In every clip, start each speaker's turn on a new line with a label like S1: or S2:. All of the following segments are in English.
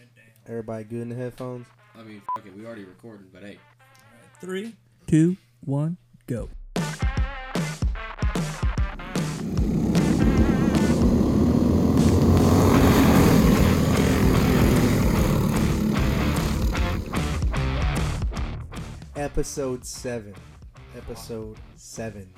S1: it down.
S2: Everybody good in the headphones?
S3: I mean, fuck it, we already recording, but hey.
S1: Alright, Three.
S4: two, one, go.
S2: Episode seven. Episode seven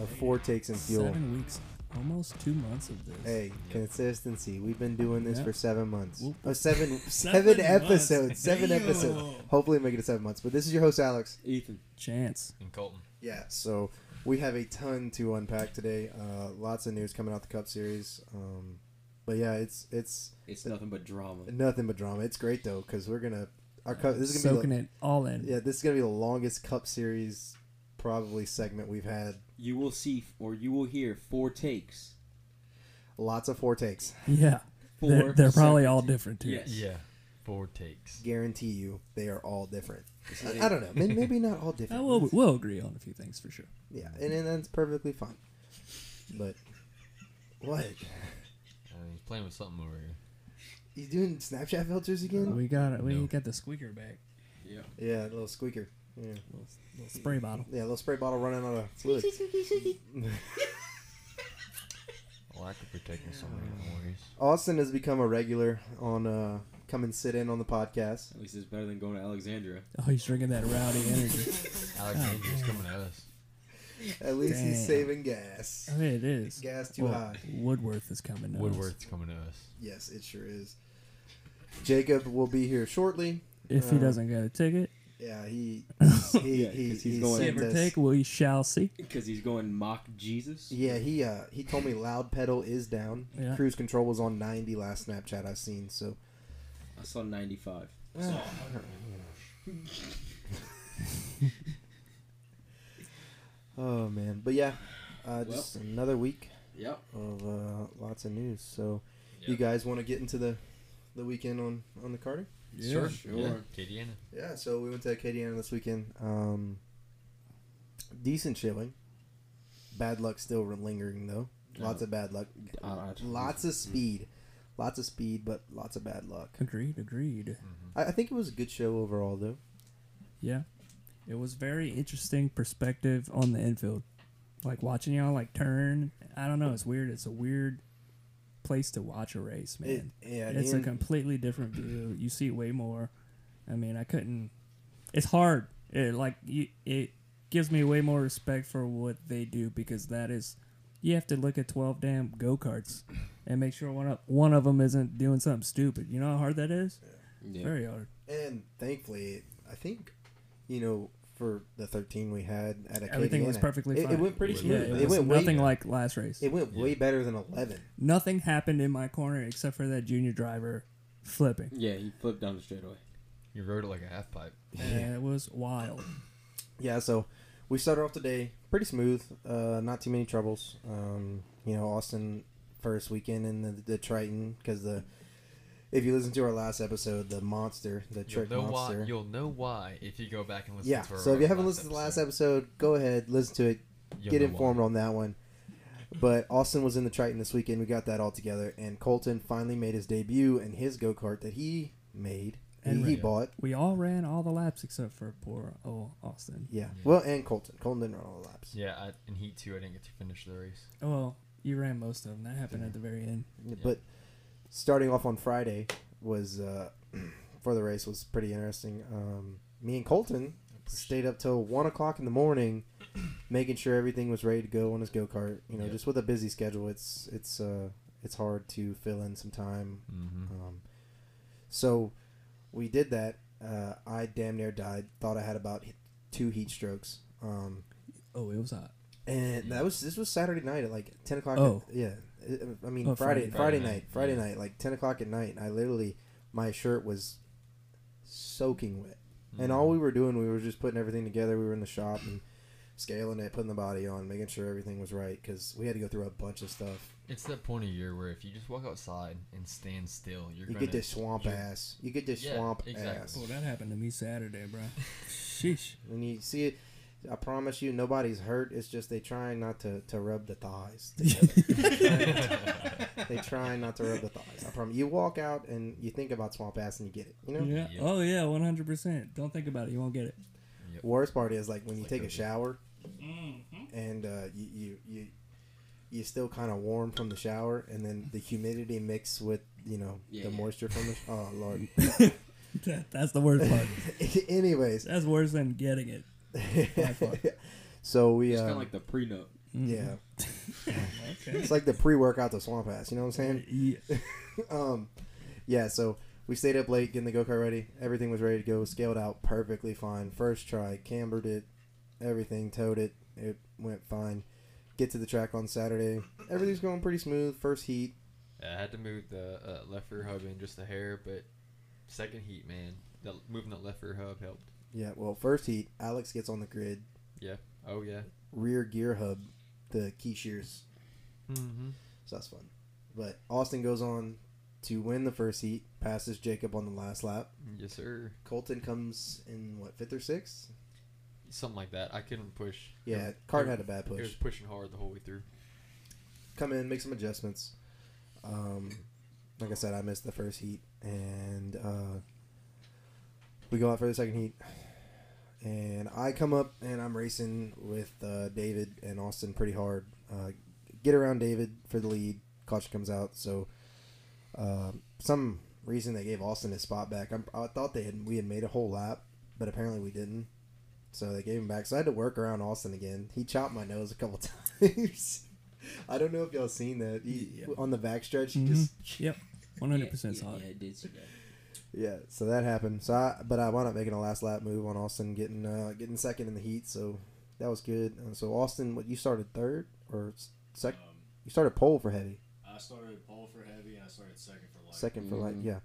S2: of Four Takes and Fuel.
S4: Seven weeks, almost two months of this.
S2: Hey, consistency. We've been doing this
S4: Yeah.
S2: for seven months.
S4: Whoop.
S2: Oh, seven,
S1: Seven
S2: seven
S1: months.
S2: episodes. Seven
S1: Damn.
S2: episodes. Hopefully, make it to seven months. But this is your host, Alex.
S3: Ethan.
S4: Chance.
S5: and Colton.
S2: Yeah. So we have a ton to unpack today. Uh, lots of news coming out the Cup Series. Um, but yeah, it's it's
S3: It's nothing but drama.
S2: nothing but drama. It's great though because we're gonna our cup. Uh, This is gonna
S4: Soaking
S2: be
S4: it all in.
S2: the, yeah. This is gonna be the longest Cup Series probably segment we've had.
S3: You will see, or you will hear four takes.
S2: Lots of four takes.
S4: Yeah.
S3: 4
S4: They're, they're probably
S3: separate
S4: all
S3: takes.
S4: different too.
S3: Yes.
S5: Yeah, four takes.
S2: Guarantee you, they are all different.
S3: This is
S2: I, I
S3: it.
S2: don't know. May- Maybe not all different.
S4: Uh, we'll, we'll agree on a few things for sure.
S2: Yeah, and, and that's perfectly fine. But what?
S5: Uh, he's playing with something over here.
S2: You doing Snapchat filters again?
S4: We got it. We
S5: No.
S4: got the squeaker back.
S3: Yeah.
S2: Yeah, a little squeaker. Yeah,
S4: Little, little spray bottle.
S2: yeah, a little spray bottle running out of fluid.
S5: Well, I could protect him somewhere. No worries.
S2: Austin has become a regular on uh, come and sit in on the podcast.
S3: At least it's better than going to Alexandria.
S4: Oh, he's drinking that rowdy energy. Oh,
S5: Alexander's coming at us.
S2: At least he's
S4: Damn.
S2: saving gas.
S4: Oh, it is.
S2: Gas too high.
S4: Woodworth is coming. to us.
S5: Woodworth's coming to us.
S2: Yes, it sure is. Jacob will be here shortly.
S4: If he
S2: Uh,
S4: doesn't get a ticket,
S2: Yeah, he he
S3: Yeah,
S2: he,
S3: 'cause he's
S2: he
S3: going-
S2: sent
S4: give or
S2: us-
S4: take, we shall see.
S3: Because he's going mock Jesus.
S2: Yeah, he uh he told me loud pedal is down.
S4: Yeah.
S2: Cruise control was on 90 last Snapchat I've seen. So Ah.
S3: I saw 95.
S2: Oh man, but yeah, uh,
S3: Well.
S2: just another week
S3: Yep.
S2: of uh, lots of news. So you
S5: Yep.
S2: guys want to get into the the weekend on on the Carter?
S3: Sure.
S5: Yeah,
S3: Sure.
S5: Katie Anna.
S2: Yeah. So we went to Acadiana this weekend. Um, decent chilling. Bad luck still lingering though. Lots of bad luck.
S3: Uh,
S2: Lots of speed. Lots of speed, but lots of bad luck.
S4: Agreed. Agreed.
S2: I, I think it was a good show overall though.
S4: Yeah. It was very interesting perspective on the infield. Like watching y'all like turn. I don't know, it's weird. It's a weird place to watch a race,
S2: It,
S4: man.
S2: yeah,
S4: it's a
S2: and-
S4: completely different view. You see way more. I mean, I couldn't it's hard. It like you, it gives me way more respect for what they do because that is you have to look at 12 damn go-karts and make sure one of, one of them isn't doing something stupid. You know how hard that is?
S3: Yeah.
S4: Very hard.
S2: And thankfully, I think, you know, for the 13 we had at Acadia,
S4: Everything was perfectly
S2: It,
S4: fine.
S2: went pretty
S5: Yeah,
S2: smooth.
S4: Yeah, it,
S2: it,
S4: was
S2: went way,
S4: nothing like last race.
S2: it went way better than 11.
S4: nothing happened in my corner except for that junior driver flipping.
S3: Yeah, he flipped down the straightaway.
S5: You rode it like a half pipe.
S4: And it was wild.
S2: Yeah, so we started off today pretty smooth. Uh, not too many troubles. Um, you know, Austin first weekend in the, the Triton because the. If you listen to our last episode, the monster, the
S5: You'll
S2: trick
S5: know
S2: monster.
S5: why. You'll know why if you go back and listen.
S2: yeah,
S5: to our
S2: so if you haven't listened to the last episode, go ahead, listen to it.
S5: you'll
S2: get
S5: know why.
S2: informed on that one. But Austin was in the Triton this weekend. We got that all together, and Colton finally made his debut in his go kart that he made
S4: And
S2: and he
S5: ran.
S2: bought.
S4: We all ran all the laps except for poor old Austin.
S2: Yeah.
S5: Yeah.
S2: Well, and Colton. Colton didn't run all the laps.
S5: Yeah, I, in heat two, I didn't get to finish the race.
S4: Well, you ran most of them. That happened at the very end.
S2: But starting off on Friday was uh, for the race was pretty interesting. Um, me and Colton stayed up till one o'clock in the morning, making sure everything was ready to go on his go kart. You know,
S5: Yeah.
S2: just with a busy schedule, it's it's uh, it's hard to fill in some time
S5: Mm-hmm.
S2: Um, so we did that. Uh, I damn near died. Thought I had about h- two heat strokes. Um,
S4: Oh, it was hot.
S2: and
S5: Mm-hmm.
S2: that was this was Saturday night at like ten o'clock.
S4: Oh.
S2: at, yeah. I- I mean
S4: Oh,
S2: Friday, Friday,
S4: Friday.
S5: Friday
S2: night,
S5: night,
S2: Friday
S5: yeah.
S2: night, like ten o'clock at night. I literally, my shirt was soaking wet, and
S5: Mm-hmm.
S2: all we were doing, we were just putting everything together. We were in the shop and scaling it, putting the body on, making sure everything was right because we had to go through a bunch of stuff.
S5: It's that point of year where if you just walk outside and stand still, you're
S2: You
S5: gonna
S2: get this swamp
S5: you're-
S2: ass. You get this
S5: Yeah,
S2: swamp
S5: exactly.
S2: ass.
S4: Oh, that happened to me Saturday, bro. Sheesh.
S2: And you see it. I promise you, nobody's hurt. It's just they trying not to, to rub the thighs. they try not to rub the thighs. I promise. You walk out and you think about swamp ass and you get it. You know.
S4: Yeah.
S5: Yeah.
S4: Oh yeah, one hundred percent. Don't think about it. You won't get it.
S2: Worst part is like when you
S5: Like
S2: take a
S5: cooking.
S2: shower and uh, you you you you still kind of warm from the shower, and then the humidity mixed with you know
S3: Yeah,
S2: the
S3: yeah.
S2: moisture from the sh- oh lord.
S3: Mm-hmm.
S4: That- That's the worst part.
S2: Anyways,
S4: That's worse than getting it. far.
S2: so we
S3: It's kind
S2: uh,
S3: of like the prenup.
S2: yeah,
S4: Mm-hmm. Okay.
S2: it's like the pre-workout to swamp ass. You know what I'm saying?
S4: Yeah.
S2: um, yeah, so we stayed up late getting the go kart ready. Everything was ready to go, scaled out perfectly fine. First try, cambered it, everything, towed it. It went fine. Get to the track on Saturday. Everything's going pretty smooth. First heat,
S5: I had to move the uh, left rear hub in just a hair, but second heat, man, that, moving that left rear hub helped.
S2: yeah, well, first heat, Alex gets on the grid,
S5: Oh yeah.
S2: rear gear hub, the key shears.
S5: Mm-hmm.
S2: So that's fun. But Austin goes on to win the first heat, passes Jacob on the last lap.
S5: Yes, sir.
S2: Colton comes in, what, fifth or sixth?
S5: Something like that. I couldn't push.
S2: Yeah,
S5: It-
S2: Cart
S5: it-
S2: had a bad push.
S5: It was pushing hard the whole way through.
S2: come in, make some adjustments. Um, like I said, I missed the first heat, and uh, we go out for the second heat. And I come up and I'm racing with uh, David and Austin pretty hard. Uh, get around David for the lead. Caution comes out, so uh, some reason they gave Austin his spot back. I'm, I thought they had we had made a whole lap, but apparently we didn't. So they gave him back. So I had to work around Austin again. He chopped my nose a couple times. I don't know if y'all seen that he,
S4: Yeah.
S2: on the back stretch. He
S4: Mhm.
S2: just
S4: Yep. One hundred percent
S3: Yeah,
S4: solid.
S3: yeah, I did see that.
S2: yeah. So that happened. So I but I wound up making a last lap move on Austin, getting uh, getting second in the heat. So that was good. And so Austin, what you started third or s- sec?
S1: Um,
S2: You started pole for heavy,
S1: I started pole for heavy and I started second for light.
S2: second for light.
S5: mm-hmm.
S3: Mhm.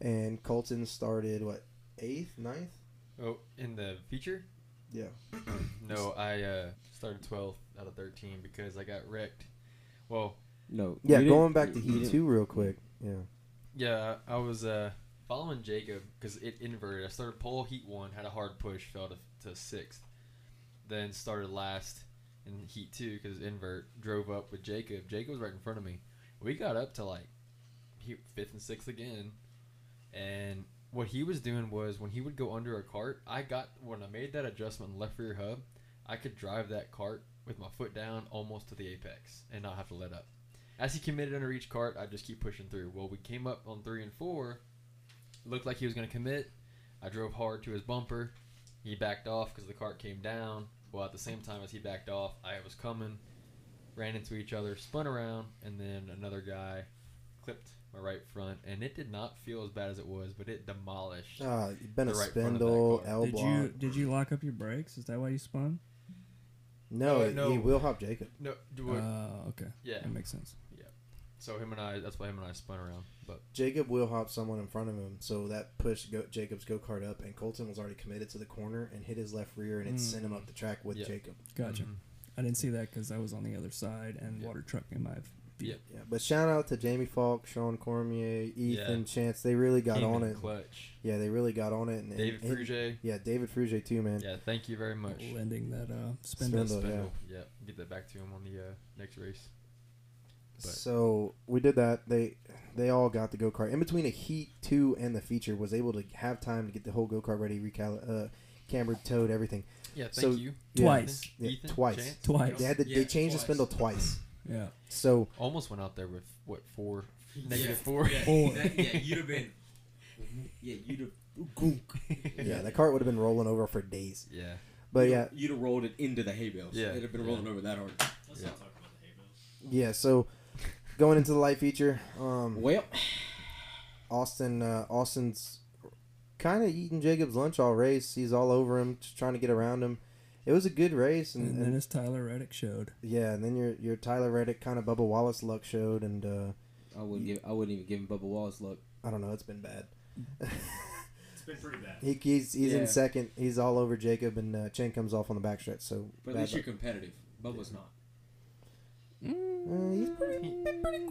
S2: Yeah. And Colton started what eighth, ninth?
S5: Oh, in the feature?
S2: Yeah.
S5: No, I uh, started 12th out of 13 because I got wrecked. Well,
S3: No.
S2: Yeah,
S3: you didn't-
S2: going back to
S3: you
S2: Heat
S3: didn't-
S2: 2 real quick. Yeah.
S5: yeah, I was uh, following Jacob because it inverted. I started pole heat one, had a hard push, fell to, to sixth, then started last in heat two because invert drove up with Jacob. Jacob was right in front of me. We got up to like he, fifth and sixth again, and what he was doing was when he would go under a cart, I got when I made that adjustment left rear hub, I could drive that cart with my foot down almost to the apex and not have to let up. As he committed under each cart, I just keep pushing through. Well, we came up on three and four, looked like he was going to commit. I drove hard to his bumper. He backed off because the cart came down. Well, at the same time as he backed off, I was coming, ran into each other, spun around, and then another guy clipped my right front, and it did not feel as bad as it was, but it demolished.
S2: Uh, been a
S5: The right front of that
S2: spindle,
S5: car.
S2: L
S4: Did
S2: block.
S4: you did you lock up your brakes? Is that why you spun?
S2: Oh, No,
S5: Uh,
S2: he-
S5: no.
S2: he will hop Jacob.
S5: No, do
S4: Oh,
S5: what?
S4: okay.
S5: yeah.
S4: That makes sense.
S5: So him and I, that's why him and I spun around. But
S2: Jacob will hop someone in front of him, so that pushed go- Jacob's go kart up, and Colton was already committed to the corner and hit his left rear, and it
S4: Mm.
S2: sent him up the track with
S5: Yeah.
S2: Jacob.
S4: Gotcha.
S5: Mhm.
S4: I didn't see that because I was on the other side and
S5: Yeah.
S4: water truck in my.
S2: Yeah, but shout out to Jamie Falk, Sean Cormier, Ethan
S5: Yeah.
S2: Chance. They really got
S5: Came
S2: on
S5: in
S2: it.
S5: Clutch.
S2: Yeah, they really got on it. And,
S5: David
S2: and-
S5: Frugier.
S2: Yeah, David Frugier too, man.
S5: Yeah, thank you very much.
S4: Lending that uh
S2: Spindle.
S4: spindle.
S2: Spindle.
S5: Spindle, yeah. Get that back to him on the uh, next race. but-
S2: So we did that. They they all got the go kart in between a heat two and the feature was able to have time to get the whole go kart ready, recal uh, cambered, towed, everything.
S5: Yeah, thank
S2: So-
S5: you.
S2: Yeah.
S4: Twice.
S2: Yeah, twice.
S4: Twice.
S2: They had to, they
S5: Yeah,
S2: changed the
S5: twice.
S2: spindle twice.
S4: Yeah.
S2: So
S5: Almost went out there with what four?
S3: Yeah.
S5: Negative four.
S3: Yeah,
S4: Four.
S3: that- yeah, you'd have been. Yeah, you'd have.
S2: yeah, that cart would have been rolling over for days.
S5: Yeah.
S2: But yeah,
S3: you'd have rolled it into the hay bales.
S5: Yeah,
S3: it'd have been
S5: yeah.
S3: rolling over that hard.
S1: Let's
S5: Yeah.
S1: not talk about the hay bales.
S2: yeah. So going into the light feature, um,
S3: Well,
S2: Austin uh, Austin's kind of eating Jacob's lunch all race. He's all over him, just trying to get around him. It was a good race, and,
S4: And then as Tyler Reddick showed,
S2: yeah, and then your your Tyler Reddick kind of Bubba Wallace luck showed, and uh,
S3: I wouldn't give. I wouldn't even give him Bubba Wallace look.
S2: I don't know, it's been bad.
S1: It's been pretty bad.
S2: he, he's he's
S3: Yeah.
S2: in second. He's all over Jacob, and uh, Chen comes off on the backstretch. So
S3: But at
S2: bad
S3: least you're
S2: luck.
S3: competitive. Bubba's not.
S2: Uh, he's pretty-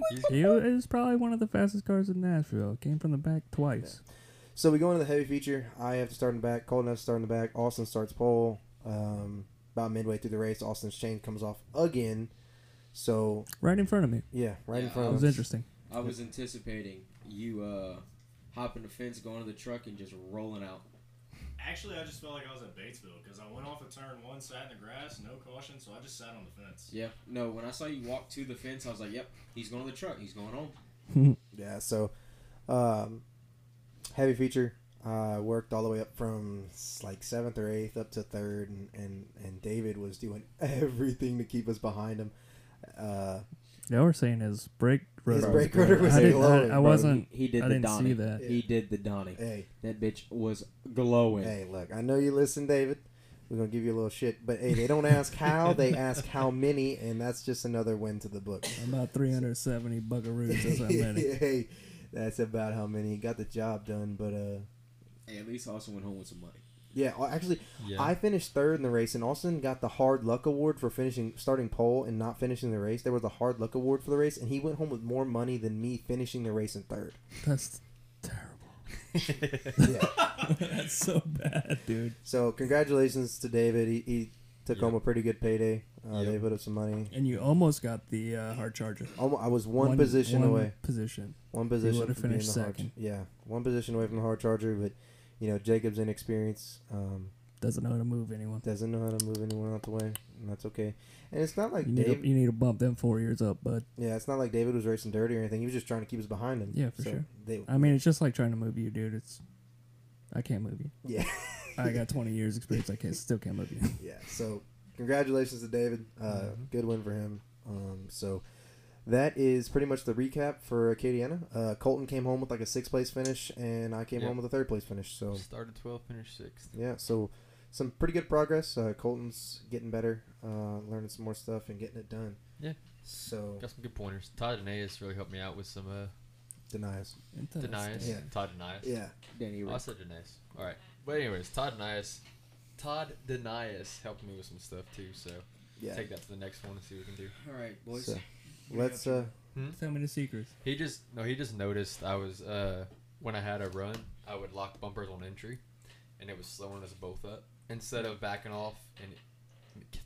S5: He's-
S4: he was probably one of the fastest cars in Nashville. Came from the back twice.
S2: So we go into the heavy feature. I have to start in the back. Colton has to start in the back. Austin starts pole. Um, about midway through the race, Austin's chain comes off again. So
S4: Right in front of me.
S2: yeah, right in
S3: Yeah,
S2: front
S4: That
S2: of
S4: was
S2: us.
S4: interesting.
S3: I was anticipating you uh, hopping the fence, going to the truck, and just rolling out.
S1: Actually, I just felt like I was at Batesville because I went off a turn one, sat in the grass, no caution, so I just sat on the fence.
S3: Yeah. No, when I saw you walk to the fence, I was like, "Yep, he's going to the truck. He's going home."
S2: Yeah, so um, heavy feature. Uh, worked all the way up from s- like seventh or eighth up to third, and, and, and David was doing everything to keep us behind him. Uh,
S4: They were saying his brake
S2: his
S4: rotor.
S3: Bro,
S2: brake
S3: bro,
S2: rotor was
S4: I, didn't,
S2: glowing.
S4: I, I wasn't.
S3: He, he did
S4: I
S3: the
S4: didn't
S3: Donnie.
S4: see that.
S3: He did the Donnie.
S2: Hey,
S3: That bitch was glowing.
S2: hey, look! I know you listen, David. We're gonna give you a little shit, but hey, they don't ask how; they ask how many, and that's just another win to the book.
S4: About 370 buckaroos or something.
S2: hey, that's about how many. He got the job done, but uh,
S3: Hey, at least I also went home with some money.
S2: yeah. oh, Actually,
S5: Yeah.
S2: I finished third in the race, and Austin got the hard luck award for finishing starting pole and not finishing the race. There was a hard luck award for the race, and he went home with more money than me finishing the race in third.
S4: That's terrible.
S2: Yeah.
S4: That's so bad, dude.
S2: so congratulations to David. He, he took
S5: Yep.
S2: home a pretty good payday. Uh,
S5: Yep.
S2: They put up some money.
S4: And you almost got the uh, hard charger.
S2: Almo- I was one, position
S4: one
S2: away.
S4: Position.
S2: One position
S4: would've
S2: from being
S4: finished
S2: the hard,
S4: second.
S2: yeah, one position away from the hard charger, but you know Jacob's inexperience. Um,
S4: Doesn't know how to move anyone.
S2: doesn't know how to move anyone out the way, and that's okay. And it's not like
S4: You need,
S2: David.
S4: to, you need to bump them four years up, bud.
S2: yeah, it's not like David was racing dirty or anything. He was just trying to keep us behind him.
S4: Yeah, for
S2: So
S4: sure.
S2: They,
S4: I mean, it's just like trying to move you, dude. It's I can't move you.
S2: yeah,
S4: I got 20 years experience. I can't still can't move you.
S2: yeah. So congratulations to David. Uh,
S4: Mm-hmm.
S2: Good win for him. Um, so that is pretty much the recap for Acadiana. Uh, Colton came home with like a sixth place finish, and I came
S5: Yeah.
S2: home with a third place finish. So
S5: Started 12th, finished 6th.
S2: yeah, so some pretty good progress. Uh, Colton's getting better, uh, learning some more stuff, and getting it done.
S5: Yeah.
S2: So
S5: Got some good pointers. Todd Danaeus really helped me out with some uh,
S2: denies.
S5: Danaeus.
S2: Yeah.
S5: Todd Danaeus.
S2: Yeah.
S3: Danny
S5: Oh, I
S3: Rick.
S5: said Danaeus. All right. But anyways, Todd Danaeus, Todd Danaeus helped me with some stuff too. So
S2: Yeah.
S5: take that to the next one and see what we can do.
S3: All right, boys.
S2: So, let's uh
S4: Tell me the secrets.
S5: He just no, he just noticed I was uh when I had a run, I would lock bumpers on entry, and it was slowing us both up instead of backing off and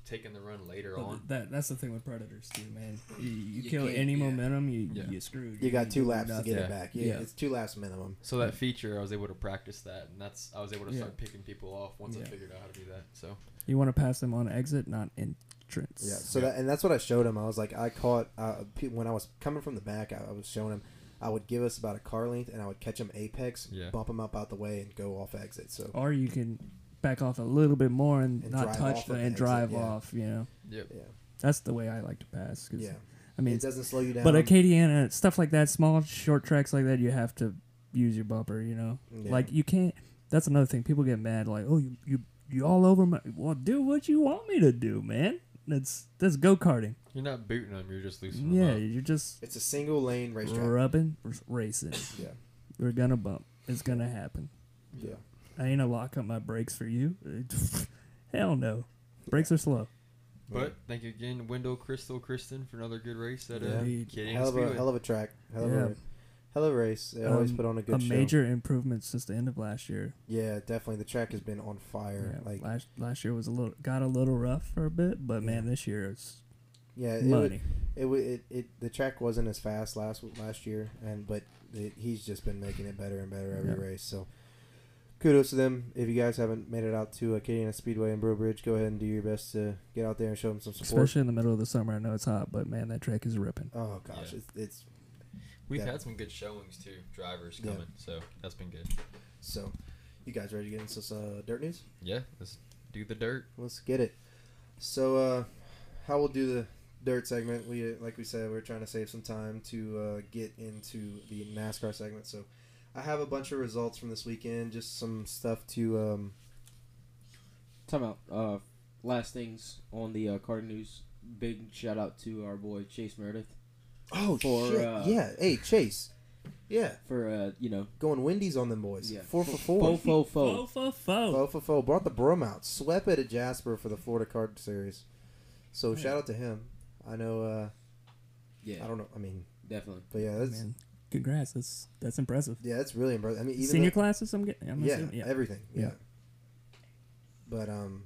S5: taking the run later on.
S4: That that's the thing with predators too, man. You, you,
S3: You
S4: kill
S3: can't-
S4: any
S3: yeah.
S4: momentum, you
S5: Yeah.
S4: you screwed.
S2: you got
S4: ain't
S2: two
S4: doing
S2: laps to
S4: nothing.
S2: get
S5: Yeah.
S2: it back. Yeah,
S4: Yeah.
S2: it's two laps minimum.
S5: So that feature, I was able to practice that, and that's I was able to
S4: Yeah.
S5: start picking people off once I
S4: Yeah.
S5: figured out how to do that. So
S4: You want to pass them on exit, not entrance.
S2: Yeah. So that and that's what I showed him. I was like, I caught uh, pe- when I was coming from the back. I, I was showing him. I would give us about a car length, and I would catch him apex,
S5: Yeah.
S2: bump him up out the way, and go off exit. So
S4: or you can back off a little bit more and,
S2: And
S4: not
S2: drive
S4: touch
S2: off
S4: the
S2: of the
S4: and
S2: exit,
S4: drive
S2: yeah.
S4: off. You know,
S5: yep,
S2: yeah,
S4: that's the way I like to pass. 'cause,
S2: yeah.
S4: I mean,
S2: it doesn't slow you down.
S4: but Acadiana stuff like that, small short tracks like that, you have to use your bumper. You know,
S2: Yeah.
S4: like you can't. That's another thing. People get mad, like, oh, you you you all over my. Well, do what you want me to do, man. That's that's go karting.
S5: you're not booting them, you're just loosening
S4: Yeah,
S5: them
S4: you're just
S2: it's a single lane racetrack.
S4: rubbing, r- racing.
S2: Yeah,
S4: We're gonna bump. It's gonna happen.
S2: yeah.
S4: I ain't gonna lock up my brakes for you. Hell no. Brakes are slow.
S5: up. But thank you again, Wendell, Crystal, Kristen, for another good race at
S2: Yeah.
S5: uh,
S4: Indeed.
S5: Kidding
S2: Hell of a
S5: Speedway.
S2: hell of a track. Hell of a
S4: Yeah.
S2: hell of a race. They always
S4: Um,
S2: put on a good
S4: a
S2: show.
S4: major improvement since the end of last year.
S2: Yeah, definitely. The track has been on fire.
S4: Yeah,
S2: like
S4: last last year was a little got a little rough for a bit, but man, this year it's
S2: yeah, it, wa-
S4: money.
S2: it, wa- it it the track wasn't as fast last last year, and but it, he's just been making it better and better every
S4: Yeah.
S2: race. So kudos to them. If you guys haven't made it out to Acadiana Speedway in Brobridge, go ahead and do your best to get out there and show them some support.
S4: Especially in the middle of the summer. I know it's hot, but man, that track is ripping.
S2: oh gosh,
S5: Yeah.
S2: it's, it's
S5: We've
S2: Yeah.
S5: had some good showings too, drivers
S2: Yeah.
S5: coming, so that's been good.
S2: so. You guys ready to get into this uh, dirt news?
S5: Yeah, let's do the dirt.
S2: Let's get it. So, uh, how we'll do the dirt segment? We uh, like we said, we're trying to save some time to uh, get into the NASCAR segment. So, I have a bunch of results from this weekend, just some stuff to. Um,
S3: Time out. Uh, last things on the uh, card news. Big shout out to our boy Chase Meredith
S2: oh
S3: For,
S2: shit!
S3: uh,
S2: yeah, hey Chase. Yeah,
S3: for uh, you know
S2: going Wendy's on them boys.
S3: yeah
S2: Four for
S3: Fo
S2: four.
S3: fo fo.
S4: fo, fo.
S2: Four for four. Brought the broom out. Swept it at Jasper for the Florida Card Series. So
S4: Yeah.
S2: shout out to him. I know. Uh,
S3: Yeah,
S2: I don't know. I mean,
S3: definitely.
S2: but yeah, that's
S4: Man, congrats. That's that's impressive.
S2: yeah, that's really impressive. I mean, even
S4: Senior
S2: though-
S4: classes, I'm getting. I'm
S2: yeah,
S4: assuming. yeah.
S2: everything. Yeah.
S4: Yeah.
S2: But um,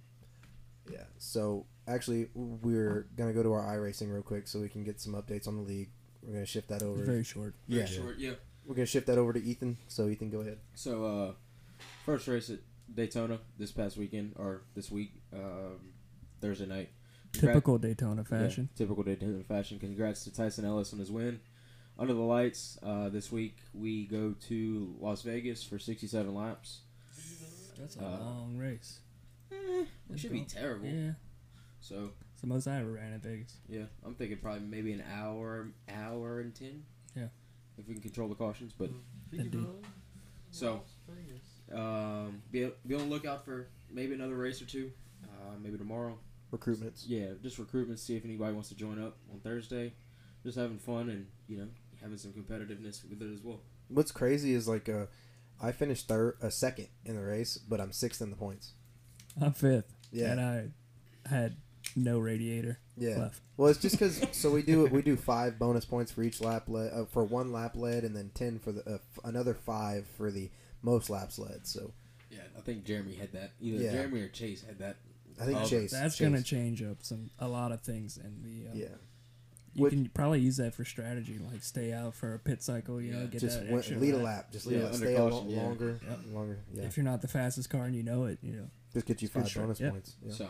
S2: yeah. So actually, we're gonna go to our iRacing real quick so we can get some updates on the league. We're gonna shift that over.
S4: Very short.
S2: yeah,
S3: Short, yeah.
S2: we're gonna shift that over to Ethan. So Ethan, go ahead.
S3: So, uh, first race at Daytona this past weekend or this week, um, Thursday night. Congrats-
S4: Typical Daytona
S3: yeah,
S4: fashion.
S3: typical Daytona fashion. Congrats to Tyson Ellis on his win. Under the lights, uh, this week we go to Las Vegas for 67 laps.
S4: That's
S3: a Uh,
S4: long race.
S3: It should be terrible.
S4: Yeah,
S3: So
S4: it's the most I ever ran in Vegas.
S3: yeah, I'm thinking probably maybe an hour, hour and ten.
S4: Yeah.
S3: if we can control the cautions.
S2: Mm-hmm.
S3: But
S4: Indeed.
S3: so um, be be on the lookout for maybe another race or two, uh, maybe tomorrow.
S2: Recruitments.
S3: Yeah, just recruitment. See if anybody wants to join up on Thursday. Just having fun and you know having some competitiveness with it as well.
S2: What's crazy is like uh, I finished third, uh, second in the race, but I'm sixth in the points.
S4: I'm fifth.
S2: Yeah,
S4: and I had no radiator
S2: yeah.
S4: left.
S2: Well, it's just because so we do we do five bonus points for each lap led uh, for one lap led, and then ten for the uh, f- another five for the most laps led. So
S3: Yeah, I think Jeremy had that. Either
S2: Yeah.
S3: Jeremy or Chase had that.
S2: I think
S3: Oh,
S2: Chase.
S4: That's
S2: Chase.
S4: gonna change up some a lot of things in the. Uh,
S2: Yeah,
S4: You
S2: With-
S4: can probably use that for strategy, like stay out for a pit cycle. You know,
S3: Yeah,
S4: get
S2: just
S4: that
S2: win,
S4: extra
S2: lead a
S4: lap.
S2: lap. Just lead
S3: Yeah,
S2: a lap.
S3: under
S2: Stay a
S3: caution,
S2: lo-
S3: yeah.
S2: longer,
S4: Yep.
S2: longer. Yeah,
S4: If you're not the fastest car and you know it, you know
S2: just get you
S4: Good
S2: five
S4: shot,
S2: bonus
S4: yeah.
S2: points. Yeah.
S3: So,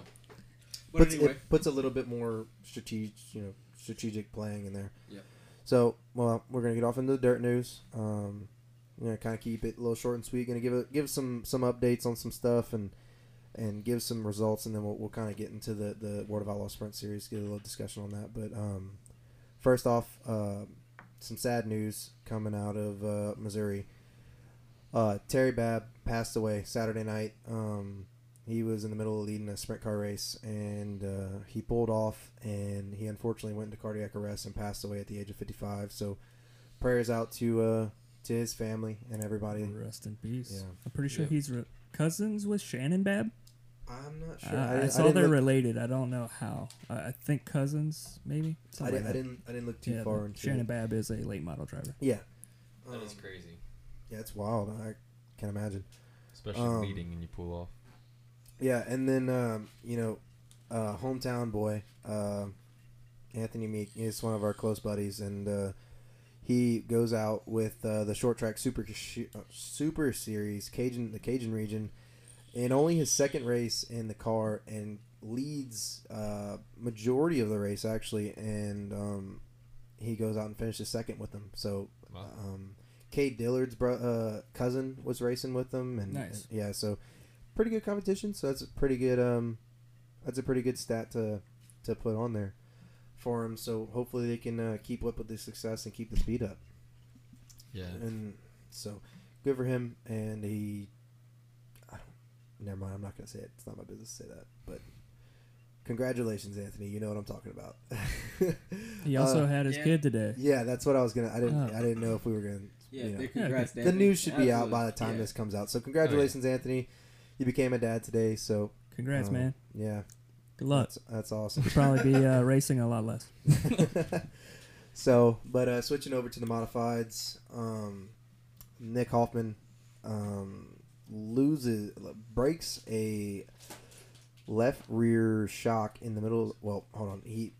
S3: but
S2: puts,
S3: anyway,
S2: it puts a little bit more strategic, you know, strategic playing in there.
S3: Yep.
S2: So, well, we're gonna get off into the dirt news. Um, you know, kind of keep it a little short and sweet. Gonna give it, give some some updates on some stuff and and give some results, and then we'll, we'll kind of get into the the World of Outlaw Sprint Series, get a little discussion on that. But um, first off, uh, some sad news coming out of uh, Missouri. Uh, Terry Babb passed away Saturday night. Um, he was in the middle of leading a sprint car race and uh, he pulled off and he unfortunately went into cardiac arrest and passed away at the age of 55 so prayers out to uh, to his family and everybody
S4: rest in peace.
S2: Yeah.
S4: I'm pretty sure
S5: Yeah.
S4: he's re- cousins with Shannon Bab.
S2: i'm not
S4: Uh,
S2: sure
S4: I,
S2: didn't-
S4: saw they're
S2: didn't look,
S4: related. I don't know how. I, I think cousins, maybe.
S2: I,
S4: Something
S2: didn't, I
S4: like that.
S2: didn't i didn't look too
S4: Yeah,
S2: far
S4: but
S2: into
S4: Shannon
S2: it.
S4: Bab is a late model driver.
S2: yeah
S5: That is
S2: Um,
S5: crazy,
S2: yeah it's wild i can imagine
S5: especially
S2: um,
S5: leading and you pull off.
S2: Yeah, and then um, you know, uh, hometown boy, uh, Anthony Meek is one of our close buddies, and uh, he goes out with uh, the short track super uh, super series Cajun the Cajun region, in only his second race in the car and leads uh, majority of the race actually, and um, he goes out and finishes second with them. So
S5: Wow.
S2: um, Cade Dillard's bro- uh, cousin was racing with them, and
S4: Nice.
S2: and- yeah, so pretty good competition. So that's a pretty good um, that's a pretty good stat to to put on there for him. So hopefully they can uh, keep up with the success and keep the speed up.
S5: Yeah,
S2: And so good for him. And he, I don't, never mind. I'm not gonna say it. It's not my business to say that, but. Congratulations, Anthony. You know what I'm talking about.
S4: He also
S2: Uh,
S4: had his
S3: yeah.
S4: kid today.
S2: yeah, that's what I was gonna. I didn't.
S4: Oh.
S2: I didn't know if we were gonna.
S3: yeah,
S2: you know.
S3: they congrats.
S2: The
S3: Anthony.
S2: news should be out
S3: Absolutely.
S2: by the time
S3: Yeah.
S2: this comes out. So congratulations, Anthony. You became a dad today. So
S4: Congrats,
S2: um,
S4: man.
S2: Yeah,
S4: Good luck.
S2: that's, that's awesome.
S4: You'll probably be uh, racing a lot less.
S2: so, but uh, switching over to the modifieds, um, Nick Hoffman um, loses, breaks a left rear shock in the middle. Well, hold on. He,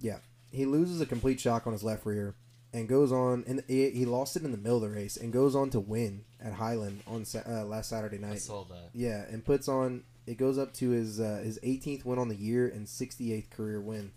S2: yeah, he loses a complete shock on his left rear and goes on, and he, he lost it in the middle of the race and goes on to win at Highland on Sa- uh, last Saturday
S5: I
S2: night.
S5: saw that.
S2: Yeah, and puts on. It goes up to his uh, his 18th win on the year and 68th career win.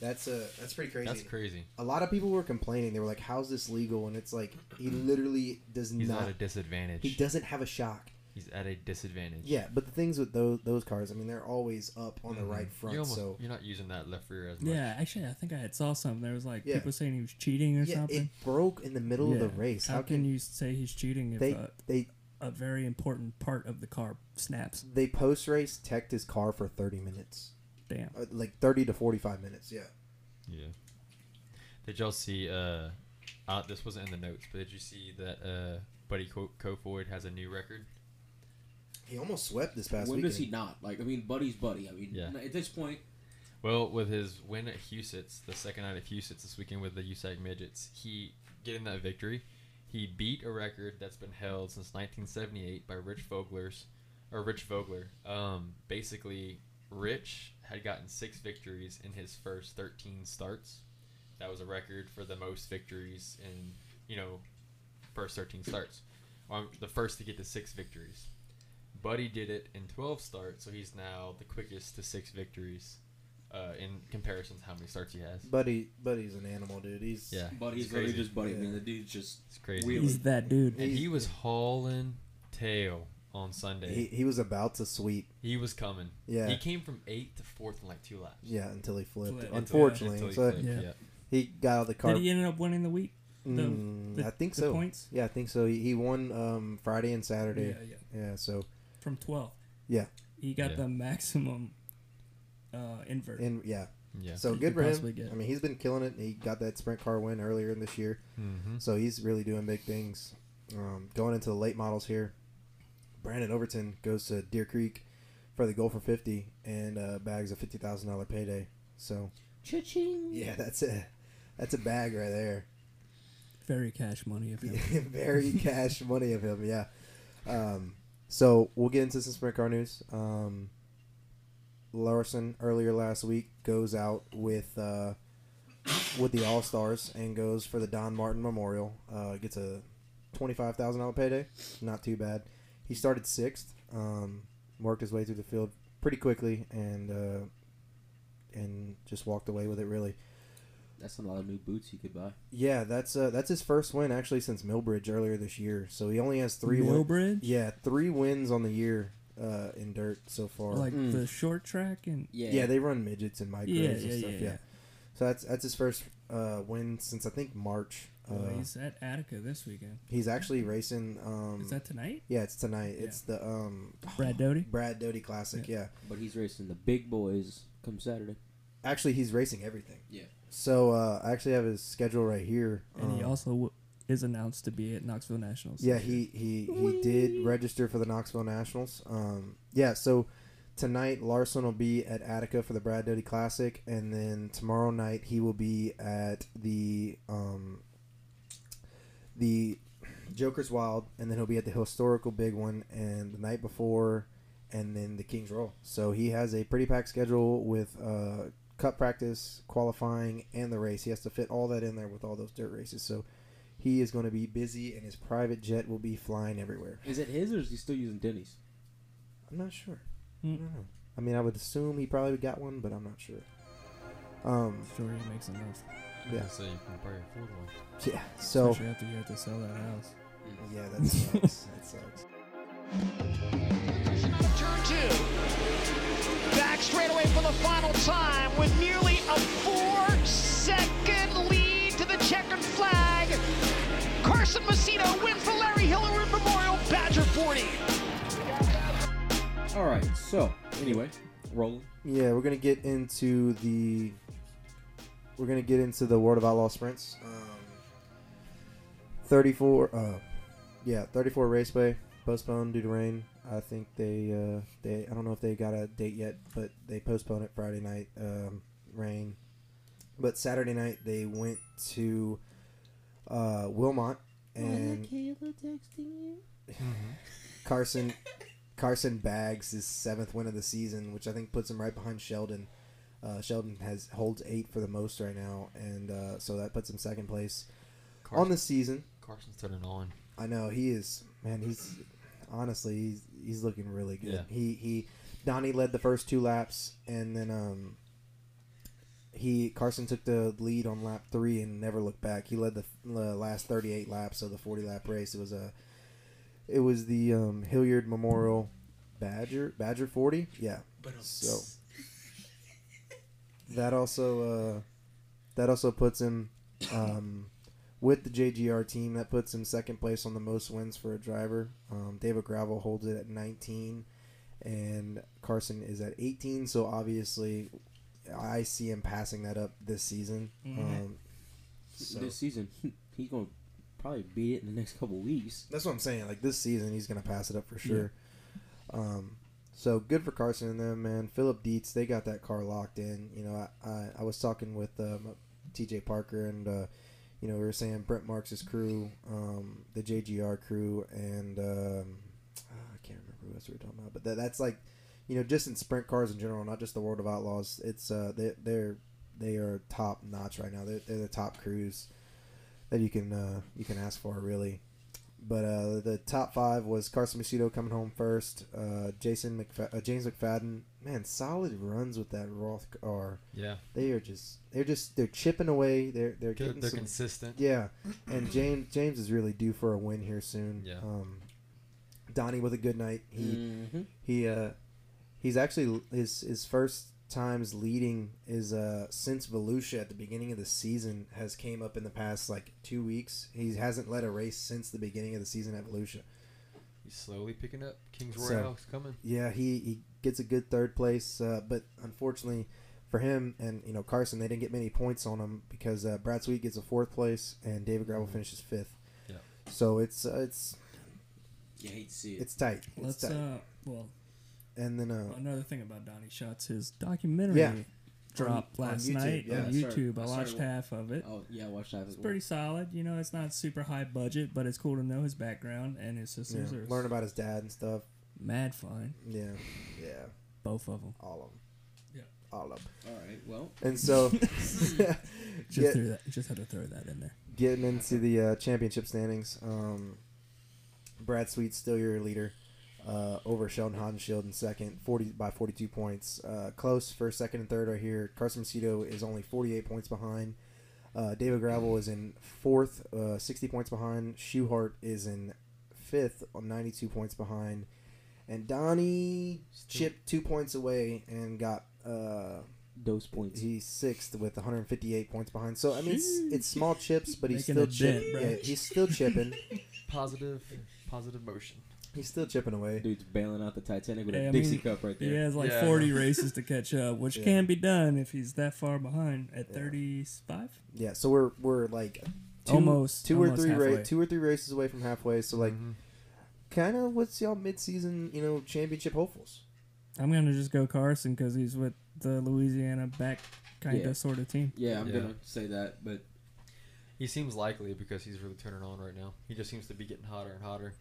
S2: That's uh, that's pretty crazy.
S5: That's crazy.
S2: a lot of people were complaining. They were like, "How's this legal?" And it's like he literally does
S5: He's
S2: not.
S5: at a disadvantage.
S2: he doesn't have a shock.
S5: He's at a disadvantage.
S2: Yeah, but the things with those those cars, I mean, they're always up on the
S5: Mhm.
S2: right
S5: You
S2: front.
S5: almost,
S2: So
S5: you're not using that left rear as much.
S4: Yeah, actually, I think I had saw something. There was like
S2: Yeah.
S4: people saying he was cheating or
S2: yeah, it
S4: something.
S2: broke in the middle of the
S4: Yeah.
S2: race.
S4: How, can, you say he's cheating if
S2: they
S4: a,
S2: they
S4: a very important part of the car snaps?
S2: they post race teched his car for 30 minutes,
S4: Damn.
S2: uh, like 30 to 45 minutes. Yeah.
S5: Yeah. Did y'all see? Uh, uh, this wasn't in the notes, but did you see that uh, Buddy Co- Kofoid has a new record?
S2: He almost swept this past
S3: When
S2: weekend.
S3: does he not? Like, I mean, buddy's buddy. I mean,
S5: Yeah.
S3: at this point,
S5: Well, with his win at Husitz, the second night at Husitz this weekend with the USAC midgets, he getting that victory, he beat a record that's been held since 1978 by Rich Vogler's, or Rich Vogler. Um, basically, Rich had gotten six victories in his first 13 starts. That was a record for the most victories in you know first 13 starts. Well, the first to get to six victories. Buddy did it in 12 starts, so he's now the quickest to six victories uh, in comparison to how many starts he has.
S2: Buddy, Buddy's an animal, dude. He's
S5: Yeah,
S3: Buddy's
S5: it's
S3: literally
S5: crazy.
S3: just buddy. I mean,
S2: Yeah.
S3: the dude's just
S5: It's crazy.
S3: Wheelie.
S4: He's that dude.
S5: And he was hauling tail on Sunday.
S2: He,
S5: He,
S2: he was about to sweep.
S5: was coming.
S2: Yeah.
S5: He came from eighth to fourth in like two laps.
S2: Yeah, until he flipped.
S4: Flipped.
S2: Unfortunately,
S5: Until he
S2: so
S5: flipped,
S4: Yeah.
S5: yeah.
S2: he got out of the car.
S4: Did he end up winning the week? the-
S2: Mm,
S4: the-
S2: I think
S4: the
S2: so.
S4: points?
S2: Yeah, I think so. He, he won um, Friday and Saturday.
S4: yeah.
S2: Yeah. so
S4: From 12.
S2: Yeah.
S4: He got
S5: Yeah.
S4: the maximum uh, invert.
S2: and yeah,
S5: Yeah.
S2: so
S4: He
S2: good
S4: could
S2: for
S4: possibly
S2: him.
S4: get-
S2: I mean, he's been killing it. He got that sprint car win earlier in this year,
S5: Mm-hmm.
S2: so he's really doing big things. Um, going into the late models here, Brandon Overton goes to Deer Creek for the goal for fifty and uh, bags a fifty thousand dollar payday. So
S3: cha-ching.
S2: yeah, that's a that's a bag right there.
S4: Very cash money if you
S2: very cash money of him. Yeah. Um, so we'll get into some sprint car news. Um, Larson earlier last week goes out with uh, with the All Stars and goes for the Don Martin Memorial. Uh, gets a twenty five thousand dollar payday. Not too bad. He started sixth. Um, worked his way through the field pretty quickly and uh, and just walked away with it really.
S3: That's a lot of new boots you could buy.
S2: Yeah, that's uh, that's his first win actually since Millbridge earlier this year. So he only has three wins.
S4: Millbridge?
S2: Yeah, three wins on the year uh, in dirt so far.
S4: Like
S3: Mm.
S4: the short track and.
S2: yeah. they run midgets and micros
S4: Yeah,
S2: and
S4: yeah,
S2: stuff.
S4: yeah,
S2: Yeah.
S4: yeah.
S2: So that's that's his first uh, win since I think March. Uh,
S4: Well,
S2: he's,
S4: Oh, he's at Attica this weekend.
S2: actually racing. Um,
S4: Is that tonight?
S2: yeah, it's tonight.
S4: Yeah.
S2: It's the um,
S4: Brad Doty?
S2: Brad Doty Classic. Yeah.
S3: But he's racing the big boys come Saturday.
S2: actually he's racing everything.
S3: Yeah.
S2: So uh, I actually have his schedule right here.
S4: And he
S2: Um,
S4: also w- is announced to be at Knoxville Nationals.
S2: Yeah, he he he did register for the Knoxville Nationals. Um, yeah, so tonight Larson will be at Attica for the Brad Doty Classic, and then tomorrow night he will be at the um, the Joker's Wild, and then he'll be at the historical big one, and the night before, and then the King's Roll. So he has a pretty packed schedule with uh, cup practice, qualifying, and the race. He has to fit all that in there with all those dirt races. So he is going to be busy, and his private jet will be flying everywhere.
S3: Is it his or is he still using Denny's?
S2: I'm not sure. I
S4: Mm.
S2: don't know. I mean, I would assume he probably got one, but I'm not sure. Um,
S4: Sure, he makes enough.
S2: Yeah.
S5: So you can probably afford one.
S2: yeah. So
S4: Especially after you have to sell that house.
S2: yeah, that sucks. that sucks.
S6: Turn two. Back straight away for the final time with nearly a four second lead to the checkered flag. Carson Macedo wins the Larry Hillary Memorial Badger 40.
S3: All right. So anyway, rolling.
S2: Yeah, we're gonna get into the we're gonna get into the World of Outlaw sprints. Um, thirty-four, uh, yeah, thirty-four Raceway postponed due to rain. I think they uh, they I don't know if they got a date yet, but they postponed it Friday night. Um, rain, but Saturday night they went to uh, Wilmot and Carson Carson bags his seventh win of the season, which I think puts him right behind Sheldon. Uh, Sheldon has holds eight for the most right now, and uh, so that puts him second place on
S5: Carson,
S2: the season.
S5: Carson's turning on.
S2: I know he is man. He's honestly he's he's looking really good.
S5: Yeah.
S2: He he Donnie led the first two laps, and then um he Carson took the lead on lap three and never looked back. He led the uh, last thirty eight laps of the forty lap race. It was a it was the um, Hilliard Memorial Badger Badger forty. Yeah, so that also uh, that also puts him um, with the JGR team. That puts him second place on the most wins for a driver. Um, David Gravel holds it at 19, and Carson is at 18. So obviously, I see him passing that up this season. Um, so-
S3: This season, he's gonna probably beat it in the next couple weeks.
S2: That's what I'm saying. Like this season, he's gonna pass it up for sure. Um, so good for Carson and them, man. Philip Dietz, they got that car locked in. You know, I I, I was talking with um, T.J. Parker and uh, you know we were saying Brent Marks' crew, um, the JGR crew, and um, ah, I can't remember who else we were talking about, but that, that's like you know just in sprint cars in general, not just the World of Outlaws. It's uh, they, they're they are top notch right now. They're, they're the top crews that you can uh, you can ask for really. But uh, the top five was Carson Macedo coming home first. Uh, Jason McFa- uh, James McFadden, man, solid runs with that Roth car.
S5: Yeah,
S2: They are just they're just they're chipping away. They're
S5: they're,
S2: they're getting
S5: they're
S2: some
S5: consistent.
S2: yeah, and James James is really due for a win here soon.
S5: Yeah.
S2: Um, Donnie with a good night. He
S3: Mm-hmm.
S2: he uh, he's actually his his first times leading is uh since Volusia at the beginning of the season has came up in the past like two weeks. He hasn't led a race since the beginning of the season at Volusia.
S5: He's slowly picking up. King's
S2: So-
S5: Royale's coming.
S2: Yeah, he, he gets a good third place, uh, but unfortunately for him and you know Carson, they didn't get many points on him because uh, Brad Sweet gets a fourth place and David Gravel finishes fifth.
S5: Yeah.
S2: So it's uh, it's
S3: You hate to see it.
S2: it's tight. It's
S4: Let's
S2: tight.
S4: uh, well,
S2: and then uh,
S4: another thing about Donnie Schatz, his documentary
S2: Yeah.
S4: dropped
S2: On- on
S4: last
S2: YouTube,
S4: night
S2: yeah.
S4: on
S3: I started-
S4: YouTube. I,
S3: I
S4: watched
S3: started-
S4: half of it.
S3: oh yeah, watch that. as well.
S4: Pretty solid. You know, it's not super high budget, but it's cool to know his background and his
S2: yeah,
S4: sisters are
S2: learn about his dad and stuff.
S4: mad fine,
S2: Yeah, yeah,
S4: both of them.
S2: all of them.
S4: Yeah.
S2: all of them.
S3: All right. Well,
S2: And so.
S4: Just
S2: get-
S4: threw that. Just had to throw that in there.
S2: getting into the uh, championship standings, um, Brad Sweet's still your leader uh, over Sheldon Hodenshield in second, 40 by 42 points. Uh, close first, second, and third are here. Carson Macedo is only 48 points behind. Uh, David Gravel is in fourth, uh, 60 points behind. Shuhart is in fifth, on 92 points behind. And Donnie chipped two points away and got. Uh,
S3: those points.
S2: He's sixth with 158 points behind. So I mean, it's, it's small chips, but he's
S4: Making
S2: still
S4: a dent,
S2: chipping.
S4: bro.
S2: Yeah, he's still chipping.
S5: Positive, positive motion.
S2: he's still chipping away.
S3: Dude's bailing out the Titanic with
S4: Hey,
S3: a
S4: I
S3: Dixie
S4: mean,
S3: cup right there.
S4: He has like
S5: Yeah.
S4: 40 races to catch up, which
S2: Yeah.
S4: can be done if he's that far behind at
S2: Yeah.
S4: 35.
S2: Yeah, so we're we're like two,
S4: Almost-
S2: two
S4: almost
S2: or three ra-
S4: halfway. Mm-hmm.
S2: two or three races away from halfway. So like,
S5: Mm-hmm.
S2: kind of what's y'all mid-season you know championship hopefuls?
S4: I'm gonna just go Carson because he's with the Louisiana back kind of
S3: Yeah.
S4: sort of team.
S3: Yeah, I'm
S5: Yeah.
S3: gonna say that, but
S5: He seems likely because he's really turning on right now. He just seems to be getting hotter and hotter.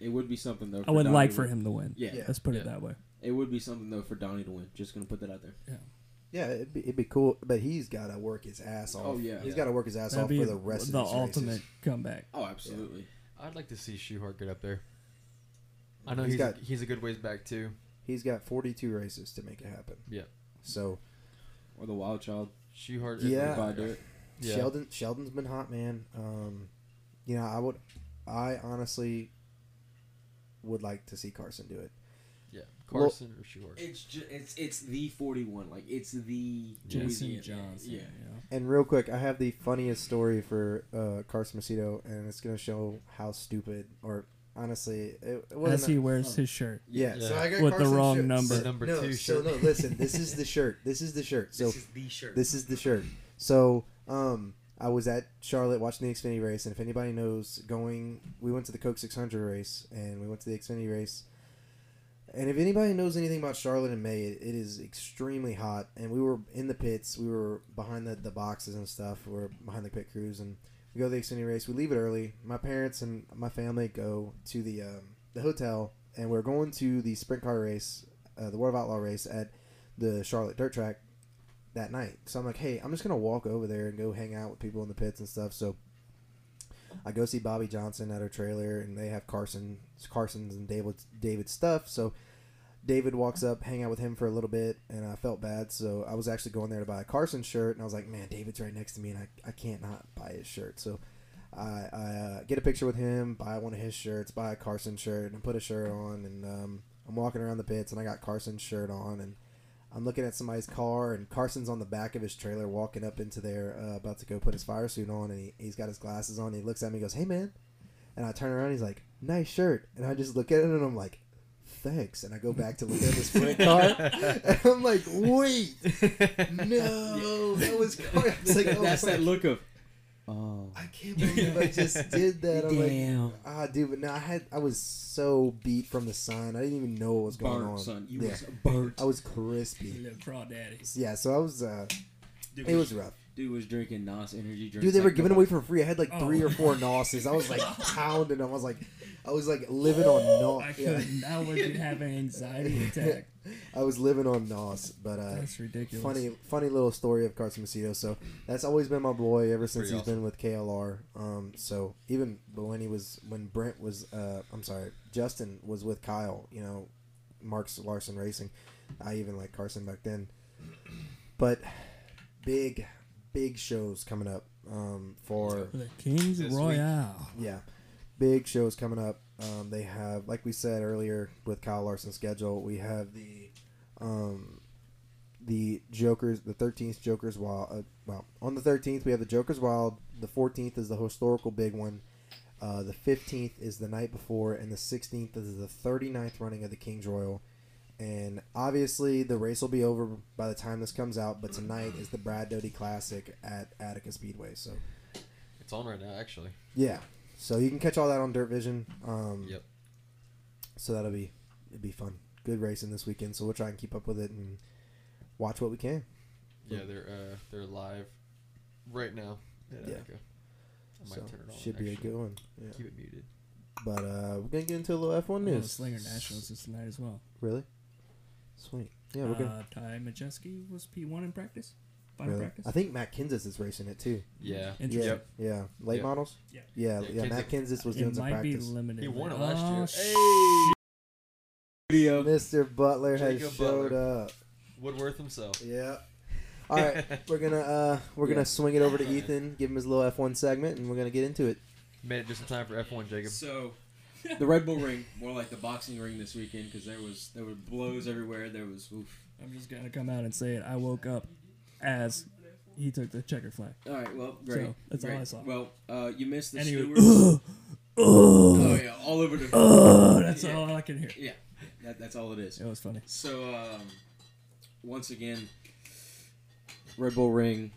S3: it would be something though.
S4: I would
S3: Donnie
S4: like
S3: to
S4: for
S3: win.
S4: him to win.
S3: Yeah.
S2: Yeah.
S4: Let's put
S5: Yeah.
S4: it that way.
S3: it would be something though for Donnie to win. Just gonna put that out there.
S2: Yeah, it'd be, it'd be cool, but he's got to work his ass off.
S3: Oh, yeah.
S2: he's
S3: Yeah.
S2: got to work his ass
S4: That'd
S2: off
S4: be
S2: for the rest
S4: the
S2: of these
S4: ultimate
S2: races.
S4: comeback.
S3: Oh, absolutely.
S5: I'd like to see Shuhart get up there. I know
S2: He's
S5: he's
S2: got-
S5: a, he's a good ways back too.
S2: He's got 42 races to make it happen.
S5: Yeah.
S2: So
S3: Or the Wild Child.
S5: Shuhart.
S2: Yeah.
S3: If I do it.
S5: Yeah.
S2: Sheldon Sheldon's been hot, man. Um, you know, I would, I honestly would like to see Carson do it.
S5: yeah.
S2: Well-
S5: Carson or Shuhart.
S3: It's just it's it's the 41. Like it's the
S4: Jason
S3: Louisiana-
S4: Johnson.
S3: Yeah.
S2: And real quick, I have the funniest story for uh, Carson Macedo, and it's gonna show how stupid, or honestly, it, it
S4: As
S2: wasn't.
S4: he wears his shirt.
S2: yeah, so I got
S4: With the
S2: Carson's
S4: wrong
S2: shirt.
S4: number.
S2: So-
S5: Number
S2: no,
S5: two
S2: so
S5: shirt.
S2: no, listen, this is the shirt. This is the shirt. So
S3: is the shirt.
S2: This is the shirt. So, um, I was at Charlotte watching the Xfinity race, and if anybody knows, going we went to the Coke 600 race, and we went to the Xfinity race. And if anybody knows anything about Charlotte in May, it, it is extremely hot, and we were in the pits, we were behind the, the boxes and stuff, we were behind the pit crews, and we go to the Xfinity race. We leave it early. My parents and my family go to the um, the hotel, and we're going to the sprint car race, uh, the World of Outlaw race at the Charlotte Dirt Track that night. So I'm like, hey, I'm just gonna walk over there and go hang out with people in the pits and stuff. So I go see Bobby Johnson at her trailer, and they have Carson, Carson's and David David's stuff. So David walks up, hang out with him for a little bit, and I felt bad. So I was actually going there to buy a Carson shirt, and I was like, man, David's right next to me, and I, I can't not buy his shirt. So I, I uh, get a picture with him, buy one of his shirts, buy a Carson shirt, and put a shirt on, and um, I'm walking around the pits, and I got Carson's shirt on, and I'm looking at somebody's car, and Carson's on the back of his trailer, walking up into there, uh, about to go put his fire suit on, and he, he's got his glasses on. And he looks at me, and goes, "Hey, man," and I turn around, he's like, "Nice shirt," and I just look at it, and I'm like, "Thanks," and I go back to look at his sprint car, and I'm like, "Wait, no, that was Carson." I was like, oh,
S3: That's that
S2: fuck.
S3: look of. Oh.
S2: I can't believe I just did that. I'm like,
S3: Damn.
S2: ah, dude, but no, I had, I was so beat from the sun. I didn't even know what was going
S3: burnt,
S2: on.
S3: son. You
S2: yeah.
S3: was burnt.
S2: I was crispy.
S4: Little crawdaddy.
S2: Yeah, so I was. Uh, it was rough.
S3: Dude was drinking Nas energy drinks.
S2: Dude, they were
S3: like
S2: giving
S3: no-
S2: away for free. I had like three
S4: Oh.
S2: or four nosses. I was like pounding. them. I was like, I was like living on
S4: Oh, I
S2: nos. Yeah.
S4: couldn't. I would have an anxiety attack.
S2: I was living on nos, but uh,
S4: That's ridiculous.
S2: funny, funny little story of Carson Macedo. So that's always been my boy ever since
S5: pretty
S2: he's been with KLR. Um, so even but when he was when Brent was, uh, I'm sorry, Justin was with Kyle. You know, Mark's Larson Racing. I even like Carson back then. But big, big shows coming up um, for
S4: The Kings
S5: This week.
S4: Royale.
S2: yeah, big shows coming up. Um, they have, like we said earlier, with Kyle Larson's schedule, we have the um, the Joker's, the thirteenth Joker's Wild. Uh, well, on the thirteenth we have the Joker's Wild. The fourteenth is the historical big one. Uh, the fifteenth is the night before, and the sixteenth is the 39th running of the Kings Royal. And obviously, the race will be over by the time this comes out. But tonight is the Brad Doty Classic at Attica Speedway. So
S5: It's on right now, actually.
S2: yeah. So you can catch all that on Dirt Vision. Um,
S5: Yep.
S2: So that'll be it'd be fun. Good racing this weekend. So we'll try and keep up with it and watch what we can.
S5: Yeah, they're uh, they're live right now. at
S2: Yeah.
S5: Attica. I might
S2: So
S5: turn it on.
S2: should be a
S5: actually.
S2: good one. Yeah.
S5: Keep it muted.
S2: But uh, we're gonna get into a little F1
S4: Oh,
S2: news.
S4: Slinger Nationals is tonight as well.
S2: Really? Sweet. Yeah, we're gonna.
S4: Uh, Ty Majeski was P1 in practice. Final
S2: Really?
S4: practice.
S2: I think Matt Kenseth is racing it too.
S5: Yeah.
S2: Yeah,
S4: Interesting.
S2: yeah. Late
S5: Yeah.
S2: models.
S4: Yeah.
S2: yeah,
S5: Yeah,
S2: yeah. Matt Kenseth was doing
S4: It
S2: some
S4: might
S2: practice.
S4: be limited.
S5: He won it
S4: Oh,
S5: last year.
S4: sh-
S3: video.
S2: Mr. Butler has
S5: Jacob
S2: showed up.
S5: Woodworth himself.
S2: Yeah. All right, we're gonna uh, we're
S3: Yeah.
S2: gonna swing it over to Ethan, give him his little F1 segment, and we're gonna get into it.
S5: Made it just in time for F1, Jacob.
S3: So, the Red Bull Ring, more like the boxing ring this weekend, because there was there were blows everywhere. There was oof.
S4: I'm just gonna come out and say it. I woke up as he took the checker flag.
S3: All right, well, great.
S4: So, that's all
S3: great.
S4: I saw.
S3: Well, uh, you missed the
S4: And he
S3: steward.
S4: went, "Ugh,
S3: oh yeah, all over the.
S4: ugh," Oh, that's
S3: Yeah.
S4: all I can hear.
S3: Yeah, that, that's all it is.
S4: It was funny.
S3: So, um, once again, Red Bull Ring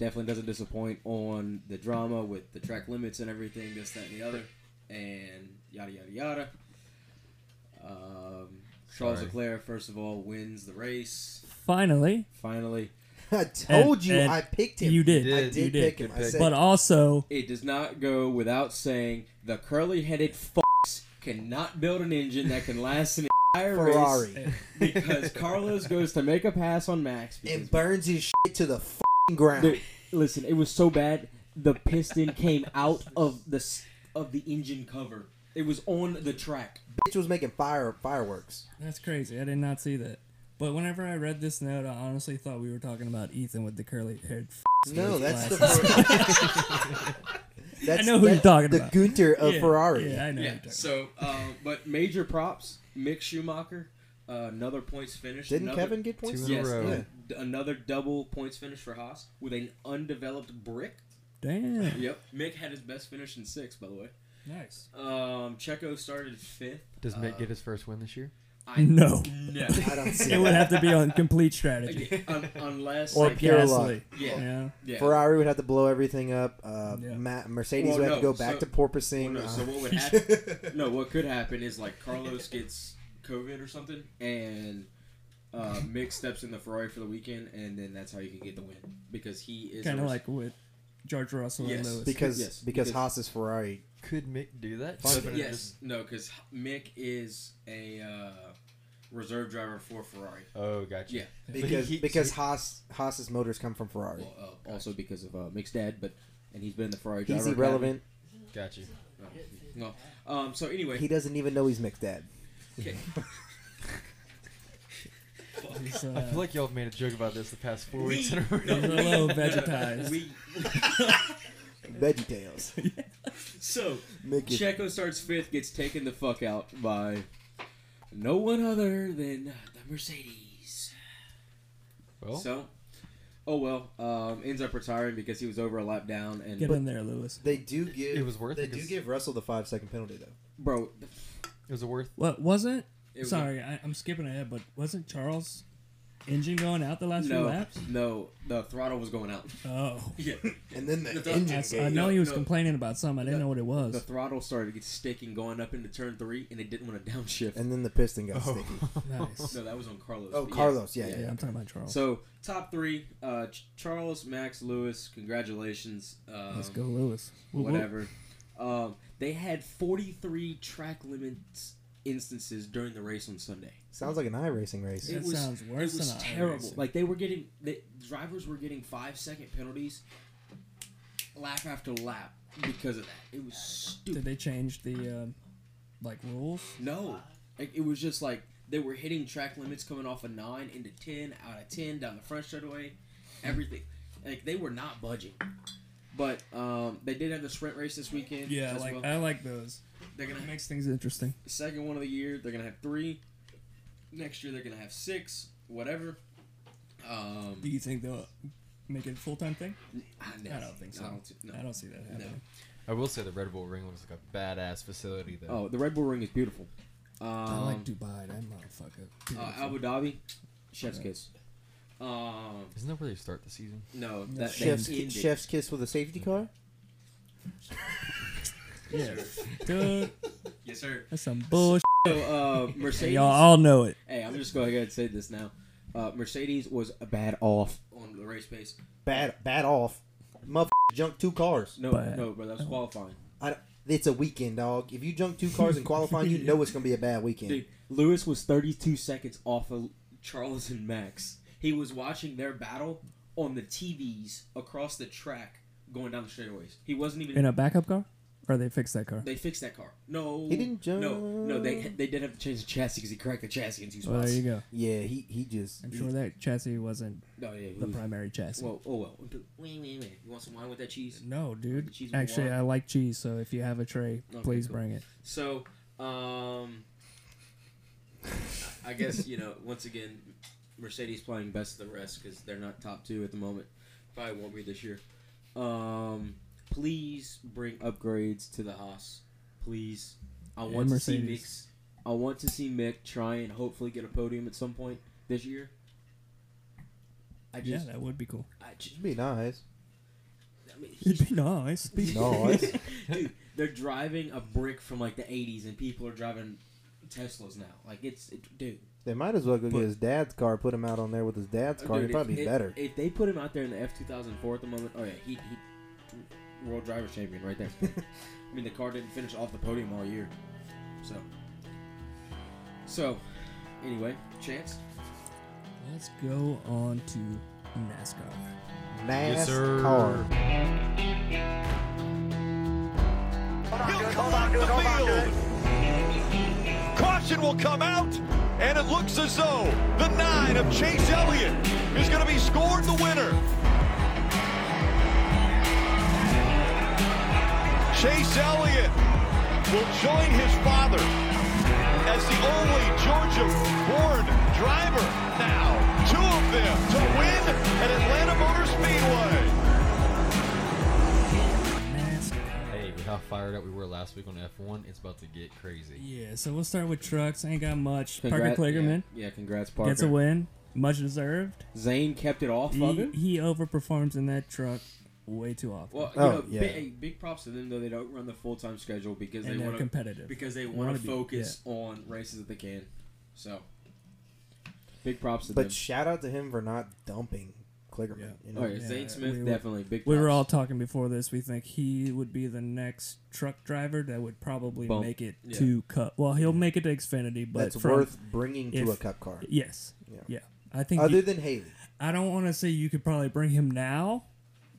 S3: definitely doesn't disappoint on the drama with the track limits and everything, this, that, and the other, and yada, yada, yada. Um, Charles
S5: Sorry.
S3: Leclerc, first of all, wins the race.
S4: Finally,
S3: Finally,
S2: I told you
S4: and
S2: I picked him.
S4: you did.
S5: did.
S2: I
S5: You
S2: did,
S4: did.
S2: pick
S5: Good
S2: him. I
S5: pick.
S2: said,
S4: But uh, also,
S3: it does not go without saying the curly-headed fucks cannot build an engine that can last an entire race
S2: Ferrari
S3: because Carlos goes to make a pass on Max because
S2: and burns his shit to the fing ground.
S3: The- listen, it was so bad. The piston came out of the s- of the engine cover. It was on the track.
S2: Bitch was making fire fireworks.
S4: that's crazy. I did not see that. But whenever I read this note, I honestly thought we were talking about Ethan with the curly haired. F-
S2: No, that's the.
S4: glasses.
S2: that's,
S4: I know who you're
S2: that's
S4: talking
S2: the
S4: about.
S2: Gunter of
S4: Yeah,
S2: Ferrari.
S4: Yeah, I know.
S3: Yeah. So, uh, but major props, Mick Schumacher, uh, another points finish.
S2: Didn't
S3: another,
S2: Kevin get points?
S5: Two in a
S3: Yes,
S5: row.
S3: yeah, d- another double points finish for Haas with an undeveloped brick.
S4: Damn.
S3: Yep, Mick had his best finish in sixth, by the way.
S4: Nice.
S3: Um, Checo started fifth.
S5: Does Mick
S3: Uh,
S5: get his first win this year?
S3: I
S4: No.
S3: no.
S2: I don't see
S4: It
S2: it.
S4: would have to be on complete strategy.
S3: Again, un- unless
S2: Or
S3: like,
S2: pure
S4: Gasly.
S3: yeah,
S4: Yeah.
S3: yeah.
S2: Ferrari would have to blow everything up. Uh,
S4: Yeah.
S2: Ma- Mercedes
S3: Well,
S2: would have to
S3: no,
S2: go back
S3: so-
S2: to porpoising.
S3: Well, Oh, no, so
S2: Uh,
S3: what would happen- No, what could happen is like Carlos gets COVID or something, and uh, Mick steps in the Ferrari for the weekend, and then that's how you can get the win because he is
S4: Kind
S3: a-
S4: of like with George Russell
S3: Yes.
S4: and Lewis.
S2: because,
S3: Yes,
S2: because
S3: because-
S2: Haas is Ferrari.
S5: Could Mick do that?
S2: Fuck
S5: Flipping it
S3: yes,
S5: just-
S3: no, because Mick is a uh, reserve driver for Ferrari.
S5: Oh, gotcha.
S3: Yeah.
S2: Because
S5: He-
S2: because Haas Haas's motors come from Ferrari.
S3: Well, uh, also because of uh, Mick's dad, but and he's been the Ferrari driver.
S2: He's
S3: academy.
S2: irrelevant.
S5: Gotcha.
S3: No, um. So anyway,
S2: He doesn't even know he's Mick's dad.
S3: okay.
S4: He's, uh,
S5: I feel like y'all have made a joke about this the past four weeks in a
S4: he's a
S5: row.
S4: little vegetized.
S3: we
S2: Veggie Tales.
S3: so
S2: Mick is
S3: Checo starts fifth, gets taken the fuck out by no one other than the Mercedes.
S5: Well,
S3: So, oh well, um, ends up retiring because he was over a lap down. And
S4: Get in there, Lewis.
S2: They do give
S5: It was worth
S2: They
S5: it
S2: do
S5: 'cause-
S2: give Russell the five second penalty though.
S3: bro,
S5: it was a worth.
S4: What wasn't?
S3: it was
S4: Sorry, I, I'm skipping ahead, but wasn't Charles engine going out the last few
S3: No,
S4: laps?
S3: no, the throttle was going out.
S4: Oh.
S3: Yeah,
S2: And then
S3: No,
S2: the
S3: that's-
S2: engine
S4: I,
S3: Yeah,
S4: s-
S2: gave
S4: I know he was
S3: no.
S4: complaining about something. I didn't know what it was.
S3: the throttle started to get sticky going up into turn three, and it didn't want to downshift.
S2: And then the piston got sticky.
S4: nice.
S3: no, that was on Carlos.
S2: Oh,
S3: but
S2: Carlos, yeah,
S4: Yeah, I'm talking about Charles.
S3: So top three: uh, Ch- Charles, Max, Lewis. Congratulations. Um,
S4: Let's go, Lewis. Whoop, whoop.
S3: Whatever. Um, they had 43 track limits instances during the race on Sunday.
S2: Sounds like an iRacing race.
S4: Yeah. That sounds worse
S3: It was
S4: than
S3: terrible.
S4: iRacing.
S3: Like they were getting, the drivers were getting five second penalties, lap after lap because of that. It was
S4: Did
S3: stupid.
S4: they change the um, like rules?
S3: No, like, it was just like they were hitting track limits coming off a nine into ten, out of ten down the front straightaway, everything. Like they were not budging. But um, they did have the sprint race this weekend. as well.
S4: I like those.
S3: they're gonna
S4: It
S3: have
S4: makes things interesting.
S3: second one of the year. They're gonna have three. Next year they're gonna have six. Whatever. Um,
S4: Do you think they'll make it a full time thing?
S3: I,
S4: I don't think so.
S3: I don't, no.
S4: I don't see that happening.
S5: I will say the Red Bull Ring looks like a badass facility though.
S3: Oh, the Red Bull Ring is beautiful. Um,
S4: I like Dubai. That motherfucker.
S3: uh,
S4: Beautiful.
S3: Abu Dhabi, Chef's Kiss. Um,
S5: Isn't that where they start the season?
S3: no, that
S2: Chef's,
S3: they ended.
S2: chef's kiss with a safety car?
S4: yeah, dude,
S3: Yes, sir.
S4: that's some bullshit.
S3: So, uh, Mercedes.
S4: Y'all all know it.
S3: hey, I'm just going to go ahead and say this now. Uh, Mercedes was a bad off on the race pace.
S2: Bad, bad off. Motherfucker junked two cars.
S3: No,
S4: Bad.
S3: no, bro, that was qualifying.
S2: I, don't- it's a weekend, dog. If you junk two cars in qualifying, you know it's gonna be a bad weekend.
S3: Dude, Lewis was 32 seconds off of Charles and Max. He was watching their battle on the TVs across the track going down the straightaways. He wasn't even.
S4: In a backup car, or they fixed that car.
S3: they fixed that car. No,
S2: He didn't jump.
S3: No, no, they they did have to change the chassis because he cracked the chassis in two
S4: Well, there
S3: spots.
S4: you go.
S2: Yeah, he he just.
S4: I'm sure that chassis wasn't
S3: No, yeah, he
S4: the
S3: was-
S4: primary chassis.
S3: Well, oh well. Wait, wait, wait. You want some wine with that cheese?
S4: no, dude.
S3: The cheese with
S4: Actually,
S3: water.
S4: I like cheese, so if you have a tray,
S3: Okay,
S4: please
S3: cool.
S4: bring it.
S3: So, um, I guess you know. Once again, Mercedes playing best of the rest because they're not top two at the moment. Probably won't be this year. Um, please bring upgrades to the Haas. Please, I
S4: And
S3: want to
S4: Mercedes.
S3: see Mick. I want to see Mick try and hopefully get a podium at some point this year. I
S4: Yeah,
S3: just,
S4: that would be cool.
S3: I just,
S2: It'd be nice.
S3: I mean, he
S4: It'd be nice.
S2: Nice.
S3: Dude, they're driving a brick from like the 80s, and people are driving Teslas now. Like it's, it, dude.
S2: They might as well go
S3: But-
S2: get his dad's car, put him out on there with his dad's car.
S3: Dude,
S2: It'd probably
S3: if,
S2: be
S3: if-
S2: better.
S3: If they put him out there in the F 2004 at the moment, oh yeah, he, he world driver champion right there. I mean, the car didn't finish off the podium all year, so. So, anyway, chance.
S4: Let's go on to NASCAR.
S5: Yes, sir.
S2: NASCAR.
S7: Hold on to it, hold on to it. Caution will come out, and it looks as though the nine of Chase Elliott is going to be scored the winner. Chase Elliott will join his father as the only Georgia-born driver now, two of them to win at Atlanta Motor Speedway.
S4: NASCAR.
S5: Hey, with how fired up we were last week on F1, it's about to get crazy.
S4: Yeah, so we'll start with trucks. Ain't got much. Parker Kligerman
S3: yeah, yeah, congrats, Parker.
S4: gets a win, much deserved.
S3: Zane kept it off of
S4: He,
S3: him.
S4: he overperforms in that truck way too often.
S3: Well,
S2: Oh,
S3: you know,
S2: yeah.
S3: big, hey, big props to them though. They don't run the full time schedule because
S4: And
S3: they
S4: they're
S3: want
S4: competitive.
S3: because they
S4: They
S3: want
S4: wanna
S3: to
S4: be,
S3: focus on races that they can. So, big props to them.
S2: But shout out to him for not dumping Clickerman. You know?
S3: oh, yeah,
S4: Yeah,
S3: Zane Smith
S4: we were-
S3: definitely big. Props.
S4: we were all talking before this. We think he would be the next truck driver that would probably
S3: Bump.
S4: make it
S3: Yeah.
S4: to Cup. Well, he'll make it to Xfinity, but
S2: That's
S4: from-
S2: worth bringing to
S4: if-
S2: a cup car.
S4: Yes. Yeah.
S2: Yeah.
S4: I think.
S2: Other
S4: you-
S2: than Haley.
S4: I don't want to say you could probably bring him now,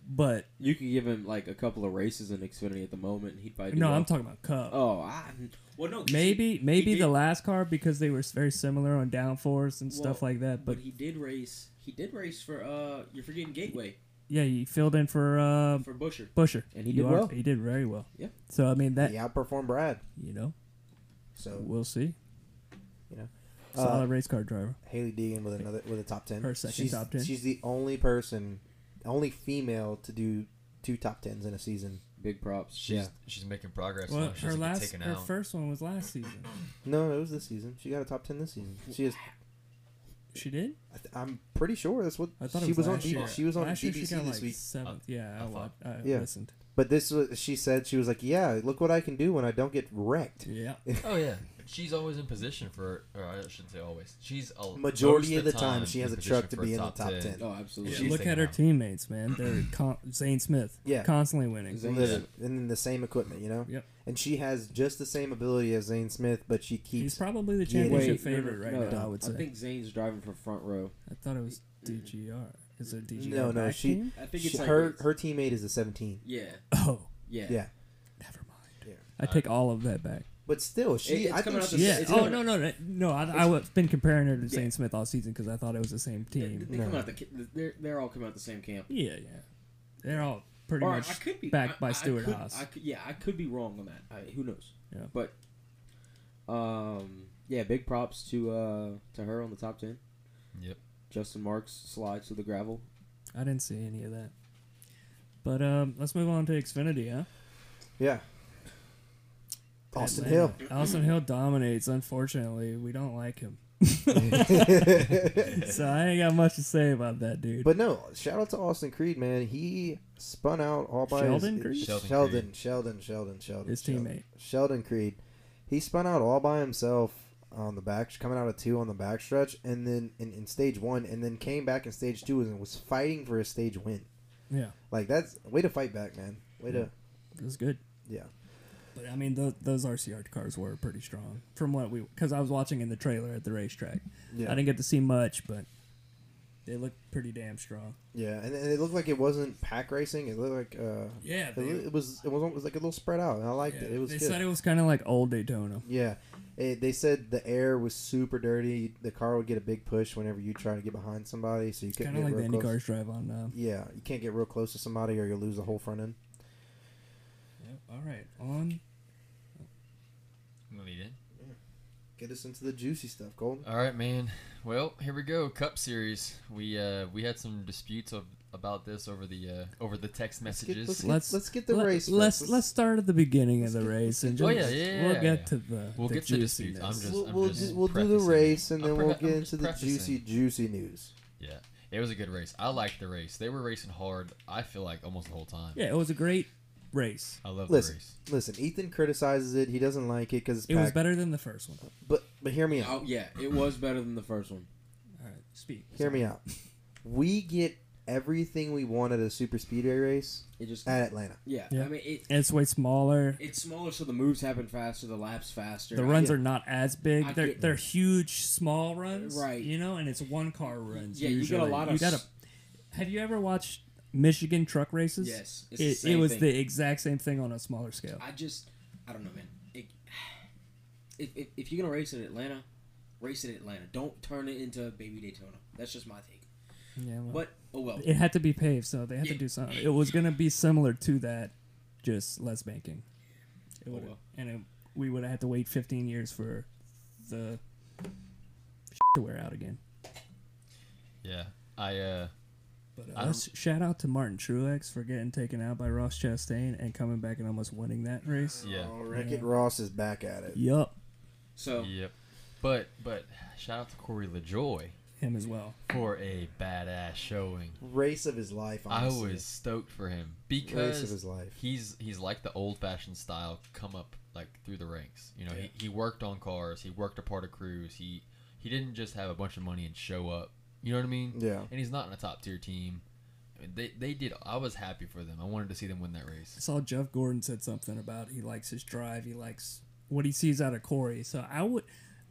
S4: but
S3: You could give him like a couple of races in Xfinity at the moment. and He'd probably do
S4: no,
S3: well.
S4: I'm talking about Cup.
S3: Oh, I, well, no, 'cause
S4: Maybe
S3: he-
S4: maybe
S3: he
S4: the
S3: did-
S4: last car because they were s- very similar on downforce and stuff
S3: well,
S4: like that. But,
S3: he did race. He did race for uh, you're forgetting Gateway
S4: yeah, he filled in for uh,
S3: for Busher.
S4: Busher,
S3: And he
S4: You
S3: did well.
S4: He did very well.
S3: Yeah.
S4: So I mean that
S2: He outperformed Brad.
S4: you know
S2: So
S4: we'll see.
S2: you know.
S4: Solid
S2: Uh,
S4: race car driver.
S2: Haley Deegan with another with a top ten.
S4: Her second
S2: she's,
S4: top 10.
S2: She's the only person only female to do two top tens in a season.
S3: Big props.
S5: She's,
S2: Yeah.
S5: she's making progress.
S4: Well,
S5: now. She
S4: her
S5: doesn't get
S4: last
S5: taken
S4: her
S5: out.
S4: first one was last season.
S2: No, it was this season. She got a top ten this season. She is
S4: She did.
S2: I th- I'm pretty sure that's what
S4: I thought
S2: she
S4: it was,
S2: was on.
S4: last
S2: B-
S4: year.
S2: She was on
S4: Last year
S2: BBC
S4: she got
S2: this
S4: like
S2: week.
S4: Seventh. Yeah, I,
S5: I
S4: watched. I
S2: Yeah.
S4: listened.
S2: But this was, she said she was like, "Yeah, look what I can do when I don't get wrecked."
S4: Yeah.
S5: Oh yeah, she's always in position for. Or I shouldn't say always. She's a,
S2: Majority
S5: most
S2: of the time, she
S5: in
S2: has a
S5: position
S2: truck to
S5: for
S2: be in
S5: top
S2: the top 10.
S3: Oh, absolutely.
S5: Yeah.
S3: She's-
S4: Look
S5: taking
S4: at her
S5: out.
S4: teammates, man. They're con- Zane Smith.
S2: Yeah.
S4: Constantly winning.
S3: Zane-
S2: Literally, and then the same equipment, you know.
S4: Yep.
S2: And she has just the same ability as Zane Smith, but she
S4: He's
S2: keeps.
S4: probably the
S2: Yeah.
S4: championship
S2: Wait,
S4: favorite right
S3: No,
S4: now. I would say. I,
S3: think Zane's driving from front row.
S4: thought it was DGR. Is it DGR?
S2: no, no,
S4: back
S2: she.
S4: team?
S3: I think it's
S2: she-
S3: like
S2: her
S3: it's-
S2: her teammate is a 17.
S3: Yeah,
S4: Oh,
S3: yeah,
S2: Yeah.
S4: never mind.
S2: Yeah.
S4: I take all of that back.
S2: But still, she.
S3: it's
S2: I
S3: coming
S2: think
S3: out
S2: she,
S3: the
S4: Yeah.
S3: it's
S4: oh
S3: not-
S4: no, no, no, no. I, I have been comparing her to Zane
S3: Yeah.
S4: Smith all season because I thought it was the same
S3: They,
S4: team.
S3: they
S2: No.
S3: come out the. ca- They're they're all come out the same camp.
S4: Yeah, yeah. They're all pretty
S3: Or
S4: much
S3: I could be
S4: backed
S3: I-
S4: by
S3: I
S4: Stuart
S3: could-
S4: Haas.
S3: I could- yeah, I could be wrong on that. I, who knows?
S4: Yeah.
S3: But, um, yeah, big props to uh to her on the top ten.
S5: Yep.
S3: Justin Marks slides to the gravel.
S4: I didn't see any of that. But um, let's move on to Xfinity, huh?
S2: yeah. Austin
S4: Atlanta.
S2: Hill.
S4: Austin Hill dominates. Unfortunately, we don't like him, so I ain't got much to say about that dude.
S2: But no, shout out to Austin Creed, man. He spun out all by
S4: Sheldon
S2: his,
S4: Creed?
S5: Sheldon
S2: Sheldon,
S5: Creed.
S2: Sheldon, Sheldon, Sheldon,
S4: His
S2: Sheldon.
S4: teammate.
S2: Sheldon Creed. He spun out all by himself on the back, coming out of two on the backstretch, and then in, in stage one, and then came back in stage two and was fighting for his stage win.
S4: yeah,
S2: Like that's way to fight back, man. Way to
S4: it was good.
S2: yeah.
S4: But I mean, those, those RCR cars were pretty strong from what we because I was watching in the trailer at the racetrack.
S2: Yeah.
S4: I didn't get to see much, but they looked pretty damn strong.
S2: Yeah, and, and it looked like it wasn't pack racing. It looked like uh,
S4: Yeah,
S2: it,
S4: they-
S2: loo- it was it was, it was like a little spread out. And I liked it. It was
S4: they
S2: good.
S4: said it was kind of like old Daytona.
S2: Yeah, it, they said the air was super dirty. The car would get a big push whenever you try to get behind somebody, so you couldn't
S4: Kind of
S2: get
S4: like the
S2: real
S4: IndyCars
S2: close.
S4: drive on. Uh,
S2: Yeah, you can't get real close to somebody, or you'll lose the whole front end.
S4: yep, all right, on
S5: I'm gonna lead in.
S2: Get us into the juicy stuff, Golden.
S5: All right, man. Well, here we go. Cup Series. We uh, we had some disputes of, about this over the uh, over the text
S2: Get-
S5: messages.
S2: let's, get,
S4: Let's-
S2: let's, get the
S4: Let-
S2: race.
S4: Let's
S2: let
S4: let's start at the beginning of the race and just
S5: Oh, yeah, yeah, yeah,
S4: we'll
S5: yeah,
S4: get
S5: yeah.
S4: to the
S5: We'll
S4: the
S5: get to the disputes.
S4: juiciness.
S5: I'm just-
S2: we'll we'll,
S5: just
S2: ju- we'll do the
S5: prefacing.
S2: race and
S5: I'm
S2: then we'll
S5: prefa-
S2: get
S5: I'm
S2: into the
S5: prefacing.
S2: juicy juicy news.
S5: Yeah, it was a good race. I liked the race. They were racing hard. I feel like almost the whole time.
S4: yeah, it was a great race.
S5: I love
S2: Listen,
S5: the race.
S2: listen. Ethan criticizes it. He doesn't like it because it's
S4: It was
S2: packed.
S4: better than the first one.
S2: But but hear me out.
S3: Oh yeah, it was better than the first one.
S4: All right, speak.
S2: Hear me out. We get everything we want at a super speedway race
S3: It just
S2: at Atlanta.
S3: yeah.
S4: Yeah.
S3: I mean it.
S4: It's way smaller.
S3: It's smaller, so the moves happen faster, the laps faster.
S4: The runs
S3: yeah.
S4: are not as big.
S3: I
S4: They're
S3: get-
S4: they're huge, small runs,
S3: Right.
S4: You know, and it's one car runs.
S3: Yeah, you
S4: usually.
S3: got a lot of.
S4: You gotta- have you ever watched Michigan truck races?
S3: Yes, it's the
S4: it, it
S3: same
S4: was
S3: thing.
S4: the exact same thing on a smaller scale.
S3: I just, I don't know, man. It, if, if, if you're gonna race in Atlanta, race in Atlanta. Don't turn it into baby Daytona. That's just my take.
S4: yeah, well,
S3: But oh well.
S4: it had to be paved, so they had to
S3: Yeah.
S4: do something. It was gonna be similar to that, just less banking. It would,
S3: Oh, well.
S4: and it, we would have had to wait 15 years for the to wear out again.
S5: Yeah, I uh,
S4: But
S5: I
S4: uh, let's shout out to Martin Truex for getting taken out by Ross Chastain and coming back and almost winning that race.
S5: yeah,
S2: Oh, Wreck It Ross is back at it.
S4: Yup,
S3: So
S5: yep. But but shout out to Corey LaJoy
S4: him as well.
S5: for a badass showing.
S2: Race of his life.
S5: I
S2: Honestly.
S5: was stoked for him because
S2: his life.
S5: he's he's like the old fashioned style come up like through the ranks. You know,
S4: Yeah.
S5: he, he worked on cars, he worked a part of crews, he he didn't just have a bunch of money and show up. You know what I mean?
S2: Yeah.
S5: And he's not in a top tier team. I mean, they they did. I was happy for them. I wanted to see them win that
S4: I
S5: race.
S4: saw Jeff Gordon said something about he likes his drive, he likes what he sees out of Corey. So I would,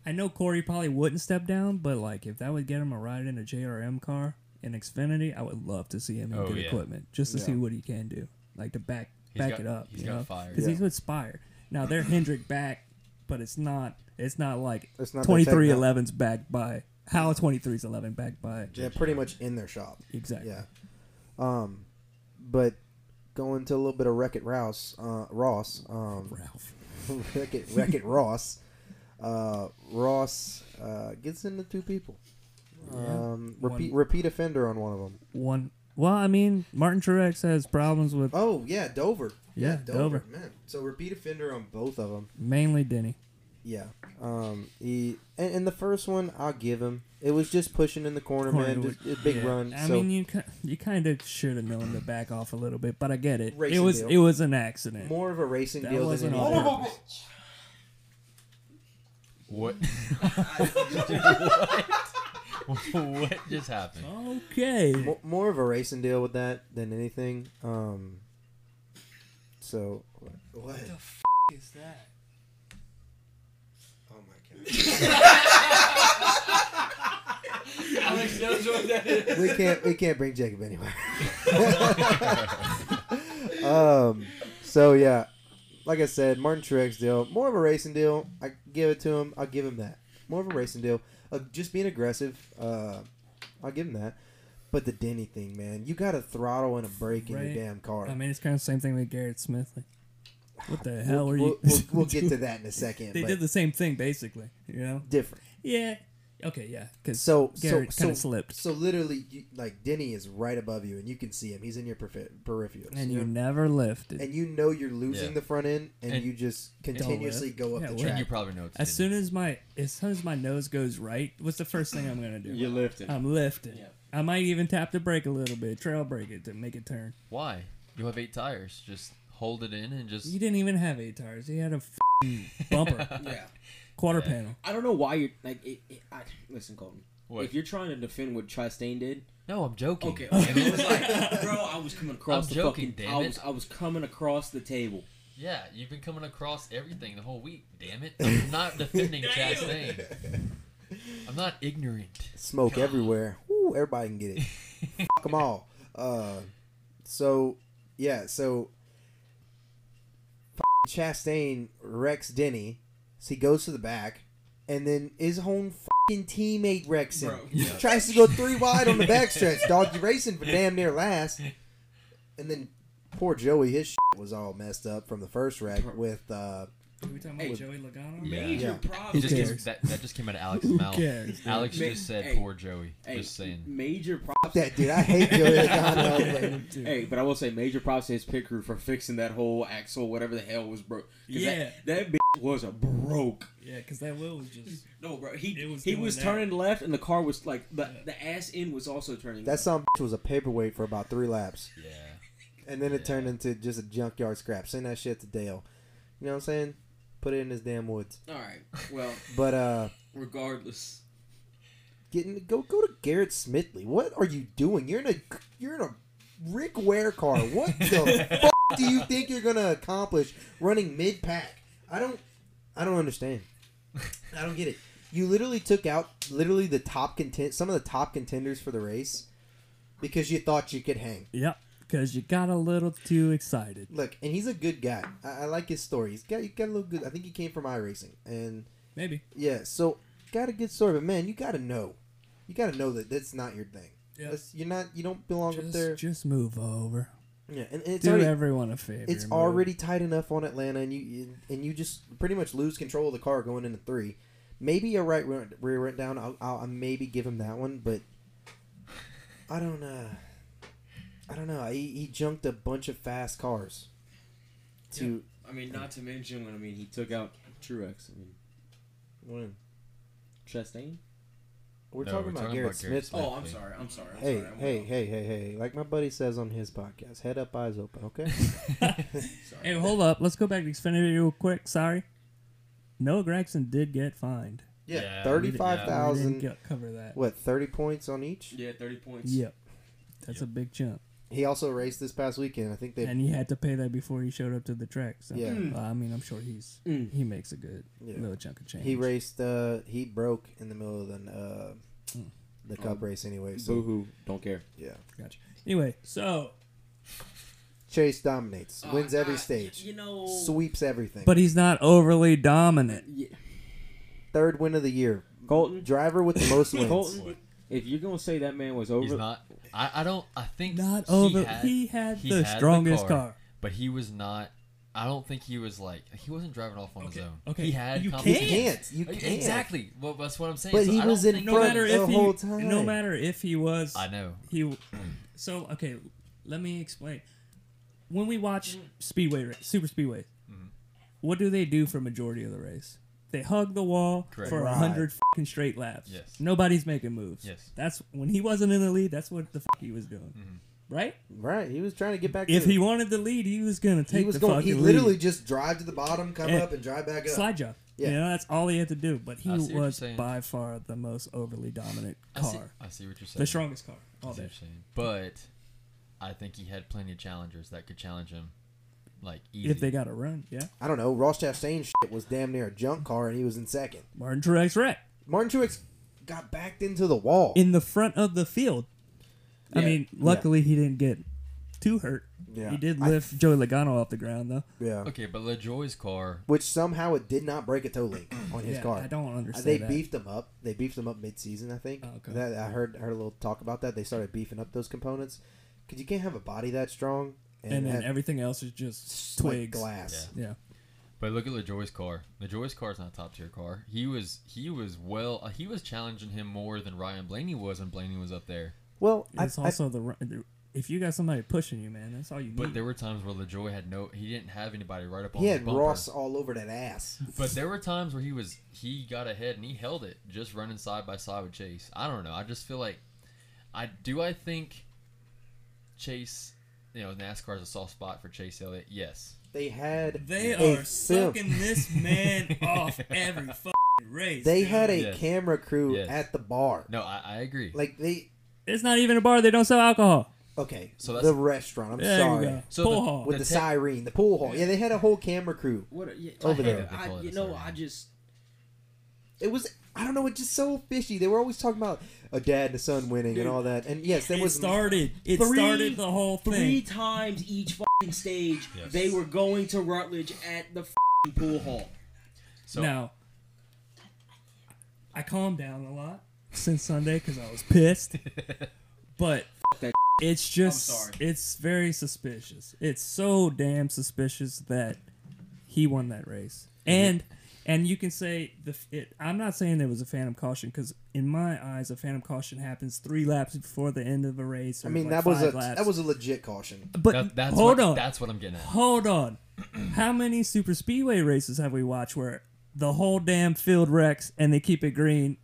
S4: I know Corey probably wouldn't step down, but like if that would get him a ride in a JRM car in Xfinity, I would love to see him in
S5: Oh,
S4: good
S5: yeah.
S4: equipment just to
S2: Yeah.
S4: see what he can do, like to back
S5: He's
S4: back
S5: got-
S4: it up.
S5: he's
S4: you
S5: got
S4: know?
S5: fire.
S4: because he's
S2: Yeah.
S4: with Spire. Now they're Hendrick back, but it's not it's not like
S2: It's not the
S4: twenty three eleven's backed by how twenty three's eleven backed by
S2: Yeah, pretty much in their shop.
S4: exactly.
S2: Yeah. Um, but going to a little bit of Wreck It Ross, uh, Ross, um,
S4: Ralph.
S2: Wreck It Wreck It Ross, uh, Ross uh, gets into two people. Um,
S4: One-
S2: repeat repeat offender on one of them.
S4: One. Well, I mean, Martin Truex has problems with
S2: Oh yeah, Dover.
S4: Yeah, Dover.
S2: man. So repeat offender on both of them.
S4: mainly Denny.
S2: Yeah. Um. He and, and the first one I'll give him. It was just pushing in the corner, man.
S4: Corner
S2: Just a big
S4: yeah.
S2: run.
S4: I
S2: so
S4: mean, you ki- you kind of should have known to back off a little bit, but I get it.
S2: Racing
S4: it was
S2: deal.
S4: it was an accident.
S2: more of a racing
S4: That
S2: deal than
S4: wasn't
S2: anything.
S4: all purpose.
S5: What? what? what just happened?
S4: Okay.
S2: Mo- more of a racing deal with that than anything. Um. So. What?
S4: Is that?
S2: Oh my god.
S3: Alex knows what that is.
S2: we can't we can't bring Jacob anywhere. um. So yeah, like I said, Martin Truex deal more of a racing deal. I give it to him. I'll give him that. More of a racing deal. Uh, just being aggressive. Uh, I'll give him that. But the Denny thing, man, you got a throttle and a brake in
S4: Right.
S2: your damn car.
S4: I mean, it's kind of the same thing with Garrett Smith. Like, what the
S2: we'll,
S4: hell are
S2: we'll,
S4: you?
S2: we'll, we'll get to that in a second.
S4: They
S2: but
S4: did the same thing basically. You know.
S2: different.
S4: Yeah. Okay. Yeah. Because
S2: So
S4: Garrett
S2: so
S4: kind of
S2: so,
S4: slipped,
S2: So literally, you, like Denny is right above you, and you can see him. He's in your peripher- peripherals.
S4: and
S2: You
S4: you
S2: know?
S4: never lifted.
S2: and you know you're losing
S5: Yeah.
S2: the front end, and,
S5: And-
S2: you just continuously
S4: lift.
S2: go up
S4: Yeah,
S2: the
S4: well,
S5: And
S2: track.
S5: you probably know. It's
S4: as soon as my as soon as my nose goes right, what's the first thing I'm gonna do?
S3: You lifted.
S4: I'm lifting.
S3: Yeah.
S4: I might even tap the brake a little bit, trail brake it to make it turn.
S5: why you have eight tires, just hold it in and just
S4: You didn't even have eight tires. You had a f***ing bumper,
S3: Yeah.
S4: quarter panel.
S3: I don't know why you're like. It, it, I, listen, Colton.
S5: What?
S3: If you're trying to defend what Chastain did,
S5: no. I'm joking.
S3: okay, okay. it was like, bro, I was coming across
S5: I'm
S3: the
S5: joking,
S3: fucking.
S5: damn
S3: I
S5: it.
S3: was I was coming across the table.
S5: Yeah, you've been coming across everything the whole week. Damn it! I'm not defending Chastain. I'm not ignorant.
S2: Smoke everywhere. Woo, everybody can get it. Fuck them all. Uh, so yeah, so f***ing Chastain wrecks Denny. So he goes to the back, and then his own fucking teammate wrecks him.
S3: Bro, yeah.
S2: Tries to go three wide on the backstretch. Dog, you racing for damn near last. And then poor Joey, his shit was all messed up from the first wreck with. Uh,
S4: Are we talking about
S3: Hey.
S4: Joey Logano?
S5: Yeah.
S3: Major
S2: Yeah.
S5: It
S3: problem.
S5: just
S4: cares?
S5: came, that, that just came out of Alex's mouth.
S4: cares, dude?
S5: Alex
S3: Ma-
S5: just said,
S3: hey,
S5: "Poor Joey."
S3: Hey,
S5: just saying.
S3: Major problem.
S2: that dude, I hate Joey Logano. I was like,
S3: Hey, but I will say major props to his pit crew for fixing that whole axle, whatever the hell was broke. 'Cause
S4: Yeah.
S3: That, that bitch was a broke.
S4: Yeah, because that wheel was just.
S3: No, bro. He
S4: It was
S3: he
S4: doing
S3: was
S4: that.
S3: turning left, and the car was like the, the ass end was also turning.
S2: That
S3: left.
S2: son of a bitch was a paperweight for about three laps,
S5: Yeah.
S2: and then it turned into just a junkyard scrap. Send that shit to Dale. You know what I'm saying? Put it in his damn woods.
S3: All right. Well,
S2: But uh,
S3: regardless,
S2: getting go go to Garrett Smithley. What are you doing? You're in a you're in a Rick Ware car. What the fuck do you think you're gonna accomplish running mid pack? I don't I don't understand. I don't get it. You literally took out literally the top content some of the top contenders for the race because you thought you could hang.
S4: Yep, because you got a little too excited.
S2: Look, and he's a good guy. I, I like his story. He's got he got a little good. I think he came from iRacing, and
S4: Maybe.
S2: yeah, so got a good story. But man, you got to know, you got to know that that's not your thing.
S4: Yeah.
S2: That's- you're not. You don't belong up there.
S4: Just, just move over.
S2: yeah, and, and it's
S4: Do
S2: already
S4: everyone a favor.
S2: it's
S4: move.
S2: already tight enough on Atlanta, and you- you and you just pretty much lose control of the car going into three. Maybe a right rear rear went down. I'll, I'll, I'll maybe give him that one, but I don't. Uh, I don't know. He, he junked a bunch of fast cars. To
S3: I mean, not to mention when I mean he took out Truex. I mean,
S2: win.
S3: Chastain.
S2: We're
S5: No,
S2: talking
S5: we're
S2: about
S5: talking about
S2: Garrett
S5: Garrett
S2: Smith.
S5: Smith.
S3: Oh, I'm sorry. I'm sorry. I'm
S2: Hey,
S3: sorry. I'm
S2: hey,
S3: wrong.
S2: hey, hey, hey! Like my buddy says on his podcast, head up, eyes open. Okay.
S3: Sorry.
S4: Hey, hold up. Let's go back to Xfinity real quick. Sorry. Noah Gregson did get fined.
S5: Yeah, we didn't-
S2: thirty-five
S4: We
S2: thousand.
S4: didn't get- cover that.
S2: What? Thirty points on each.
S3: Yeah, thirty points.
S4: Yep. That's
S5: Yep.
S4: a big jump.
S2: He also raced this past weekend. I think they.
S4: and he had to pay that before he showed up to the track. So
S2: Yeah. Mm.
S4: uh, I mean, I'm sure he's
S3: Mm.
S4: he makes a good
S2: Yeah.
S4: little chunk of change.
S2: He raced. Uh, he broke in the middle of the uh,
S5: Hmm.
S2: the
S3: Um,
S2: cup race anyway. So
S3: Boo hoo. Don't care.
S5: Mm-hmm.
S2: yeah,
S4: Gotcha. Anyway, so
S2: Chase dominates, wins every stage,
S3: Oh, You know.
S2: sweeps everything.
S4: but he's not overly dominant.
S3: Yeah.
S2: Third win of the year.
S3: Colton.
S2: Driver with the most wins.
S3: Colton. If you're gonna say that man was over,
S5: He's not. I, I don't. I think
S4: Not
S5: he
S4: over.
S5: Had,
S4: he had
S5: he
S4: the strongest car.
S5: but he was not. I don't think he was like he wasn't driving off on
S4: Okay,
S5: his own.
S4: okay.
S5: he had
S4: You
S2: You
S5: competition.
S2: can't. You can't.
S5: exactly. Well, that's what I'm saying.
S2: But
S5: So
S2: he
S5: I don't
S2: was in
S5: think-
S4: No
S2: front
S4: matter
S2: the
S4: if he,
S2: whole time.
S4: no matter if he was,
S5: I know.
S4: he. So okay, let me explain.
S5: Mm-hmm.
S4: When we watch speedway ra- super speedway, what do they do for majority of the race? They hug the wall
S5: Correct.
S4: for a
S2: Right.
S4: hundred fucking straight laps.
S5: Yes.
S4: Nobody's making moves.
S5: Yes.
S4: That's when he wasn't in the lead. That's what the fuck he was doing,
S5: Mm-hmm.
S4: right?
S2: Right, he was trying to get back.
S4: If
S2: to
S4: he wanted the lead, he was gonna take
S2: he was
S4: the
S2: going,
S4: fucking
S2: he literally
S4: lead.
S2: just drive to the bottom, come
S4: Yeah.
S2: up, and drive back up.
S4: slide job.
S2: Yeah.
S4: You know, that's all he had to do. But he
S5: I see what you're
S4: was
S5: saying.
S4: by far the most overly dominant
S5: I see,
S4: car,
S5: I see what you're saying.
S4: the strongest car.
S5: I
S4: All
S5: see
S4: day.
S5: what you're saying. But I think he had plenty of challengers that could challenge him, like easy.
S4: If they got a run, yeah.
S2: I don't know. Ross Chastain's shit was damn near a junk car, and he was in second.
S4: Martin Truex wreck
S2: Martin Truex got backed into the wall.
S4: in the front of the field. I
S3: Yeah.
S4: mean, luckily he didn't get too hurt.
S2: Yeah.
S4: He did
S2: I-
S4: lift Joey Logano off the ground though.
S2: yeah,
S5: okay, but LaJoy's car.
S2: which somehow it did not break a toe link on his
S4: Yeah,
S2: car.
S4: I don't
S2: Uh,
S4: understand.
S2: They
S4: that.
S2: beefed them up. They beefed them up mid-season, I think.
S4: Oh, okay.
S2: That I heard heard a little talk about that. They started beefing up those components because you can't have a body that strong and,
S4: and then
S2: have
S4: everything else is just
S2: s- like
S4: twigs.
S2: glass.
S4: Yeah.
S5: But look at LaJoy's car. LaJoy's car is not a top tier car. He was he was well. Uh, he was challenging him more than Ryan Blaney was when Blaney was up there.
S2: Well, I,
S4: It's
S2: I-
S4: also the ru- the if you got somebody pushing you, man, that's all you need.
S5: But there were times where LaJoy had no. He didn't have anybody right up on
S2: he
S5: his
S2: had
S5: bumper.
S2: Ross all over that ass.
S5: But there were times where he was he got ahead and he held it, just running side by side with Chase. I don't know. I just feel like I do. I think Chase, you know, NASCAR is a soft spot for Chase Elliott. Yes,
S2: They had
S4: they
S2: a film-
S4: this man off every fucking race.
S2: They had a
S5: Yes.
S2: camera crew
S5: Yes.
S2: at the bar.
S5: no, I, I agree.
S2: Like they
S4: It's not even a bar. They don't sell alcohol.
S2: okay.
S5: So
S2: So
S5: that's-
S2: the restaurant. I'm
S4: There
S2: sorry.
S4: you go.
S5: So
S4: Pull
S5: the-
S4: hall.
S2: With
S5: The
S2: the,
S5: tech-
S2: siren, the pool hall. Yeah, they had a whole camera crew.
S3: What? Yeah,
S2: Over
S3: I,
S2: there.
S3: I-
S5: Call it
S3: you
S5: a
S3: know,
S5: Saturday.
S3: I just
S2: It was I don't know. It's just so fishy. They were always talking about a dad and a son winning and all that. And yes, that
S4: it
S2: was
S4: started. It
S3: three-
S4: started the whole
S3: three
S4: thing.
S3: times each fucking stage
S5: Yes.
S3: they were going to Rutledge at the fucking pool hall.
S5: So
S4: Now, I calmed down a lot since Sunday because I was pissed. but
S3: that
S4: it's just,
S3: I'm sorry.
S4: it's very suspicious. It's so damn suspicious that he won that race. And and you can say the f- it, I'm not saying there was a phantom caution because in my eyes a phantom caution happens three laps before the end of a race. Or
S2: I mean,
S4: like
S2: that was
S4: five
S2: a
S4: laps.
S2: that was a legit caution.
S4: But
S5: that, that's
S4: hold
S5: what,
S4: on,
S5: That's what I'm getting at.
S4: Hold on. How many super speedway races have we watched where the whole damn field wrecks and they keep it green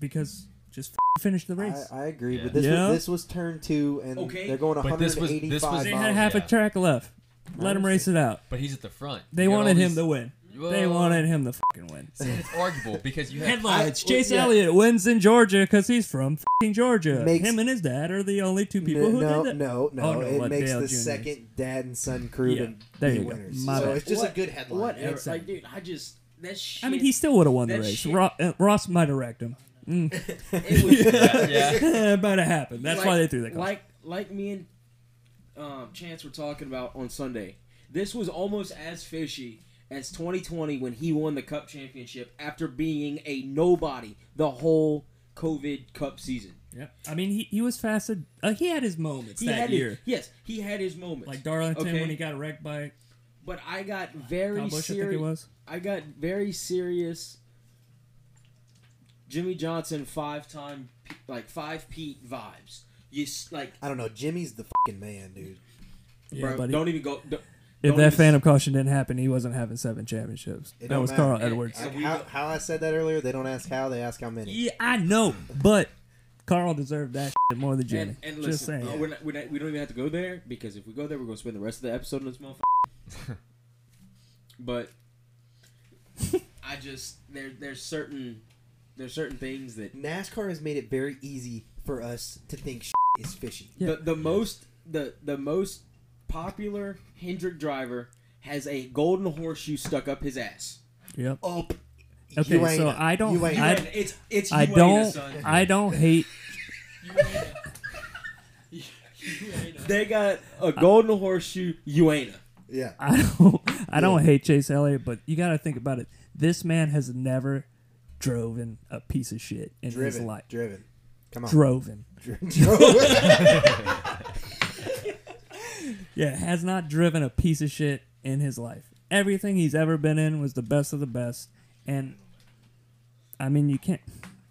S4: because just f- finish the race?
S2: I, I agree,
S5: Yeah.
S2: but this
S4: Yeah.
S2: was this was turn two, and
S3: Okay.
S2: they're going
S5: But this was-
S2: 185
S5: this was-
S4: they
S5: I-
S4: had
S2: miles.
S4: half
S5: yeah.
S4: a track left. Let them race it out.
S5: But he's at the front.
S4: They
S5: You got
S4: wanted
S5: all
S4: him
S5: these-
S4: to win. They
S5: Well-
S4: wanted him to fucking win.
S5: It's arguable because you had
S4: Headlines:
S2: I-
S4: Chase
S2: yeah.
S4: Elliott wins in Georgia because he's from fucking Georgia.
S2: Makes-
S4: him and his dad are the only two people
S2: No,
S4: who
S2: no,
S4: did that.
S2: no, no.
S4: Oh,
S2: it
S4: what
S2: makes
S4: Dale
S2: the
S4: Jr. is.
S2: second dad and son crew
S4: Yeah,
S2: to
S4: there
S2: be
S4: you go.
S2: winners.
S4: My
S2: so
S4: bad.
S2: it's just
S3: What-
S2: a good headline.
S3: Whatever. Like,
S4: Exactly.
S3: dude, I just that shit.
S4: I mean, he still would have won the
S3: That
S4: race.
S3: shit-
S4: Ro- uh, Ross might have wrecked him. Mm.
S3: It was,
S5: yeah.
S4: it might have happened. That's
S3: like,
S4: why they threw that. caution.
S3: Like, like me and um, Chance were talking about on Sunday. This was almost as fishy as 2020 when he won the Cup championship after being a nobody the whole COVID Cup season.
S4: Yeah, I mean, he, he was fasted. Uh, he had his moments
S3: He
S4: that
S3: had
S4: year,
S3: His, yes, he had his moments.
S4: like Darlington
S3: Okay.
S4: when he got wrecked by
S3: but I got very
S4: Tom Bush. I think it
S3: serious.
S4: was.
S3: I got very serious. Jimmy Johnson five time like five Pete vibes. You s- like,
S2: I don't know. Jimmy's the fucking man, dude.
S4: Yeah,
S3: bro,
S4: buddy.
S3: don't even go. Don't,
S4: If
S3: don't
S4: that
S3: even-
S4: phantom caution didn't happen, he wasn't having seven championships.
S2: It
S4: that
S2: don't
S4: was
S2: matter.
S4: Carl
S2: And-
S4: Edwards.
S2: Like, how, how I said that earlier, they don't ask how, they ask how many.
S4: yeah, I know, but Carl deserved that shit more than Jimmy.
S3: And, and listen,
S4: Just saying.
S3: uh, we're not, we're not, we don't even have to go there because if we go there, we're gonna spend the rest of the episode in this motherfucker. but I just there there's certain there's certain things that
S2: NASCAR has made it very easy for us to think shit is fishy.
S4: Yeah.
S3: the the most the the most popular Hendrick driver has a golden horseshoe stuck up his ass.
S4: yep.
S2: Up.
S4: Okay,
S2: Oh, You ain't
S4: so
S2: it.
S4: I don't-
S2: You ain't
S4: I-
S2: it.
S3: And it's it's
S4: I
S3: Ueda,
S4: don't.
S3: son.
S4: I don't hate.
S3: They got a golden horseshoe Uena.
S2: Yeah.
S4: I don't. I don't hate Chase Elliott, but you got to think about it. This man has never driven a piece of shit in his
S2: Driven.
S4: life.
S2: Driven. Come on.
S4: Droven.
S2: Drove.
S4: Yeah, has not driven a piece of shit in his life. Everything he's ever been in was the best of the best. And I mean, you can't.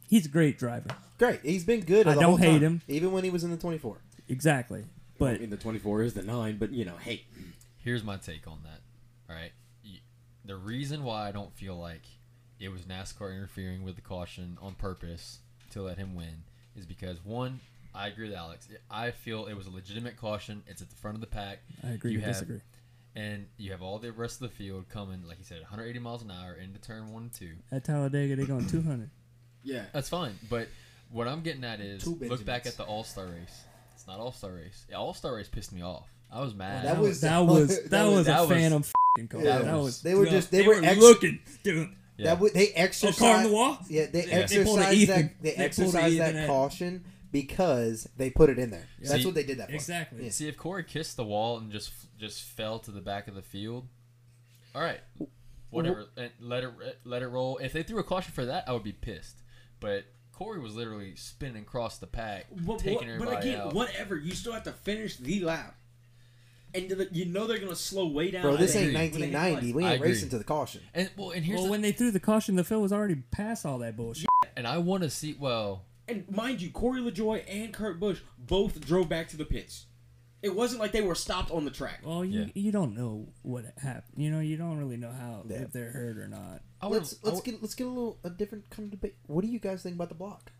S4: He's a great driver.
S2: Great. He's been good.
S4: I
S2: the
S4: don't
S2: whole
S4: hate
S2: time,
S4: him.
S2: even when he was in the 24.
S4: Exactly. But
S3: In the 24 is the nine, but you know, hey,
S5: Here's my take on that. All right. Y- The reason why I don't feel like it was NASCAR interfering with the caution on purpose to let him win is because one, I agree with Alex. I feel it was a legitimate caution. It's at the front of the pack.
S4: I agree
S5: You
S4: to
S5: have-
S4: disagree.
S5: And you have all the rest of the field coming, like he said, 180 miles an hour into turn one and two.
S4: At Talladega, they're going 200.
S3: Yeah.
S5: That's fine. But what I'm getting at is
S3: Two
S5: look back
S3: Benjamins.
S5: at the All Star race. It's not All Star race. All Star race pissed me off. I was mad.
S2: That was-
S4: that was that,
S2: that
S4: was,
S2: was-
S4: a
S5: that was-
S4: phantom f***ing call.
S2: Yeah.
S4: that was
S2: They were
S4: dumb.
S2: just- they
S4: they
S2: were
S4: were
S2: ex-
S4: looking, dude.
S5: Yeah.
S2: That would they exercise.
S4: Oh, in the wall?
S2: Yeah, they
S5: Yeah.
S4: They pulled a
S2: exercise
S4: Ethan.
S2: that. They,
S4: They pulled a
S2: exercise
S4: Ethan
S2: that
S4: at-
S2: caution because they put it in there. That's
S5: See-
S2: what they did that for.
S4: Exactly.
S2: Yeah.
S5: See if Corey kissed the wall and just just fell to the back of the field. All right, whatever. And let it let it roll. If they threw a caution for that, I would be pissed. But Corey was literally spinning across the pack,
S3: But,
S5: taking
S3: what-
S5: everybody
S3: but again,
S5: out.
S3: whatever. You still have to finish the lap, and the, you know they're gonna slow way down.
S2: Bro, this
S5: I
S2: ain't
S5: agree.
S2: 1990. We
S5: I
S2: ain't
S5: agree.
S2: racing to the caution.
S5: And well, and here's
S4: Well,
S5: the,
S4: when they threw the caution, the field was already past all that bullshit.
S5: and I want to see. Well,
S3: And mind you, Corey LaJoy and Kurt Busch both drove back to the pits. It wasn't like they were stopped on the track.
S4: Well, you
S5: Yeah.
S4: you don't know what happened. You know, you don't really know how
S2: Yeah.
S4: if they're hurt or not.
S5: I would.
S2: Let's let's get let's get a little a different kind of debate. What do you guys think about the block?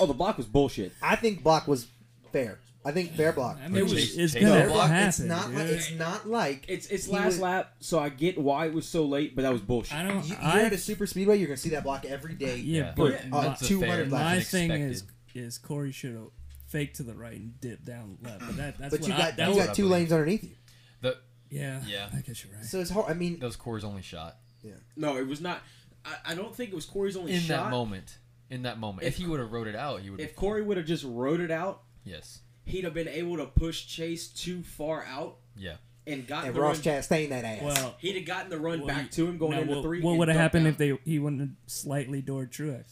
S3: Oh, the block was bullshit.
S2: I think block was fair. I think fair block.
S4: I mean, it
S5: Chase-
S4: was, it's
S5: Chase
S4: gonna
S5: Elliott.
S2: Fair block.
S4: happen.
S2: It's not
S4: dude.
S2: like it's not like
S3: It's it's
S2: he
S3: last
S2: was-
S3: lap, so I get why it was so late, but that was bullshit.
S4: I don't.
S2: You,
S4: I,
S2: you're at a super speedway. You're gonna see that block every day.
S4: yeah,
S5: Yeah.
S4: but
S5: Yeah.
S4: my-
S2: Uh,
S5: That's a
S2: 200
S5: fair-
S4: My
S2: laps.
S5: That's
S4: thing is,
S5: expected.
S4: is Corey should have faked to the right and dipped down left. But that, that's
S2: But
S4: what
S2: you
S4: I,
S2: got
S4: that
S2: you
S4: was,
S2: got two lanes underneath you,
S5: the,
S4: yeah,
S5: Yeah.
S4: I guess you're right.
S2: so it's hard. I mean,
S5: that was Corey's only shot
S3: no, it was not. I, I don't think it was Corey's only
S5: in
S3: shot.
S5: that moment. In that moment, if,
S3: If-
S5: he would have wrote it out, he would.
S3: If Corey would have just rode it out,
S5: yes,
S3: he'd have been able to push Chase too far out
S5: yeah,
S3: and gotten
S2: and
S3: the
S2: Ross
S3: run.
S2: Chastain that ass.
S4: Well,
S3: He'd have gotten the run
S4: well,
S3: back
S4: you-
S3: to him going
S4: now,
S3: into
S4: what,
S3: three.
S4: What
S3: and
S4: would have
S3: ducked
S4: happened
S3: out.
S4: if they he wouldn't have slightly doored Truex?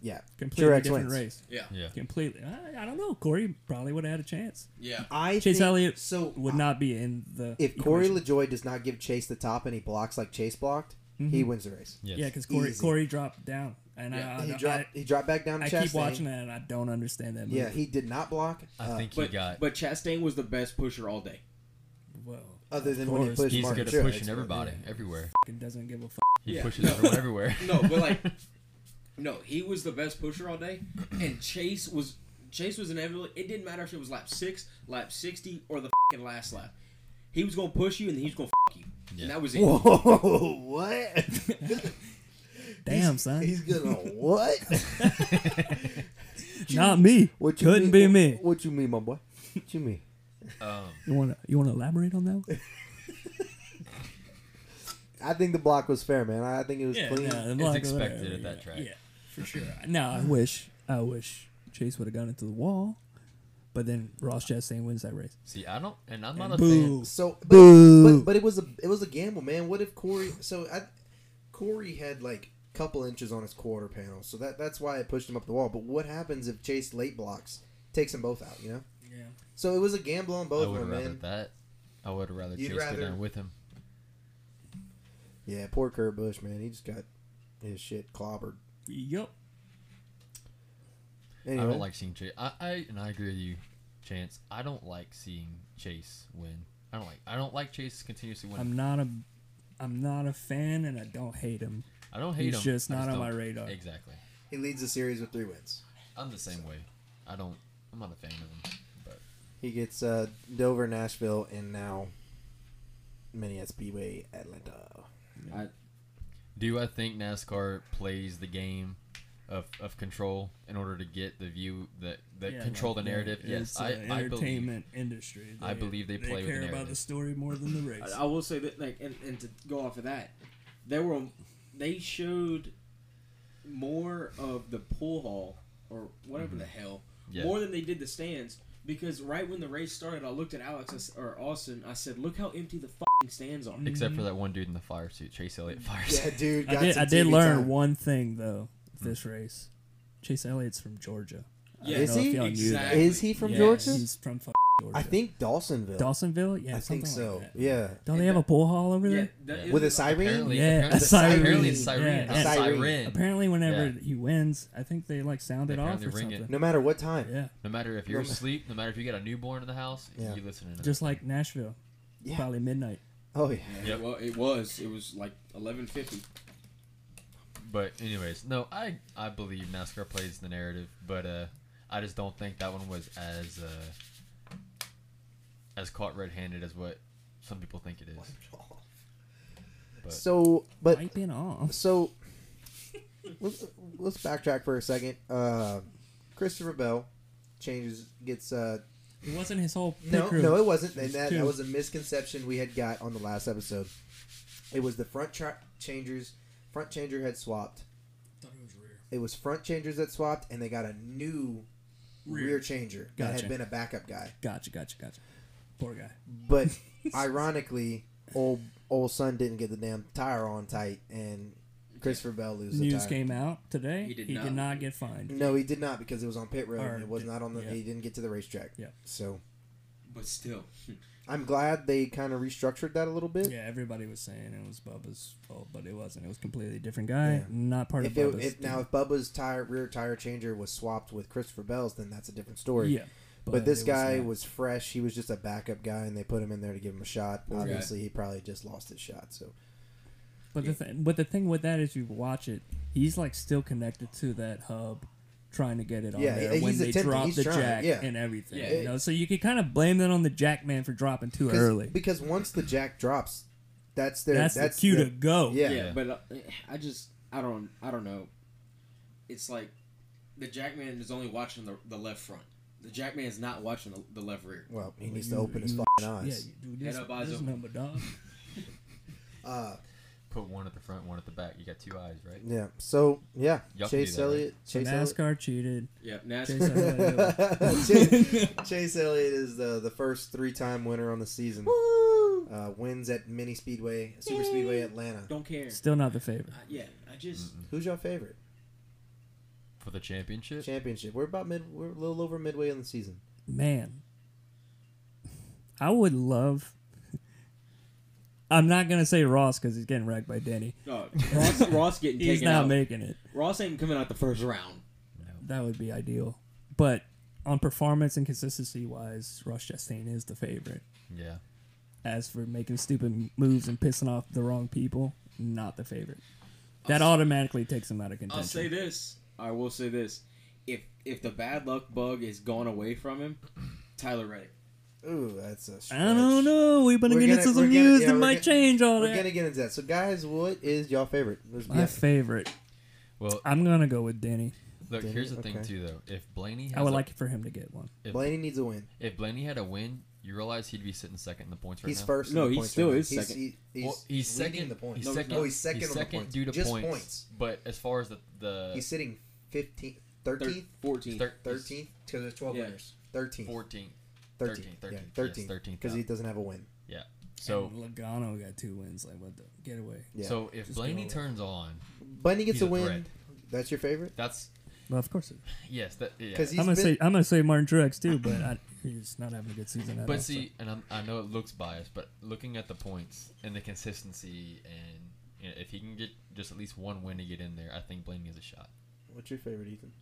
S2: yeah,
S4: Completely
S2: Truex
S4: different
S2: wins.
S4: race.
S3: Yeah,
S5: yeah.
S4: Completely. I, I don't know. Corey probably would have had a chance.
S3: yeah.
S2: I
S4: Chase
S2: think-
S4: Elliott
S2: so
S4: would not be in the.
S2: If Corey
S4: equation.
S2: LaJoy does not give Chase the top and he blocks like Chase blocked, he wins the race.
S5: Yes.
S4: Mm-hmm. Yeah, because Corey,
S2: Easy.
S4: Corey dropped down, and
S3: Yeah,
S4: I, I,
S2: he
S4: don't-
S2: dropped. he dropped back down
S4: I,
S2: to
S4: I
S2: Chastain.
S4: keep watching that, and I don't understand that. Movie.
S2: Yeah, he did not block.
S5: I
S2: uh,
S5: think he
S3: But
S5: got.
S3: but Chastain was the best pusher all day.
S4: Well,
S2: Other
S4: of
S2: than when he
S4: course,
S2: pushed
S5: he's
S2: Martin
S5: good at
S2: Truex,
S5: pushing
S2: but-
S5: everybody everywhere.
S4: fucking doesn't give a fuck.
S5: He
S3: Yeah.
S5: pushes everyone everywhere.
S3: No, but like, no, he was the best pusher all day, and Chase was Chase was inevitable. It didn't matter if it was lap six, lap sixty, or the fing last lap. He was gonna push you, and he was gonna f- you,
S5: Yeah.
S3: and that was it.
S2: Whoa, what?
S4: Damn, son,
S2: He's gonna what?
S4: not me.
S2: What you mean-
S4: Couldn't be
S2: what-
S4: me.
S2: What you mean, my boy? What you mean?
S5: um,
S4: You want to you want to elaborate on that? One?
S2: I think the block was fair, man. I think it was clean.
S4: no, the
S5: It's
S4: block-
S5: expected
S4: whatever,
S5: at that
S4: yeah,
S5: track.
S4: Yeah, for sure. No, I wish I wish Chase would have gone into the wall, but then Ross Chastain wins that race.
S5: see, I don't, and I'm not
S4: And
S5: a fan.
S4: boo.
S2: So, but,
S4: Boo.
S2: but but it was a it was a gamble, man. What if Corey? So I, Corey had like a couple inches on his quarter panel, so that that's why I pushed him up the wall. But what happens if Chase late blocks takes them both out? You know.
S4: Yeah.
S2: So it was a gamble on
S5: I
S2: both
S5: would
S2: of
S5: have
S2: them,
S5: rather
S2: man.
S5: that. I would have rather
S2: You'd
S5: Chase
S2: rather-
S5: go down with him.
S2: Yeah, poor Kurt Busch, man. He just got his shit clobbered.
S4: Yup.
S2: Anyway,
S5: I don't like seeing Chase. I, I and I agree with you, Chance. I don't like seeing Chase win. I don't like. I don't like Chase continuously winning.
S4: I'm not a I'm not a fan, and I don't hate him.
S5: I don't hate him.
S4: he's just
S5: I
S4: not on
S5: don't-
S4: my radar.
S5: Exactly.
S2: he leads the series with three wins.
S5: I'm the same way. I don't. I'm not a fan of him. But
S2: He gets uh, Dover, Nashville, and now Minneapolis Speedway, Atlanta.
S5: do I think NASCAR plays the game of, of control in order to get the view that that
S4: Yeah,
S5: control
S4: like,
S5: the
S4: yeah,
S5: narrative? Yes,
S4: it's,
S5: I,
S4: uh,
S5: I believe.
S4: entertainment industry.
S5: I believe they play with the
S4: care about the
S5: narrative.
S4: story more than the race.
S3: I, I will say that, like, and, and to go off of that, they were they showed more of the pool hall or whatever the hell
S5: Yeah.
S3: more than they did the stands because right when the race started, I looked at Alex I s- or Austin. I said, "Look how empty the fing stands are."
S5: Except
S4: Mm-hmm.
S5: for that one dude in the fire suit, Chase Elliott fire suit.
S2: Yeah, dude.
S4: I
S2: Got
S4: did,
S2: some
S4: I did
S2: TV
S4: learn
S2: time.
S4: one thing though.
S5: Hmm.
S4: This race, Chase Elliott's from Georgia. I don't
S2: Is
S4: know if
S2: he?
S4: y'all knew that.
S3: Exactly.
S2: Is he from
S4: Yeah,
S2: Georgia?
S4: He's from fucking Georgia.
S2: I think Dawsonville.
S4: Dawsonville. Yeah,
S2: I think
S4: something
S2: so.
S4: Like that.
S2: yeah.
S4: Don't they have a pool hall over
S3: Yeah,
S4: there?
S3: that
S5: Yeah.
S2: With a
S3: is-
S2: siren.
S5: Apparently,
S4: Yeah,
S5: apparently,
S4: a
S5: it's a- apparently
S4: siren.
S5: it's siren.
S4: Yeah,
S5: not
S4: a
S2: siren.
S5: siren.
S4: Apparently, whenever
S5: Yeah.
S4: he wins, I think they like sound
S5: They
S4: it off
S5: apparently
S4: or
S5: ring it.
S4: something.
S2: No matter what time.
S4: Yeah,
S5: No matter if you're
S2: No ma-
S5: asleep, no matter if you got a newborn in the house,
S2: Yeah.
S5: you listening to
S4: just like Nashville.
S2: Yeah.
S4: Probably midnight.
S2: Oh yeah.
S3: Yeah, well, it was. It was like eleven fifty.
S5: that. But anyways, no, I I believe NASCAR plays the narrative, but uh, I just don't think that one was as uh, as caught red-handed as what some people think it is. But
S2: So, but
S4: Wiping off.
S2: so let's let's backtrack for a second. Uh, Christopher Bell changes gets uh
S4: It wasn't his whole pit
S2: no
S4: crew.
S2: no it wasn't and
S4: It's
S2: that,
S4: two.
S2: that was a misconception we had got on the last episode. It was the front track changers front changer had swapped.
S8: thought it was rear.
S2: It was front changers that swapped and they got a new rear, changer that
S4: Gotcha.
S2: had been a backup guy.
S4: Gotcha, gotcha, gotcha. Poor guy.
S2: But ironically, old old son didn't get the damn tire on tight and Christopher Bell loses the
S4: News
S2: tire.
S4: came out today.
S3: He
S4: He
S3: did
S4: did,
S3: not.
S4: not. get fined.
S2: No, he did not because it was on pit road.
S4: Or
S2: and it was
S4: did-
S2: not on the.
S4: yeah.
S2: He didn't get to the racetrack.
S4: Yeah.
S2: So
S3: But still,
S2: I'm glad they kind of restructured that a little bit.
S4: Yeah, everybody was saying it was Bubba's fault, but it wasn't. It was a completely different guy,
S2: Yeah.
S4: not part
S2: If,
S4: of
S2: it,
S4: Bubba's.
S2: if
S4: team.
S2: now if Bubba's tire rear tire changer was swapped with Christopher Bell's, then that's a different story.
S4: yeah,
S2: But, this
S4: it
S2: guy
S4: not.
S2: was fresh. He was just a backup guy, and they put him in there to give him a shot.
S3: Poor guy.
S2: Obviously, he probably just lost his shot. So
S4: But the thing, but the thing with that is, you watch it. He's like still connected to that hub, trying to get it on
S2: Yeah,
S4: there
S2: he-
S4: when
S2: he's
S4: they
S2: attempting-
S4: drop
S2: he's
S4: the
S2: trying,
S4: jack
S2: yeah.
S4: and everything.
S3: Yeah.
S4: you know, so you can kind of blame that on the jack man for dropping too
S2: 'Cause-
S4: early.
S2: because once the jack drops, that's their
S4: That's,
S2: that's,
S4: the cue
S2: the-
S4: to go.
S2: Yeah.
S3: yeah. But uh, I just I don't I don't know. It's like the Jackman is only watching the, the left front. The Jackman is not watching the, the left rear.
S2: Well, he needs to
S4: you-
S2: open his
S4: you-
S2: fucking
S4: Mm, yeah.
S2: eyes.
S4: You do this,
S3: Head up, eyes
S4: this
S3: open.
S4: number, dog.
S2: Uh,
S5: put one at the front, one at the back. You got two eyes, right?
S2: yeah. So yeah,
S5: Y'all can
S2: Chase
S5: do that, right?
S2: Elliott.
S4: So
S2: Chase Elliott.
S4: NASCAR cheated.
S3: Yeah, NASCAR.
S4: Chase Elliott.
S2: Chase, Chase Elliott is the the first three time winner on the season. Uh, wins at Mini Speedway, Super Speedway Atlanta.
S3: Don't care.
S4: Still not the favorite.
S3: I, yeah, I just
S2: Who's your favorite
S5: For the championship,
S2: championship? We're about mid. We're a little over midway in the season.
S4: Man, I would love. I'm not gonna say Ross because he's getting wrecked by Denny.
S3: no, Ross, Ross getting
S4: He's
S3: taken
S4: not
S3: out.
S4: making it.
S3: Ross ain't coming out the first round.
S4: That would be ideal. But on performance and consistency wise, Ross Chastain is the favorite.
S5: yeah.
S4: As for making stupid moves and pissing off the wrong people, not the favorite. That automatically takes him out of contention.
S3: I'll say this. I will say this. If if the bad luck bug is gone away from him, Tyler Reddick.
S2: Ooh, that's a. Stretch.
S4: I don't know. We've been
S2: We're
S4: getting
S2: gonna-
S4: into some
S2: we're gonna-
S4: news
S2: yeah,
S4: that
S2: we're
S4: might
S2: gonna-
S4: change all
S2: We're
S4: that.
S2: gonna get into that. So, guys, what is your favorite? Let's
S4: My
S2: guess.
S4: favorite.
S5: Well,
S4: I'm gonna go with Denny.
S5: look,
S2: Did
S5: here's
S2: it?
S5: the thing
S2: Ah, Okay.
S5: too, though. If Blaney, has
S4: I would
S5: a-
S4: like for him to get one.
S5: if,
S2: Blaney needs a win.
S5: if Blaney had a win, you realize he'd be sitting second in the points right
S2: He's
S5: now.
S2: first. in
S3: No,
S2: the
S3: he
S2: points
S3: still
S2: right now.
S3: is
S2: He's-
S3: second.
S2: he- he's
S5: Well, he's
S2: leading
S5: second.
S2: the points.
S5: He's
S3: No, he's
S5: second.
S3: not.
S2: he's second on the points.
S5: due to
S2: Just
S5: points.
S2: points.
S5: But as far as the the
S2: He's sitting 15th, 13th,
S3: Fourteenth.
S5: thir-
S2: 13th, because there's 12
S3: Yeah.
S2: winners. 13th.
S5: 14th.
S2: 13th.
S5: 13th,
S2: 13th.
S5: 13th, yes,
S2: 13th.
S5: 13th
S2: Because
S5: out.
S2: he doesn't have a win.
S5: Yeah. So
S4: and Logano got two wins. Like what the get away?
S2: Yeah.
S5: so if
S4: Just
S5: Blaney
S4: go.
S5: turns on,
S2: Bunny gets
S5: He's
S2: a
S5: a
S2: win.
S5: threat.
S2: That's your favorite?
S5: that's
S4: Well, of course.
S5: yes, that yeah.
S2: Because he's
S4: I'm gonna
S2: been,
S4: say I'm gonna say Martin Truex too, but I, he's not having a good season. at all,
S5: But
S4: so-
S5: see, and I'm, I know it looks biased, but looking at the points and the consistency, and you know, if he can get just at least one win to get in there, I think Blaney has a shot.
S2: What's your favorite, Ethan?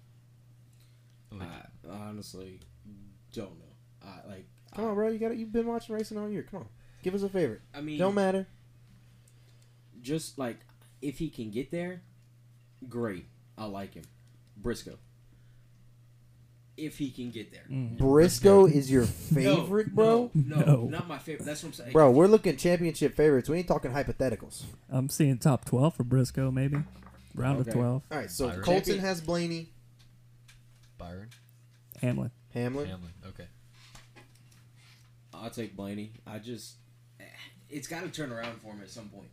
S5: Like,
S3: I honestly don't know. I like.
S2: Come on, bro. You got You've been watching racing all year. Come on. Give us a favorite.
S3: I mean,
S2: Don't matter.
S3: just like if he can get there, great. I like him. Briscoe. If he can get there.
S2: Briscoe is your
S3: No,
S2: favorite,
S3: no,
S2: bro?
S3: No,
S4: Mm. No.
S3: not my favorite. That's what I'm saying.
S2: Bro, we're looking championship favorites. We ain't talking hypotheticals.
S4: I'm seeing top twelve for Briscoe maybe, round
S3: Okay.
S4: of twelve.
S2: All right, so
S5: Byron.
S2: Colton
S3: Champion-
S2: has Blaney,
S5: Byron
S4: Hamlin.
S2: Hamlin.
S5: Hamlin. Okay.
S3: I'll take Blaney. I just, eh, it's got to turn around for him at some point.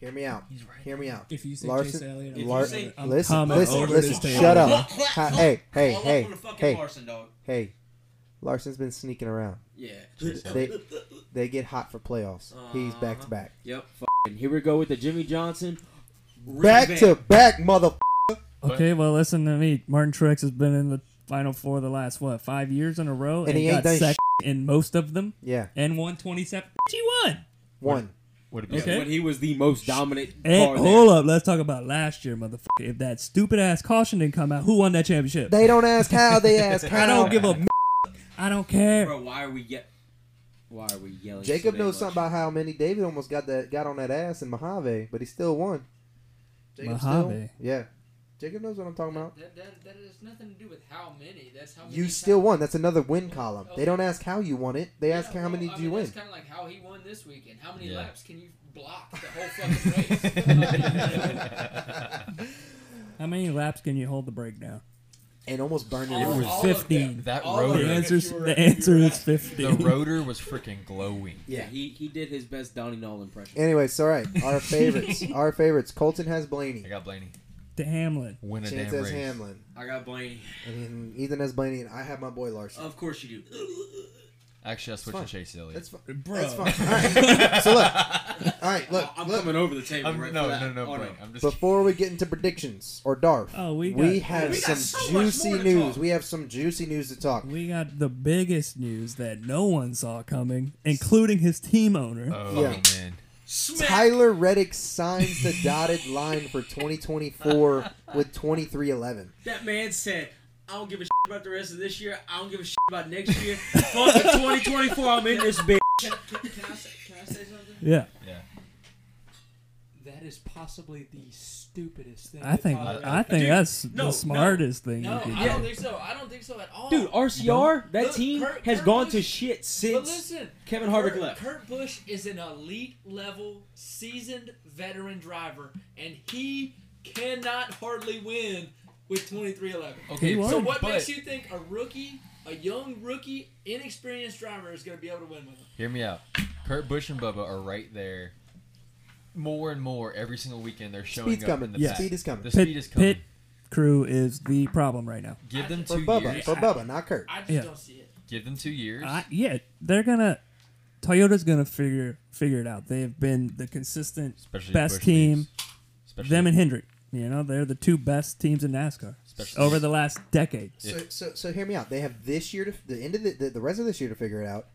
S2: Hear me out.
S5: He's right.
S2: Hear me out.
S8: If you say
S2: Larson-
S8: Chase Elliott,
S3: if
S8: I'm
S2: Lar-
S3: you say-
S8: I'm
S2: listen,
S4: coming
S2: listen,
S4: over
S2: listen.
S4: this table.
S2: Shut up.
S3: Clap,
S2: Hi-
S3: clap.
S2: hey, hey,
S3: All up
S2: hey,
S3: on the fucking
S2: hey,
S3: Larson, dog.
S2: hey. Larson's been sneaking around.
S3: Yeah.
S2: They they get hot for playoffs. He's back
S3: Uh-huh.
S2: to back.
S3: Yep. Fucking. Here we go with the Jimmy Johnson.
S2: Back to back, mother.
S4: Okay, well listen to me. Martin Truex has been in the final four the last what five years in a row, and,
S2: he ain't
S4: got
S2: done
S4: second in most of them,
S2: Yeah,
S4: and won 27. Bitch, he won.
S2: one.
S5: Would it be
S3: Yeah,
S4: Okay.
S3: When he was the most dominant. car there.
S4: And hold up, let's talk about last year, motherfucker. If that stupid ass caution didn't come out, who won that championship?
S2: They don't ask how. They ask how.
S4: I don't give a. I don't care.
S3: Bro, why are we get? Why are we yelling? so
S2: Jacob
S3: damn
S2: knows
S3: much?
S2: something about how many David almost got that got on that ass in Mojave, but he still won. Jacob
S4: Mojave.
S2: Still? Yeah. Jacob knows what I'm talking about.
S8: That, that, that has nothing to do with how many. That's how many
S2: You
S8: times-
S2: still won. That's another win column. They
S8: Okay.
S2: don't ask how you won it. They
S8: Yeah,
S2: ask how
S8: well,
S2: many
S8: I
S2: did you
S8: mean,
S2: win.
S8: That's kind of like how he won this weekend. How many
S5: Yeah.
S8: laps can you block the whole fucking race?
S4: How many laps can you hold the brake down?
S2: And almost burn your
S8: All-
S2: nose.
S8: all of them.
S4: 15.
S5: That
S8: All of
S5: rotor.
S4: The
S8: them.
S4: answer's,
S8: If you were-
S4: the
S8: if you were
S4: answer is
S8: asked-
S5: The
S4: 15.
S5: rotor was freaking glowing.
S3: Yeah, he, he did his best Donnie Knoll impression.
S2: Anyways, all right. Our favorites. our favorites. Colton has Blaney.
S5: I got Blaney.
S4: To Hamlin.
S5: Win a
S2: Chance
S5: damn race.
S2: has Hamlin.
S3: I got Blaney.
S2: And then Ethan has Blaney, and I have my boy Larson.
S3: Of course you do.
S5: Actually, I switched
S2: fine.
S5: to Chase Elliott.
S2: That's fine.
S4: Bro.
S2: That's fine. All right. so look. All right, look.
S3: I'm
S2: look.
S3: coming over the table
S5: I'm,
S3: right
S5: Um, no,
S3: for
S5: no,
S3: that.
S5: no, Uh, no,
S3: Oh,
S5: Blaney. I'm just.
S2: Before we get into predictions or DARF,
S4: Oh, we got-
S2: have
S8: we
S2: some
S8: got so much
S2: juicy
S8: more to
S2: news.
S8: talk.
S2: We have some juicy news to talk.
S4: We got the biggest news that no one saw coming, including his team owner.
S5: oh
S2: Yeah.
S5: man.
S8: Smack.
S2: Tyler Reddick signs the dotted line for 2024 with 2311.
S3: That man said, I don't give a shit about the rest of this year. I don't give a shit about next year. Fuck it, 2024, I'm in this bitch.
S8: Can, can- can I say, can I say something?
S4: Yeah.
S5: Yeah.
S8: That is possibly the stupidest thing.
S4: I think
S8: that
S4: I think
S3: Dude,
S4: that's
S3: no,
S4: the
S3: no,
S4: smartest thing
S8: No,
S4: you could
S8: I don't
S4: do.
S8: think so. I don't think so at all.
S3: Dude, RCR, that
S8: Look,
S3: team
S8: Kurt-
S3: has
S8: Kurt
S3: gone
S8: Busch-
S3: to shit
S8: but
S3: since
S8: listen,
S3: Kevin
S8: Kurt,
S3: Harvick left.
S8: Kurt Busch is an elite level, seasoned veteran driver, and he cannot hardly win with twenty three eleven.
S5: Okay.
S4: won.
S8: So
S4: Dude,
S8: what
S5: but-
S8: makes you think a rookie, a young rookie, inexperienced driver is going to be able to win with him?
S5: Hear me out. Kurt Busch and Bubba are right there. More and more every single weekend, they're showing
S2: Speed's
S5: up
S2: coming.
S5: in the
S2: Yeah.
S5: pack.
S2: Speed is coming.
S5: The
S4: Pit,
S5: speed is coming.
S4: pit crew is the problem right now.
S5: Give them
S2: For
S5: two
S2: Bubba,
S5: years.
S2: for Bubba, not Kurt.
S8: I just
S4: Yeah.
S8: don't see it.
S5: Give them two years.
S4: I, yeah, they're gonna. Toyota's gonna figure figure it out. They've been the consistent
S5: Especially
S4: best
S5: Busch
S4: team.
S5: leaves. Especially
S4: Them and Hendrick. You know, they're the two best teams in NASCAR
S5: Especially-
S4: over the last decade.
S2: So, so, so hear me out. They have this year to the end of the, the, the rest of this year to figure it out,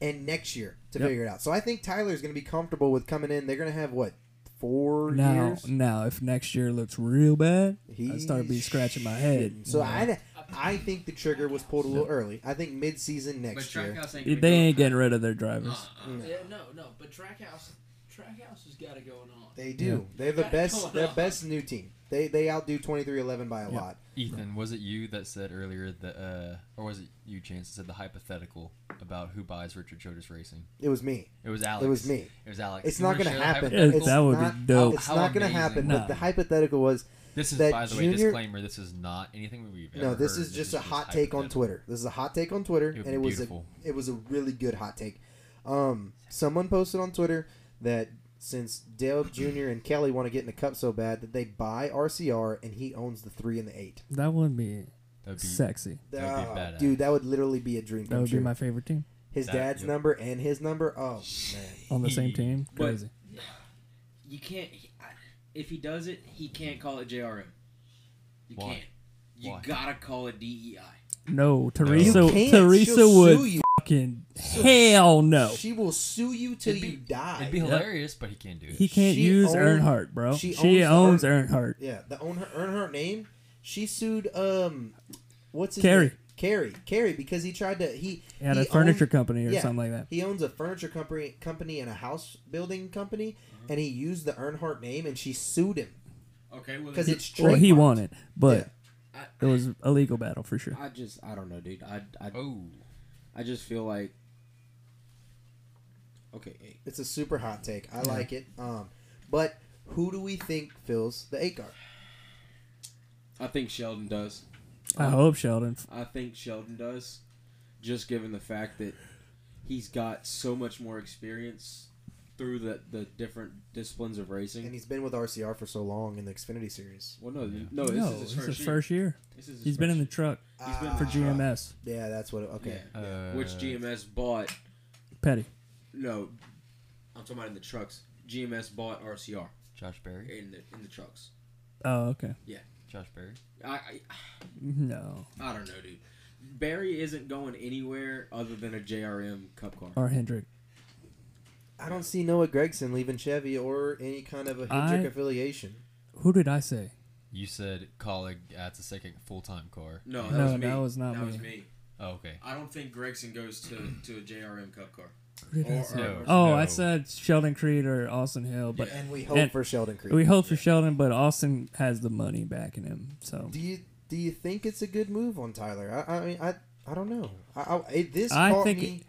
S2: and next year to
S4: Yep.
S2: figure it out. So I think Tyler's going to be comfortable with coming in. They're going to have what four
S4: Now,
S2: years.
S4: now, if next year looks real bad, I
S2: He
S4: start be scratching my head.
S2: So I, I think the trigger was pulled a little early. I think mid season next year.
S4: they ain't getting rid of their drivers.
S8: Yeah, no, no, but Trackhouse, Trackhouse has got it going on.
S2: They do. They're the
S8: Got it
S2: best.
S8: going
S2: They're
S8: on.
S2: best new team. They they outdo twenty three eleven by a lot.
S5: Ethan, was it you that said earlier that, uh, or was it you, Chance, that said the hypothetical about who buys Richard Childress Racing?
S2: It was me.
S5: It was Alex.
S2: It was me.
S5: It was Alex.
S2: It's
S5: You
S2: not
S5: wanna share
S2: going to
S5: the
S2: happen.
S5: hypothetical?
S2: It's
S4: that would be
S2: not,
S4: dope.
S2: It's
S5: How
S2: not going to
S5: amazing.
S2: happen.
S4: No.
S2: But the hypothetical was
S5: This is,
S2: that
S5: by the way,
S2: junior-
S5: disclaimer. This is not anything we've ever
S2: No, this
S5: heard.
S2: is just a hot take on
S5: hypothetical.
S2: Twitter. This is a hot take on Twitter,
S5: would
S2: and it
S5: be
S2: was
S5: beautiful.
S2: a it was a really good hot take. Um, someone posted on Twitter that since Dale Jr. and Kelly want to get in the cup so bad that they buy RCR and he owns the three and the eight.
S4: That would be
S5: That'd be-
S4: sexy.
S5: That would be
S2: Ah,
S5: badass.
S2: dude, that would literally be a dream
S4: That
S2: come
S4: would
S2: true.
S4: be my favorite team
S2: his
S5: that-
S2: dad's
S5: yep.
S2: number and his number. Oh man,
S4: on the same team.
S3: But-
S4: Crazy.
S3: You can't. he- I- If he does it, he can't call it JRM. You
S5: Why?
S3: can't. You
S5: Why?
S3: gotta call it E DEI.
S4: No, Teresa.
S2: You can't.
S4: Teresa
S2: She'll
S4: would
S2: sue you.
S4: fucking hell no.
S2: She will sue you till
S5: It'd be-
S2: you die.
S5: It'd be hilarious, but he can't do it.
S4: He can't
S2: She
S4: use
S2: own-
S4: Earnhardt, bro.
S2: she
S4: She,
S2: owns
S4: owns,
S2: the
S4: Earnhardt.
S2: Yeah, the own her earn her name. She sued um, what's his
S4: Carrie.
S2: name? Carrie, Carrie, because he tried to he
S4: He had
S2: he
S4: a furniture
S2: owned-
S4: company or
S2: yeah,
S4: something like that.
S2: He owns a furniture company company and a house building company, and he used the Earnhardt name, and she sued him
S3: Okay, well,
S2: because it's
S4: Well, he
S2: trademarked.
S4: won it, but
S3: I,
S4: it was a legal battle for sure.
S3: I just, I don't know, dude. I, I,
S5: Oh,
S3: I just feel like. Okay, hey,
S2: It's a super hot take. I like it. Um, but who do we think fills the eight guard?
S3: I think Sheldon does.
S4: I hope Sheldon.
S3: I think Sheldon does, just given the fact that he's got so much more experience through the, the different disciplines of
S2: And
S3: racing.
S2: he's been with RCR for so long in the Xfinity series.
S3: Well, no, no, Oh, this
S4: no,
S3: is his
S4: it's
S3: first,
S4: his
S3: year.
S4: first year.
S3: This is his
S4: He's been
S3: first
S4: in the
S3: year. Ah.
S4: truck
S3: He's been
S4: for GMS.
S2: Yeah, that's what. It, okay,
S3: Yeah,
S5: Uh,
S3: which GMS bought?
S4: Petty.
S3: No, I'm talking about in the trucks. GMS bought RCR
S5: Josh Berry.
S3: in the in the trucks.
S4: Oh, okay.
S5: Josh Berry.
S3: I I,
S4: No,
S3: I don't know, dude. Barry isn't going anywhere other than a JRM Cup car.
S4: or Hendrick.
S2: I don't see Noah Gregson leaving Chevy or any kind of a Hendrick
S4: I-
S2: affiliation.
S4: Who did I say?
S5: You said colleague. That's a second full-time car.
S3: No, that
S4: No,
S3: was me.
S4: that was not
S3: That was
S4: me.
S3: me.
S5: Oh, okay.
S3: I don't think Gregson goes to, to a JRM Cup car.
S4: Who did I
S3: Or-
S4: say?
S5: No,
S4: oh,
S5: no.
S4: I said Sheldon Creed or Austin Hill, but
S2: And we hope
S4: And-
S2: for Sheldon Creed.
S4: we hope for Sheldon. But Austin has the money backing him, so
S2: do you do you think it's a good move on Tyler? I, I mean, I I don't know. I, I, it- this
S4: I
S2: caught
S4: think
S2: me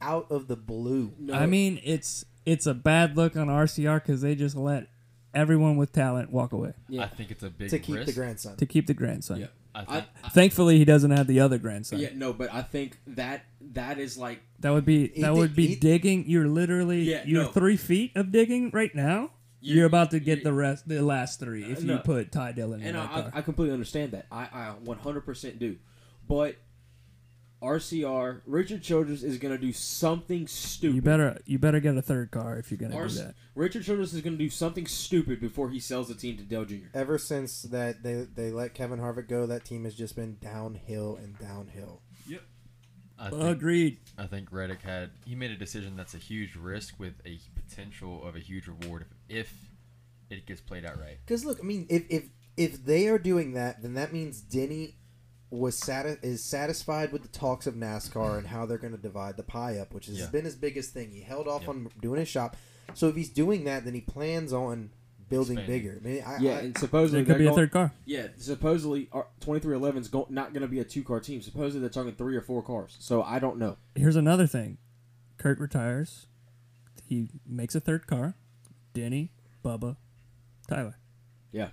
S2: out of the blue.
S3: No,
S4: I mean it's it's a bad look on RCR because they just let everyone with talent walk away
S3: Yeah.
S5: I think it's a big
S2: to keep
S5: risk.
S2: the grandson.
S4: to keep the grandson.
S3: Yeah.
S5: I
S3: I,
S5: think
S4: Thankfully, he doesn't have the other grandson.
S3: yeah, no, but I think that that is like
S4: That would be
S2: He
S4: that
S2: did-
S4: would be
S2: he-
S4: digging. You're literally
S3: Yeah,
S4: you're
S3: no.
S4: three feet of digging right now.
S3: You-
S4: You're about to get
S3: you-
S4: the rest, the last three, if
S3: Uh,
S4: you
S3: no.
S4: put Ty Dillon in
S3: and
S4: that
S3: I,
S4: car.
S3: I completely understand that. I, I 100% do. But RCR, Richard Childress is going to do something stupid.
S4: you better you better get a third car if you're gonna
S3: Ars-
S4: do that.
S3: Richard Childress is going to do something stupid before he sells the team to Dell Jr.
S2: Ever since that they they let Kevin Harvick go, that team has just been downhill and downhill.
S5: I think,
S4: Agreed.
S5: I think Reddick had he made a decision that's a huge risk with a potential of a huge reward if, if it gets played out right.
S2: Because look, I mean, if if if they are doing that, then that means Denny was sati- is satisfied with the talks of NASCAR and how they're going to divide the pie up, which has
S5: Yeah.
S2: been his biggest thing. He held off
S5: Yeah.
S2: on doing his shop, so if he's doing that, then he plans on building
S5: Expanding.
S2: bigger. I mean, I,
S3: Yeah,
S2: I-
S3: and
S4: There
S3: supposedly
S4: could
S3: they're
S4: be a
S3: going-
S4: third car.
S3: Yeah, supposedly our 2311 is go- not going to be a two car team. Supposedly they're talking three or four cars. So I don't know.
S4: Here's another thing. Kurt retires. He makes a third car. Denny, Bubba, Tyler.
S3: Yeah.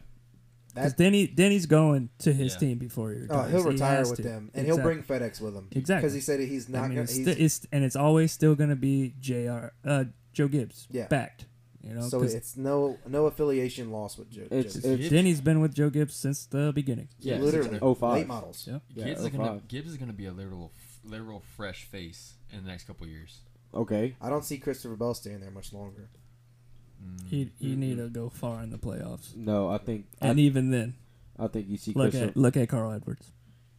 S4: Because
S2: That-
S4: Denny Denny's going to his
S5: Yeah.
S4: team before he
S2: oh,
S4: retires.
S2: he'll
S4: He
S2: retire
S4: has
S2: with
S4: to.
S2: them, and
S4: Exactly.
S2: he'll bring FedEx with him
S4: Exactly.
S2: because he said he's
S4: I
S2: not
S4: mean,
S2: going.
S4: it's,
S2: to
S4: sti- it's and it's always still going to be Jr. Uh, Joe Gibbs.
S2: Yeah.
S4: backed. You know,
S2: So
S4: 'cause
S2: it's no no affiliation loss with Joe.
S3: It's-
S2: Joe.
S3: it's-
S4: Denny's been with Joe Gibbs since the beginning.
S3: Yeah,
S2: literally
S4: oh
S2: oh,
S3: it's 05.
S2: late models.
S4: Yeah.
S3: Yeah,
S5: Gibbs, is gonna,
S3: 05.
S5: Gibbs is going to be a literal, f- literal fresh face in the next couple years.
S3: Okay.
S2: I don't see Christopher Bell staying there much longer.
S4: He he
S2: Mm-hmm.
S4: need to go far in the playoffs,
S3: No, I think
S4: and even then,
S3: I think you see
S4: look
S3: Christopher.
S4: at look at Carl Edwards.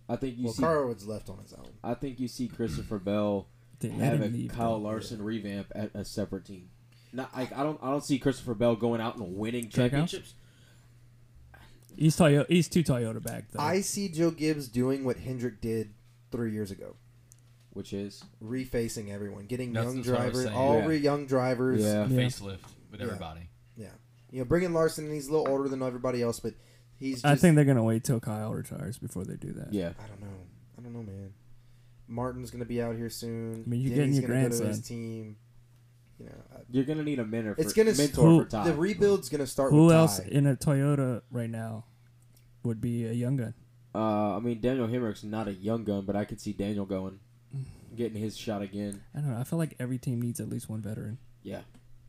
S3: I think you
S2: Well,
S3: see.
S2: Carwood's left on his own.
S3: I think you see Christopher Bell
S4: Didn't let
S3: have
S4: him
S3: a
S4: leave.
S3: Kyle Larson revamp at a separate team. Not like I don't I don't see Christopher Bell going out and winning
S4: Track house?
S3: championships.
S4: He's Toyota. He's two Toyota back though.
S2: I see Joe Gibbs doing what Hendrick did three years ago,
S3: Which is
S2: refacing everyone, getting
S5: That's-
S2: young
S5: that's what I was
S2: drivers,
S5: saying.
S2: all
S3: Yeah.
S2: re- young drivers.
S3: yeah.
S5: A
S4: Yeah.
S5: facelift with
S2: Yeah.
S5: everybody.
S2: You know, bringing Larson, in, he's a little older than everybody else, but he's. Just,
S4: I think they're gonna wait till Kyle retires before they do that.
S3: Yeah.
S2: I don't know. I don't know, man. Martin's gonna be out here soon.
S4: I mean, you're
S2: Denny's
S4: getting your
S2: gonna go to
S4: grandson.
S2: his team. You know, I-
S3: You're gonna need a mentor. For,
S2: It's gonna s-
S3: mentor
S4: Who-
S3: for Ty.
S2: the rebuild's gonna start.
S4: Who
S2: with
S4: else
S2: Ty.
S4: in a Toyota right now would be a young gun?
S3: uh, I mean, Daniel Hemrick's not a young gun, but I could see Daniel going, getting his shot again.
S4: I don't know. I feel like every team needs at least one veteran.
S3: Yeah.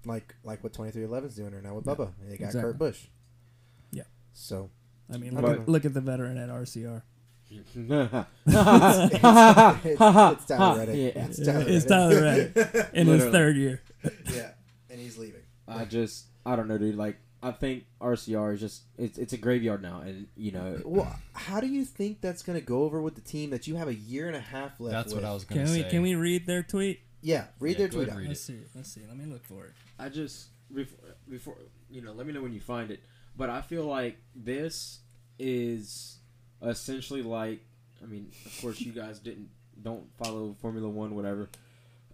S2: Like like what twenty three eleven's doing right now with
S4: Yeah.
S2: Bubba. They got
S4: Exactly.
S2: Kurt Busch.
S4: Yeah.
S2: So
S4: I mean,
S2: But-
S4: look, at- look at the veteran at RCR.
S2: it's, it's, it's Tyler Reddick.
S3: Yeah.
S2: It's Tyler Reddick.
S4: It's Tyler Reddick in his
S3: Literally.
S4: third year.
S2: yeah, and he's leaving.
S3: I just I don't know, dude. Like I think RCR is just it's it's a graveyard now, and you know
S2: Well, how do you think that's going to go over with the team that you have a year and a half left?
S5: That's
S2: with?
S5: what I was going
S4: Can
S5: to
S4: we
S5: say.
S4: can we read their tweet?
S2: Yeah, read
S5: Yeah,
S2: their
S5: go
S2: tweet.
S5: ahead and
S2: out.
S5: read
S4: Let's
S5: it.
S4: see. Let's see. Let me look for it.
S3: I just before before you know, let me know when you find it. But I feel like this is essentially like I mean, of course you guys didn't don't follow Formula One, whatever.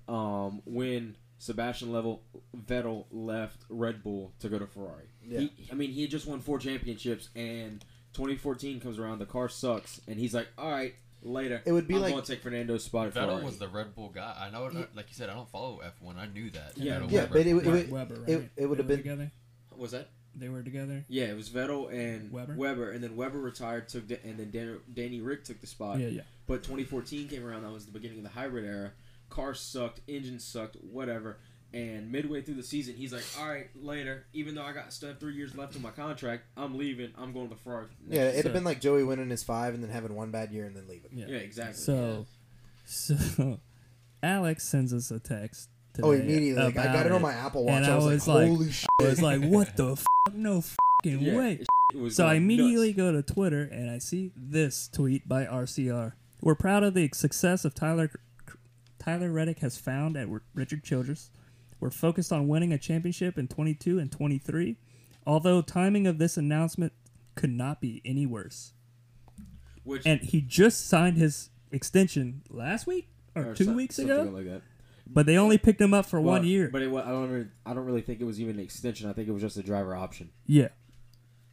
S3: Um, when Sebastian Level Vettel left Red Bull to go to Ferrari.
S2: Yeah.
S3: He, I mean, he had just won four championships, and 2014 comes around. The car sucks, and he's like, "All right, later."
S2: It would be
S3: I'm
S2: like-
S3: going to take Fernando's spot at
S5: Vettel
S3: Ferrari."
S5: was the Red Bull guy. I know, it, like you said, I don't follow F1. I knew that.
S3: Yeah.
S5: Vettel
S2: Yeah,
S5: was
S2: but
S5: Red
S2: it
S5: Bull.
S2: would- it would-
S4: Weber, right?
S2: it- it
S4: They
S2: would have
S4: were
S2: been-
S4: together.
S3: was that
S4: They were together.
S3: Yeah, it was Vettel and
S4: Weber?
S3: Weber, and then Weber retired, took the, and then Dan, Danny Rick took the spot.
S4: Yeah, yeah.
S3: But 2014 came around. That was the beginning of the hybrid era. Car sucked, engine sucked, whatever. And midway through the season, he's like, "All right, later. Even though I got still have three years left on my contract, I'm leaving. I'm going to Ferrari."
S2: Yeah,
S3: next year."
S2: it'd
S4: So-
S2: have been like Joey winning his five and then having one bad year and then leaving.
S4: Yeah.
S3: yeah, exactly.
S4: So, so Alex sends us a text. Today
S2: Oh, immediately! Like, I
S4: about
S2: got it on my Apple Watch.
S4: And
S2: I was, like, "Holy shit!"
S4: I was like, what the f? No fucking
S3: yeah,
S4: way.
S3: it was
S4: So I
S3: going
S4: immediately
S3: nuts.
S4: go to Twitter and I see this tweet by RCR. We're proud of the success of Tyler Tyler Reddick has found at Richard Childress. We're focused on winning a championship in 22 and 23, although timing of this announcement could not be any worse.
S3: which
S4: And he just signed his extension last week or,
S3: or
S4: two
S3: some-
S4: weeks
S3: something
S4: ago.
S3: like that.
S4: but they only picked him up for
S3: Well,
S4: one year.
S3: But it, wa- I don't. Really, I don't really think it was even an extension. I think it was just a driver option.
S4: yeah,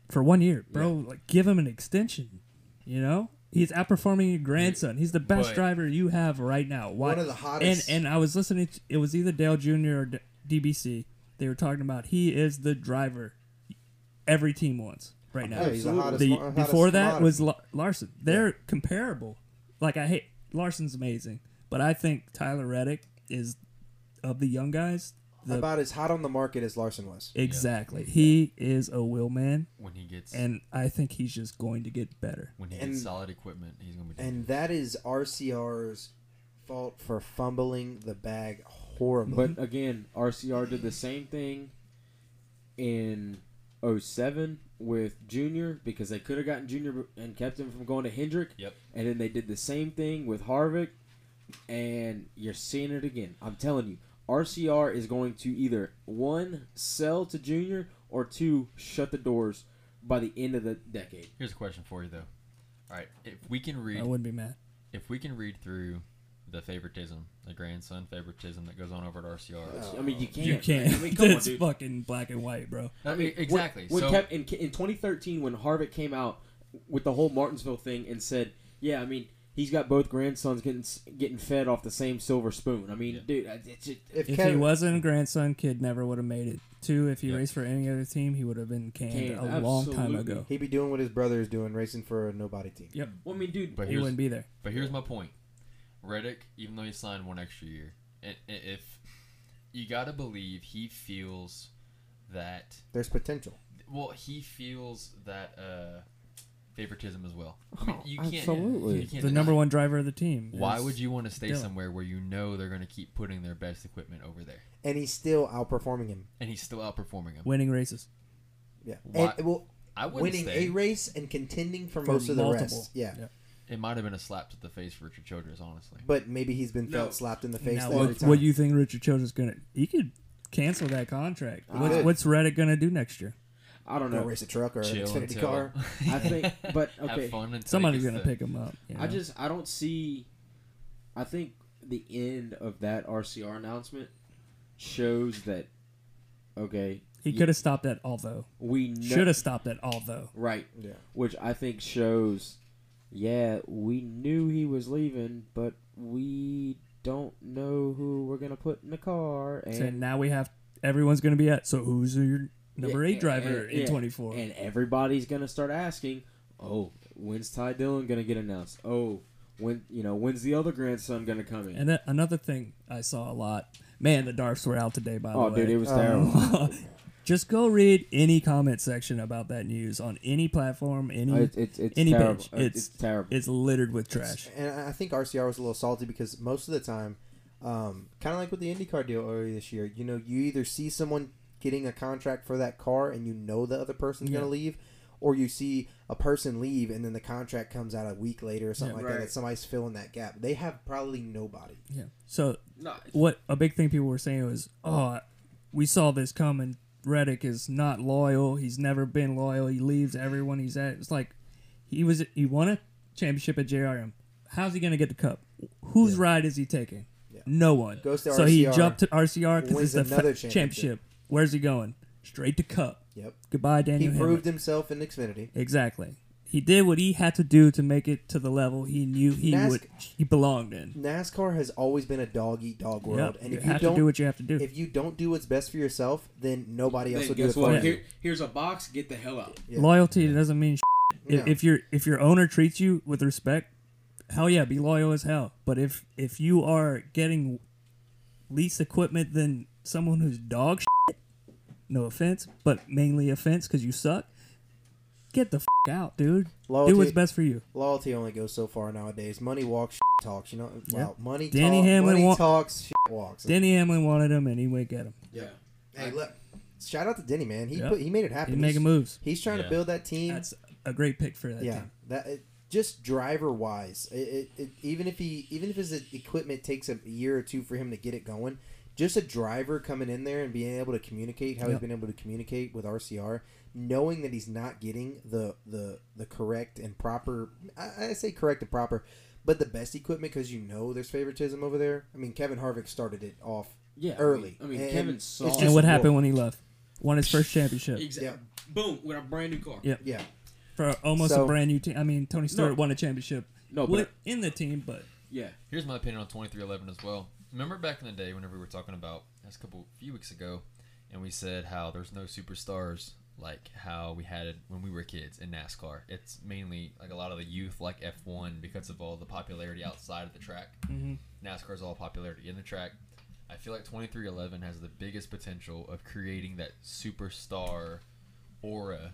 S4: for one year, bro. Like, give him an extension. You know, he's outperforming your grandson. He's the best
S5: But-
S4: driver you have right now. Why?
S2: One of the hottest-
S4: And and I was listening. To, it was either Dale Jr. or D- DBC. They were talking about he is the driver every team wants right now.
S2: Yeah, he's the hottest-
S4: The-
S2: hottest
S4: before that
S2: commodity.
S4: was La- Larson. They're comparable. Like I hate Larson's amazing, but I think Tyler Reddick is of the young guys. The,
S2: about as hot on the market as Larson was.
S4: exactly, he is a will man,
S5: when he gets
S4: and I think he's just going to get better.
S5: when he
S2: and-
S5: gets solid equipment, he's gonna be.
S2: And that is RCR's fault for fumbling the bag horribly.
S3: But again, RCR did the same thing in 07 with Junior because they could have gotten Junior and kept him from going to Hendrick.
S5: Yep.
S3: And then they did the same thing with Harvick, and you're seeing it again. I'm telling you, RCR is going to either one sell to Junior or two shut the doors by the end of the decade.
S5: Here's a question for you though. All right, if we can read
S4: I wouldn't be mad.
S5: if we can read through the favoritism, the grandson favoritism that goes on over at
S4: Uh,
S5: RCR.
S3: I mean, you can't.
S4: You can't.
S3: I mean, come on,
S4: it's
S3: dude.
S4: fucking black and white, bro.
S5: I mean, e, exactly.
S3: When,
S5: so
S3: when Kev- in, in 2013, when Harvick came out with the whole Martinsville thing and said, "Yeah, I mean, he's got both grandsons getting s- getting fed off the same silver spoon." I mean,
S5: Yeah.
S3: dude, I- it's just,
S2: if
S4: If he
S2: Kevin,
S4: wasn't a grandson, kid never would have made it. Two, if he
S5: Yeah.
S4: raced for any other team, he would have been canned
S3: Canned,
S4: a long time
S3: absolutely.
S4: ago.
S2: he'd be doing what his brother is doing, racing for a nobody team.
S4: Yep,
S3: well, I mean, dude,
S5: but
S4: he
S5: here's
S4: wouldn't be there.
S5: but here's my point. Reddick, even though he signed one extra year, i- i- if you gotta believe he feels that
S2: There's potential.
S5: well, he feels that uh, favoritism as well. I mean, you can't, You
S3: absolutely.
S5: can't
S4: Oh, The
S5: deny
S4: number
S5: it.
S4: one driver of the team.
S5: Why
S4: is-
S5: would you want to stay
S4: Dylan.
S5: somewhere where you know they're going to keep putting their best equipment over there?
S2: And he's still outperforming him.
S5: And he's still outperforming them.
S4: winning races?
S2: Yeah.
S5: Why-
S2: And, well,
S5: I wouldn't
S2: winning
S5: stay.
S2: a race and contending for, most of the rest. Yeah.
S5: It might have been a slap to the face for Richard Childress, honestly.
S2: But maybe he's been
S3: No.
S2: felt slapped in the face
S4: Now,
S2: every
S4: what,
S2: time.
S4: what you think Richard Childress gonna? He could cancel that contract. What's,
S2: could.
S4: what's Reddit gonna do next year?
S3: I don't
S2: Go
S3: know.
S2: race a truck or an
S5: Chill
S2: Xfinity
S5: until-
S2: car.
S3: I think, but okay,
S5: Have fun and
S4: Somebody's gonna pick him up. you
S3: I
S4: know?
S3: just I don't see. I think the end of that RCR announcement shows that okay,
S4: he could have stopped at although.
S3: we know,
S4: Should have stopped at although.
S3: right
S2: Yeah.
S3: which I think shows, yeah, we knew he was leaving, but we don't know who we're gonna put in the car, and
S4: So now we have everyone's gonna be at. So who's your number
S3: Yeah,
S4: eight driver
S3: and-
S4: in
S3: yeah,
S4: twenty four?
S3: and everybody's gonna start asking, oh, when's Ty Dillon gonna get announced? Oh, when you know when's the other grandson gonna come in?
S4: And that, another thing I saw a lot. Man, the Darfs were out today. By the
S3: oh,
S4: way, um,
S3: dude, it was terrible.
S4: just go read any comment section about that news on any platform, any
S3: It- Oh, it's it's
S4: any
S3: terrible.
S4: page.
S3: Uh,
S4: It's,
S3: it's terrible.
S4: It's littered with trash.
S2: And I I think RCR was a little salty because most of the time, um, kind of like with the IndyCar deal earlier this year, you know, you either see someone getting a contract for that car and you know the other person's going
S4: Yeah.
S2: to leave, or you see a person leave and then the contract comes out a week later or something
S4: Yeah.
S2: like that, and somebody's filling that gap. They have probably nobody.
S4: Yeah. So
S3: No,
S4: what a big thing people were saying was, oh, we saw this coming. Reddick is not loyal. He's never been loyal. He leaves everyone he's at. It's like he was. He won a championship at JRM. How's he gonna get the cup? Whose ride is he taking? No one.
S2: Goes to
S4: so he
S2: RCR,
S4: jumped to RCR because
S2: wins
S4: it's the
S2: another
S4: fa-
S2: championship.
S4: championship. Where's he going? Straight to cup.
S2: Yep.
S4: Goodbye,
S2: He
S4: Daniel. Hemrick.
S2: proved himself in Xfinity.
S4: Exactly. He did what he had to do to make it to the level he knew he
S2: Nas-
S4: would he belonged in.
S2: NASCAR has always been a dog eat dog world,
S4: Yep.
S2: and
S4: you
S2: if you
S4: have
S2: don't,
S4: to do what you have to do.
S2: if you don't do what's best for yourself, then nobody else
S3: Then
S2: will do it
S3: guess
S2: for
S3: what?
S2: you.
S3: Here, here's a box. Get the hell out.
S2: yeah.
S4: Loyalty doesn't mean shit. If,
S2: No.
S4: if your if your owner treats you with respect, hell yeah, be loyal as hell. But if if you are getting least equipment than someone who's dog shit, no offense, but mainly offense because you suck, get the f- out, dude.
S2: Loyalty-
S4: Do what's best for you.
S2: Loyalty only goes so far nowadays. Money walks, shit talks. You know,
S4: Yeah.
S2: wow. Money,
S4: Danny
S2: talk,
S4: Hamlin
S2: money
S4: wa-
S2: talks, shit walks.
S4: Denny Hamlin wanted him, and he went get him.
S3: Yeah.
S2: hey, look, shout out to Denny, man. He
S4: Yeah.
S2: put, he made it happen.
S4: He's making moves.
S2: He's trying
S5: Yeah.
S2: to build that team.
S4: That's a great pick for that
S2: yeah,
S4: team.
S2: that it, just driver wise, it, it, it, even if he even if his equipment takes a year or two for him to get it going, just a driver coming in there and being able to communicate how
S4: Yep.
S2: he's been able to communicate with RCR, knowing that he's not getting the the the correct and proper. I, I say correct and proper, but the best equipment because you know there's favoritism over there. I mean, Kevin Harvick started it off
S3: Yeah, I mean-
S2: early.
S3: I mean,
S2: and
S3: Kevin
S2: it's
S3: saw-
S2: just
S4: And what
S2: a
S4: happened
S2: roll.
S4: when he left? Won his first championship
S3: Exactly. Boom with a brand new car.
S4: Yeah.
S2: Yeah,
S4: for almost
S2: So-
S4: a brand new team. I mean, Tony Stewart
S3: No.
S4: won a championship
S3: No, but-
S4: with, in the team, but
S3: Yeah.
S5: Here's my opinion on 2311 as well. Remember back in the day, whenever we were talking about that's a couple few weeks ago, and we said how there's no superstars like how we had it when we were kids in NASCAR. It's mainly like a lot of the youth like F1 because of all the popularity outside of the track. Mm-hmm. NASCAR's all popularity in the track. I feel like 2311 has the biggest potential of creating that superstar aura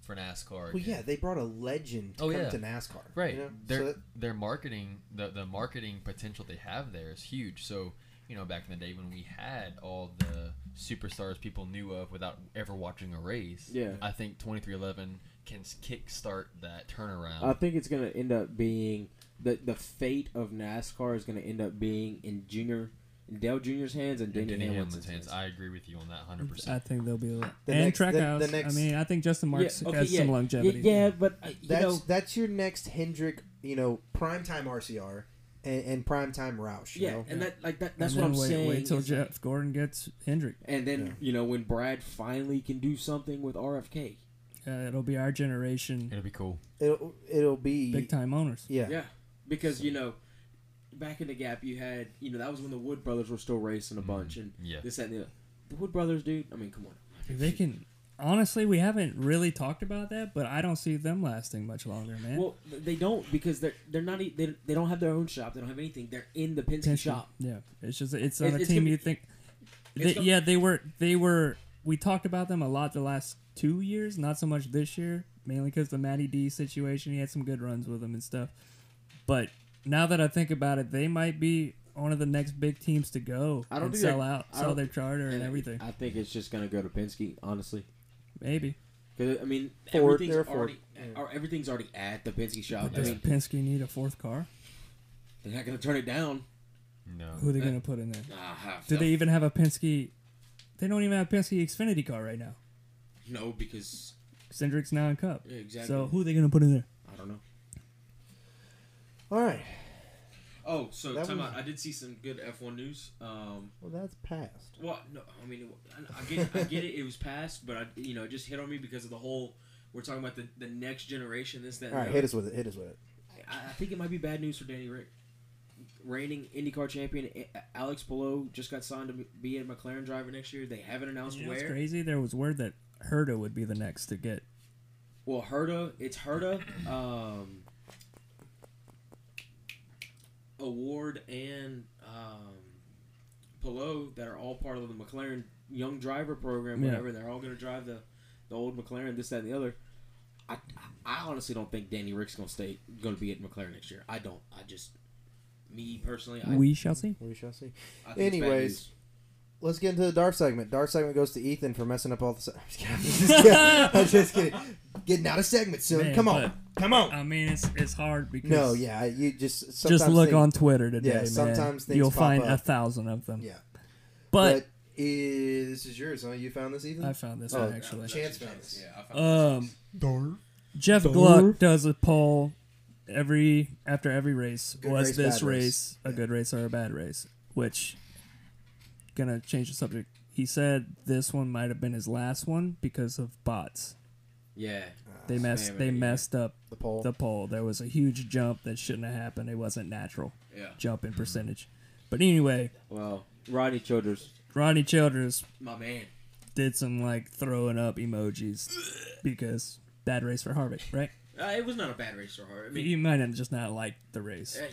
S5: for NASCAR.
S2: well, yeah, they brought a legend to
S5: Oh,
S2: come
S5: yeah.
S2: to NASCAR.
S5: Right.
S2: you know?
S5: Their
S2: So that-
S5: their marketing the the marketing potential they have there is huge. So you know, back in the day when we had all the superstars people knew of without ever watching a race,
S3: Yeah.
S5: I think twenty three eleven can s- kickstart that turnaround.
S3: I think it's gonna end up being the the fate of NASCAR is gonna end up being in Junior, in Dale Junior's hands and
S5: in
S3: Denny,
S5: Denny
S3: Hamlin's,
S5: Hamlin's hands.
S3: hands.
S5: I agree with you on that hundred
S4: I
S5: percent.
S4: think they'll be a lot.
S2: The
S4: and
S2: next- the-
S4: Trackhouse.
S2: the next-
S4: I mean, I think Justin Marks has some longevity.
S3: Yeah, yeah, but uh, you
S2: that's
S3: know,
S2: that's your next Hendrick, you know, primetime RCR and, and primetime Roush. You
S3: yeah,
S2: know?
S3: and that like that,
S4: And
S3: that's what
S4: then
S3: I'm
S4: wait,
S3: saying.
S4: Wait till
S3: is that-
S4: Jeff Gordon gets Hendrick.
S3: And then you know when Brad finally can do something with RFK.
S4: Uh, it'll be our generation
S5: It'll be cool.
S2: it'll it'll be
S4: big time owners.
S2: Yeah,
S3: Yeah, because you know, back in the gap, you had you know that was when the Wood brothers were still racing a bunch and
S5: Mm-hmm. yeah.
S3: this that, and the other. The Wood brothers, dude. I mean, come on.
S4: They can. Honestly, we haven't really talked about that, but I don't see them lasting much longer, man.
S3: Well, th- they don't because they're they're not e- they, they don't have their own shop. They don't have anything. They're in the Penske,
S4: Penske.
S3: shop.
S4: Yeah, it's just it's
S3: It-
S4: on a
S3: it's
S4: team
S3: gonna-
S4: you think.
S3: it's
S4: They,
S3: gonna-
S4: yeah, they were they were. We talked about them a lot the last two years, not so much this year, mainly because the Matty D situation. He had some good runs with them and stuff. But now that I think about it, they might be one of the next big teams to go
S3: I don't
S4: and
S3: think they're-
S4: sell out,
S3: I
S4: sell
S3: don't-
S4: their charter and everything.
S3: I think it's just gonna go to Penske, honestly.
S4: Maybe.
S3: Because I mean,
S2: Ford,
S3: everything's
S2: they're a Ford.
S3: already or everything's already at the Penske shop.
S4: But
S3: I
S4: does
S3: mean,
S4: Penske need a fourth car?
S3: they're not gonna turn it down.
S5: No.
S4: Who are
S3: Uh,
S4: they going to put in there?
S3: Ah,
S4: Do
S3: no,
S4: they even have a Penske? They don't even have a Penske Xfinity car right now.
S3: No, because
S4: Cindric's now in Cup.
S3: Yeah, exactly.
S4: So who are they going to put in there?
S3: I don't know.
S2: All right.
S3: Oh, so
S2: That
S3: time
S2: was-
S3: out. I did see some good F one news. Um,
S2: Well, that's past.
S3: well, no, I mean, I- I get, I get it. It was passed, but I, you know, it just hit on me because of the whole. We're talking about the, the next generation. This, that. and
S2: All right,
S3: the
S2: hit
S3: other.
S2: us with it. Hit us with it.
S3: I, I think it might be bad news for Danny Rick. Reigning IndyCar champion A- Alex Pillow just got signed to be a McLaren driver next year. They haven't announced
S4: You know what's
S3: where.
S4: crazy? There was word that Herda would be the next to get.
S3: Well, Herda, it's Herda, um, Award, and um, Pillow that are all part of the McLaren Young Driver Program.
S4: Yeah.
S3: Whatever, they're all going to drive the, the old McLaren, this, that, and the other. I, I honestly don't think Danny Rick's going to stay, going to be at McLaren next year. I don't. I just, me personally, I,
S4: We shall see.
S2: We shall see.
S3: I think it's bad
S2: Anyways.
S3: news.
S2: Let's get into the dark segment. Dark segment goes to Ethan for messing up all the. Se- I'm, just kidding. I'm just kidding. I'm just kidding. Getting out of segment soon.
S4: Man,
S2: Come on. Come on.
S4: I mean, it's it's hard because
S2: no, yeah. You just. Sometimes
S4: just look
S2: they-
S4: on Twitter today,
S2: Yeah,
S4: man.
S2: sometimes things
S4: you'll
S2: pop
S4: find a
S2: up.
S4: thousand of them.
S2: Yeah.
S4: but,
S2: But, eh, this is yours, huh? You found this, Ethan?
S4: I found this
S2: Oh,
S4: one actually.
S2: Chance found this.
S3: Yeah, I found
S4: Um, Jeff Gluck does a poll every after every race.
S2: Good
S4: was
S2: race,
S4: this
S2: bad
S4: race,
S2: race.
S4: a good race or a bad race? Which gonna change the subject. He said this one might have been his last one because of bots.
S3: yeah.
S4: They messed.
S3: spamming
S4: They
S3: it, yeah.
S4: messed up
S2: The poll.
S4: the poll. There was a huge jump that shouldn't have happened. It wasn't natural.
S3: Yeah.
S4: Jump in percentage. But anyway,
S3: Well, Rodney Childers,
S4: Ronnie Childers
S3: my man.
S4: did some like throwing up emojis because bad race for Harvick, right?
S3: Uh, it was not a bad race for her. I mean,
S4: You might have just not liked the race.
S3: uh,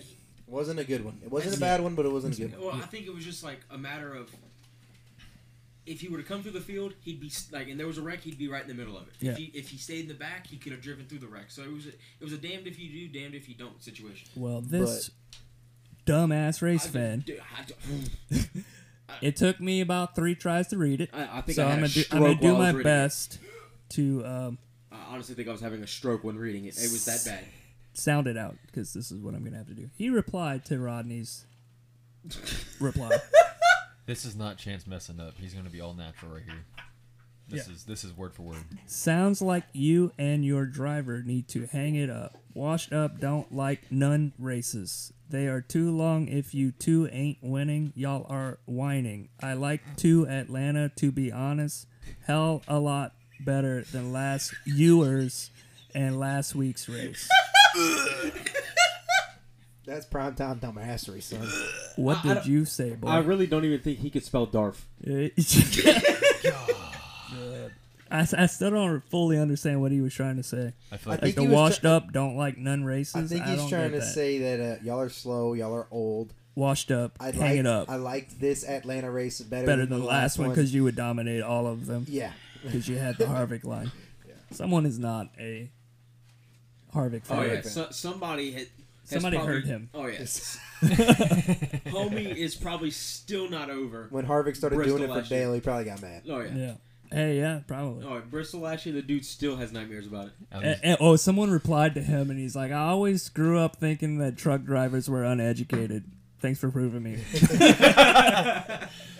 S2: wasn't a good one. It wasn't a bad one, but it wasn't a good one.
S3: Well, I think it was just like a matter of if he were to come through the field, he'd be s- like, and there was a wreck, he'd be right in the middle of it.
S4: Yeah.
S3: If, he, if he stayed in the back, he could have driven through the wreck. So it was a, it was a damned if you do, damned if you don't situation.
S4: Well, this dumbass race
S3: I-
S4: fan.
S3: dude, I, don't-
S4: It took me about three tries to read it,
S3: I, I think
S4: so
S3: I had a
S4: I'm gonna do,
S3: stroke
S4: I'm gonna do
S3: while I was
S4: my
S3: reading
S4: best to um,
S3: It. I honestly think I was having a stroke when reading it. It was that bad.
S4: sound it out because this is what I'm gonna have to do. He replied to Rodney's reply.
S5: This is not Chance messing up. He's going to be all natural right here. This is this is word for word.
S4: Sounds like you and your driver need to hang it up. Washed up don't like none races. They are too long if you two ain't winning. Y'all are whining. I like two Atlanta to be honest. Hell a lot better than last year's and last week's race.
S2: That's prime time dumbassery, son.
S4: What did you say, boy?
S3: I really don't even think he could spell Darf.
S4: Uh, God. I, I still don't fully understand what he was trying to say.
S5: I feel
S2: I
S5: like
S2: think
S4: Like the
S2: he was
S4: washed
S2: try-
S4: up don't like none races.
S2: I think he's
S4: don't
S2: trying
S4: get
S2: to
S4: that.
S2: say that uh, y'all are slow, y'all are old.
S4: washed up,
S2: I
S4: hang
S2: like,
S4: it up.
S2: I liked this Atlanta race better,
S4: better
S2: than,
S4: than the last one because you would dominate all of them
S2: yeah,
S4: because you had the Harvick line. Someone is not a Harvick fan.
S3: Oh yeah,
S2: Harvick.
S3: so, somebody had. has
S4: Somebody
S3: probably-
S4: heard him.
S3: Oh yes, homie is probably still not over.
S2: when Harvick started
S3: Bristol
S2: doing it for
S3: last year.
S2: Dale, he probably got mad.
S3: Oh yeah.
S4: Yeah. Hey, yeah, probably.
S3: Oh, at Bristol last year, the dude still has nightmares about it.
S5: I was-
S4: And- and- oh, someone replied to him, and he's like, "I always screw up thinking that truck drivers were uneducated. Thanks for proving me."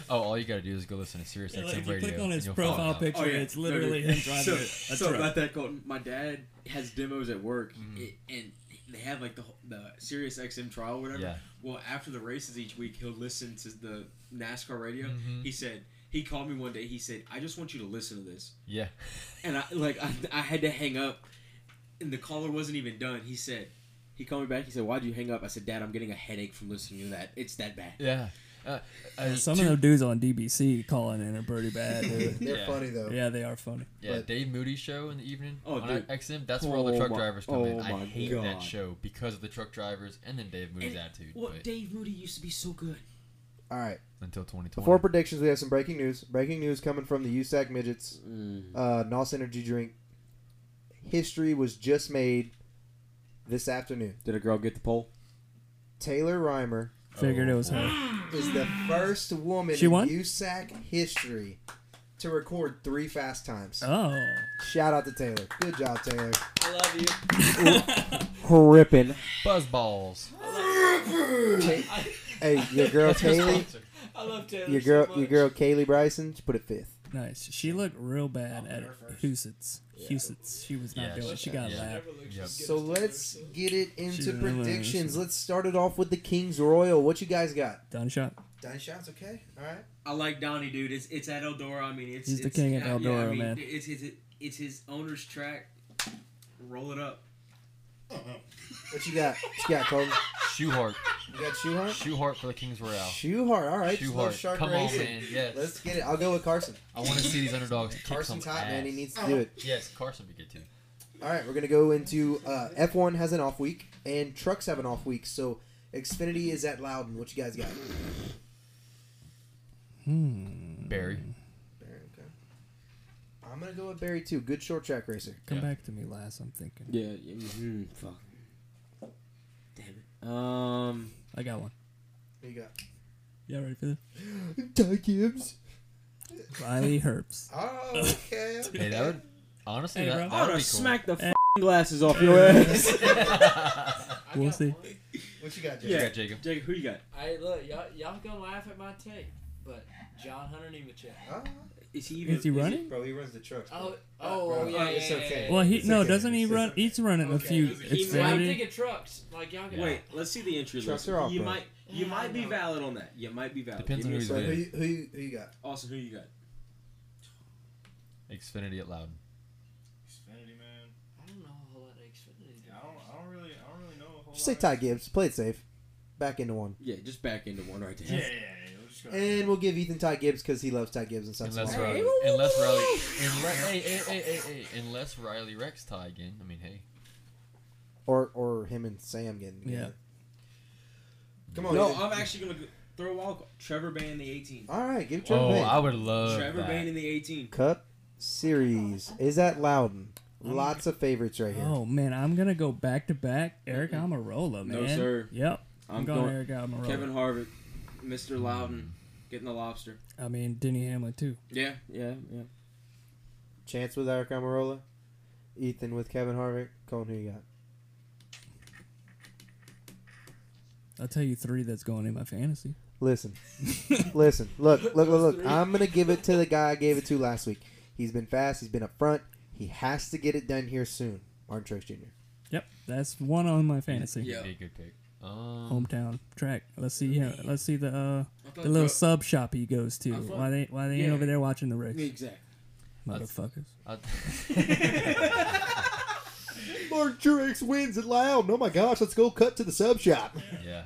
S5: oh, all you gotta do is go listen to Sirius XM
S4: if you
S5: radio.
S4: click on
S5: and
S4: his
S5: you'll follow
S4: profile
S5: it up.
S4: picture,
S3: Oh yeah,
S4: it's literally
S3: No, dude.
S4: him driving a
S3: so,
S4: a
S3: so
S4: truck.
S3: about that, Colton. My dad has demos at work, i- and they have like the whole- the Sirius XM trial, or whatever.
S5: Yeah.
S3: Well, after the races each week, he'll listen to the NASCAR radio. He said he called me one day. He said, "I just want you to listen to this."
S5: Yeah.
S3: and I like I, I had to hang up, and the caller wasn't even done. He said, he called me back. He said, "Why'd you hang up?" I said, "Dad, I'm getting a headache from listening to that. It's that bad."
S5: Yeah. Uh, uh,
S4: Some
S5: two-
S4: of those dudes on DBC calling in are pretty bad.
S2: They're
S5: Yeah.
S2: funny though.
S4: yeah, they are funny.
S5: Yeah,
S2: But-
S5: Dave Moody's show in the evening
S3: Oh,
S5: on
S3: dude.
S5: XM. That's where all the
S3: Oh
S5: truck
S3: my-
S5: drivers come in.
S3: oh
S5: I
S3: my
S5: hate that
S3: God.
S5: show because of the truck drivers and then Dave Moody's
S3: And-
S5: attitude.
S3: Well,
S5: but
S3: Dave Moody used to be so good.
S2: All right.
S5: until 2020.
S2: Before predictions, we have some breaking news. Breaking news coming from the USAC midgets.
S4: Mm.
S2: Uh, NOS Energy drink history was just made this afternoon.
S3: Did a girl get the pole?
S2: Taylor Reimer
S4: Figured it
S3: Oh,
S4: was
S5: Oh, boy.
S4: her.
S2: is the first woman
S4: She
S2: in
S4: won?
S2: USAC history to record three fast times.
S4: Oh.
S2: Shout out to Taylor. Good job, Taylor.
S8: I love you.
S3: Ripping.
S5: Buzz balls.
S2: Ta- hey, your girl Kaylee,
S8: I love Taylor.
S2: your girl,
S8: so
S2: your
S8: much.
S2: girl Kaylee Bryson, she put it fifth.
S4: Nice. She looked real bad
S1: I'll
S4: at
S1: put her first.
S4: Housets. Housets. She was not
S5: Yeah,
S4: doing it.
S5: she-
S4: She got
S5: yeah.
S4: lapped.
S5: Yep.
S2: So let's get it into
S4: She's-
S2: predictions. Let's start it off with the Kings Royal. What you guys got?
S4: Done shot.
S2: Dine shots, okay. All right.
S3: I like Donnie, dude. It's it's at Eldora. I mean, it's
S4: He's the
S3: it's-
S4: king at
S3: uh, yeah, I
S4: Eldora,
S3: mean,
S4: man.
S3: It's his it's his owner's track. Roll it up.
S2: What you got? What you got, Colton?
S5: Shoehart.
S2: You got Shoehart?
S5: Shoehart for the Kings Royale.
S2: Shoehart. All right. Slow
S5: Shoehart.
S2: shark
S5: Come on,
S2: racing.
S5: man. Yes.
S2: Let's get it. I'll go with Carson.
S5: I want to see these underdogs. kick
S2: Carson's
S5: some
S2: hot, man. He
S5: ass.
S2: needs to do it.
S5: Yes, Carson would be good too.
S2: All right, we're gonna go into uh, F1 has an off week and trucks have an off week. So Xfinity is at Loudon. What you guys got?
S4: Hmm. Mm.
S5: Barry.
S2: Barry, okay. I'm gonna go with Barry too. Good short track racer.
S4: Come
S5: Yeah.
S4: back to me last, I'm thinking.
S3: Yeah. Mm, fuck. Damn it. Um.
S4: I got one.
S2: Who you got?
S4: Yeah, ready for this?
S2: Ty Gibbs.
S4: Riley Herbst.
S2: Oh, okay.
S5: Hey, that would honestly
S4: Hey, bro.
S5: that,
S3: I
S5: that would
S3: would
S5: be cool.
S3: have smacked the
S4: Eh.
S3: f***ing glasses off your ass.
S4: We'll see.
S2: What you got, Jay?
S5: You
S3: Yeah.
S5: got Jacob.
S3: Jake, who you got?
S8: Hey, look, y'all, y'all gonna laugh at my take, but John Hunter Nemechek.
S2: Oh,
S3: Is he even?
S4: Is he running?
S2: bro, he runs the trucks.
S8: Oh, oh,
S2: bro,
S8: yeah, yeah,
S2: it's
S8: yeah,
S2: okay.
S8: yeah,
S4: Well, he
S2: It's
S4: no,
S2: okay.
S4: doesn't he
S2: It's
S4: run?
S2: okay.
S4: He's running a
S1: Okay.
S4: few.
S1: He
S8: yeah. I'm
S4: Xfinity.
S8: thinking trucks, like y'all got.
S3: Wait, let's see the entry
S2: Trucks
S3: list.
S2: are off,
S3: you
S2: bro.
S3: might you
S8: Yeah,
S3: might
S8: I
S3: be
S8: know.
S3: valid on that. You might be valid.
S5: Depends on
S3: Give me a
S5: who's
S2: So
S3: second.
S2: who, you- who, you- who you got?
S3: Austin, who you got?
S5: Xfinity at Loudon.
S1: Xfinity, man.
S8: I don't know a whole lot of Xfinity.
S1: Yeah, I don't, I don't really, I don't really know a whole
S2: Just say
S1: lot.
S2: Ty Gibbs. Play it safe. Back into one.
S3: Yeah, just back into one right
S1: Yeah,
S3: there.
S1: yeah, yeah. We'll just go.
S2: And we'll give Ethan Ty Gibbs because he loves Ty Gibbs and sucks
S5: Unless
S2: him off.
S5: Riley, unless Riley, unless, hey, hey, hey, hey, hey, unless Riley Rex tie again. I mean, hey,
S2: Or or him and Sam getting together. Come on.
S3: No,
S2: Ethan.
S3: I'm actually gonna go- throw a wild card. Trevor Bay in the 18.
S2: All right, give Trevor
S5: oh,
S2: Bay.
S5: I would love
S3: Trevor
S5: that.
S3: Bay in the 18.
S2: Cup Series is that Loudon. Lots of favorites right here.
S4: Oh man, I'm gonna go back to back. Eric Amarola, man.
S3: No, sir.
S4: Yep. I'm,
S3: I'm
S4: going,
S3: going-
S4: Eric Amarola.
S3: Kevin Harvick, Mr. Loudon, getting the lobster.
S4: I mean Denny Hamlin too.
S3: Yeah, yeah, yeah.
S2: Chance with Eric Amarola. Ethan with Kevin Harvick. Colin, who you got?
S4: I'll tell you three that's going in my fantasy.
S2: Listen, listen, look, look, look, look. I'm gonna give it to the guy I gave it to last week. He's been fast. He's been up front. He has to get it done here soon. Martin Truex Jr.
S4: Yep, that's one on my fantasy.
S3: Yeah.
S5: Be a good pick. Um,
S4: Hometown track. Let's see him. Let's see the uh,
S3: I thought
S4: the little
S3: Dra-
S4: sub shop he goes to.
S3: I thought-
S4: Why they why they ain't
S3: Yeah.
S4: over there watching the race,
S3: Exactly.
S4: motherfuckers?
S5: I-
S2: Martin Truex wins at Loud. Oh my gosh, let's go cut to the sub shop.
S5: yeah.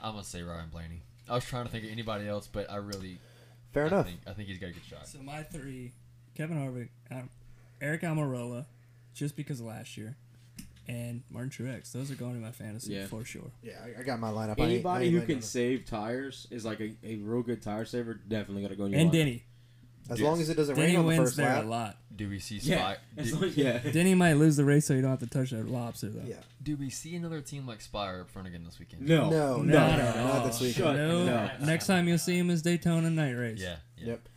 S5: I'm gonna say Ryan Blaney. I was trying to think of anybody else, but I really
S2: Fair
S5: I
S2: enough.
S5: Think, I think he's got a good shot.
S4: So my three: Kevin Harvick, um, Eric Almirola, just because of last year, and Martin Truex. Those are going to my fantasy
S3: Yeah.
S4: for sure.
S2: Yeah, I, I got my lineup. I ain't- I
S3: Anybody
S2: ain't
S3: who
S2: letting
S3: can
S2: them-
S3: save tires is like a, a real good tire saver. Definitely gotta go in your
S4: And
S3: lineup.
S4: Denny.
S2: as long as it doesn't
S4: Denny
S2: rain on the
S4: wins
S2: first
S4: there
S2: lap.
S4: a lot.
S5: Do we see
S3: Yeah,
S5: Spy?
S3: as
S5: Do,
S3: long- yeah.
S4: Denny might lose the race, so you don't have to touch that lobster though.
S2: Yeah.
S5: do we see another team like Spire up front again this weekend?
S2: No,
S3: No,
S2: no,
S4: Oh, Not
S2: no,
S4: at
S2: not
S4: all.
S2: this week.
S3: Shut
S4: No.
S3: no.
S4: Next time you'll see him is Daytona night race.
S5: Yeah. yeah.
S2: Yep.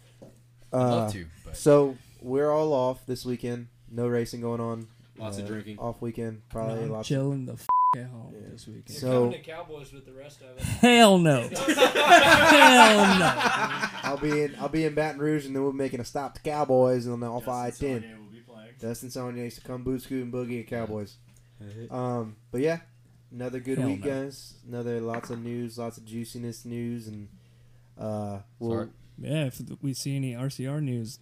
S5: I'd
S2: Uh,
S5: love to, but
S2: So we're all off this weekend. No racing going on.
S3: Lots of
S2: Uh,
S3: drinking.
S2: Off weekend,
S4: No,
S2: probably
S4: I'm
S2: lots. Of,
S4: chilling the f- at home
S2: Yeah.
S4: this weekend.
S8: You're
S2: So-
S8: coming to Cowboys with the rest of us.
S4: Hell no. Hell no.
S2: I'll be in. I'll be in Baton Rouge, and then we're making a stop to Cowboys, and then off I ten.
S1: will be playing.
S2: Dustin Sonia used to come boot scoot and boogie at Cowboys. Um, but yeah, another good
S4: Hell
S2: week,
S4: no.
S2: guys. Another lots of news, lots of juiciness news, and uh, we'll
S5: Sorry.
S4: Yeah, if we see any RCR news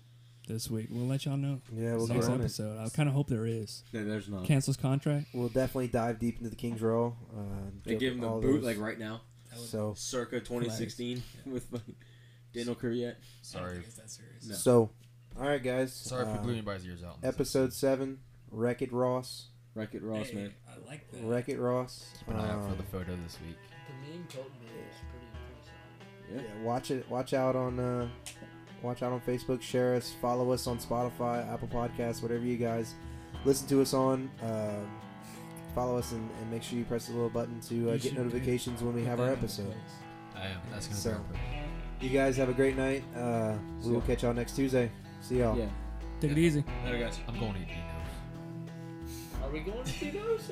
S4: this week, we'll let y'all know.
S2: yeah we'll get
S4: Next
S2: on it.
S4: episode. I kind of hope there is.
S3: No, there's not.
S4: Cancels contract.
S2: We'll definitely dive deep into the King's Roll. Uh,
S3: They
S2: deal
S3: give him
S2: with
S3: the
S2: all
S3: boot
S2: those.
S3: like right now,
S2: so.
S3: circa 2016 with fucking Daniel Kvyat.
S5: sorry.
S3: No.
S2: So, all right, guys.
S5: Sorry if
S2: Uh,
S5: we blew anybody's ears out. in this
S2: episode seven. Wreck It Ross.
S3: Wreck It Ross, man.
S4: I like
S2: Wreck It Ross.
S5: Keep an eye out for
S2: Um,
S5: the photo this week.
S8: The meme told me it was pretty impressive.
S3: Yeah.
S2: yeah, watch it. Watch out on. Uh, watch out on Facebook. Share us. Follow us on Spotify, Apple Podcasts, whatever you guys listen to us on. Um follow us and, and make sure you press the little button to uh,
S4: You
S2: get
S4: should do-
S2: notifications when we have our episode.
S5: I am. That's gonna
S2: So-
S5: be our photo.
S2: You guys have a great night. Uh, we will catch y'all next Tuesday. See y'all.
S3: Yeah.
S4: Take it easy.
S3: Later, guys.
S5: I'm going to eat Dino's.
S8: Are we going to see those?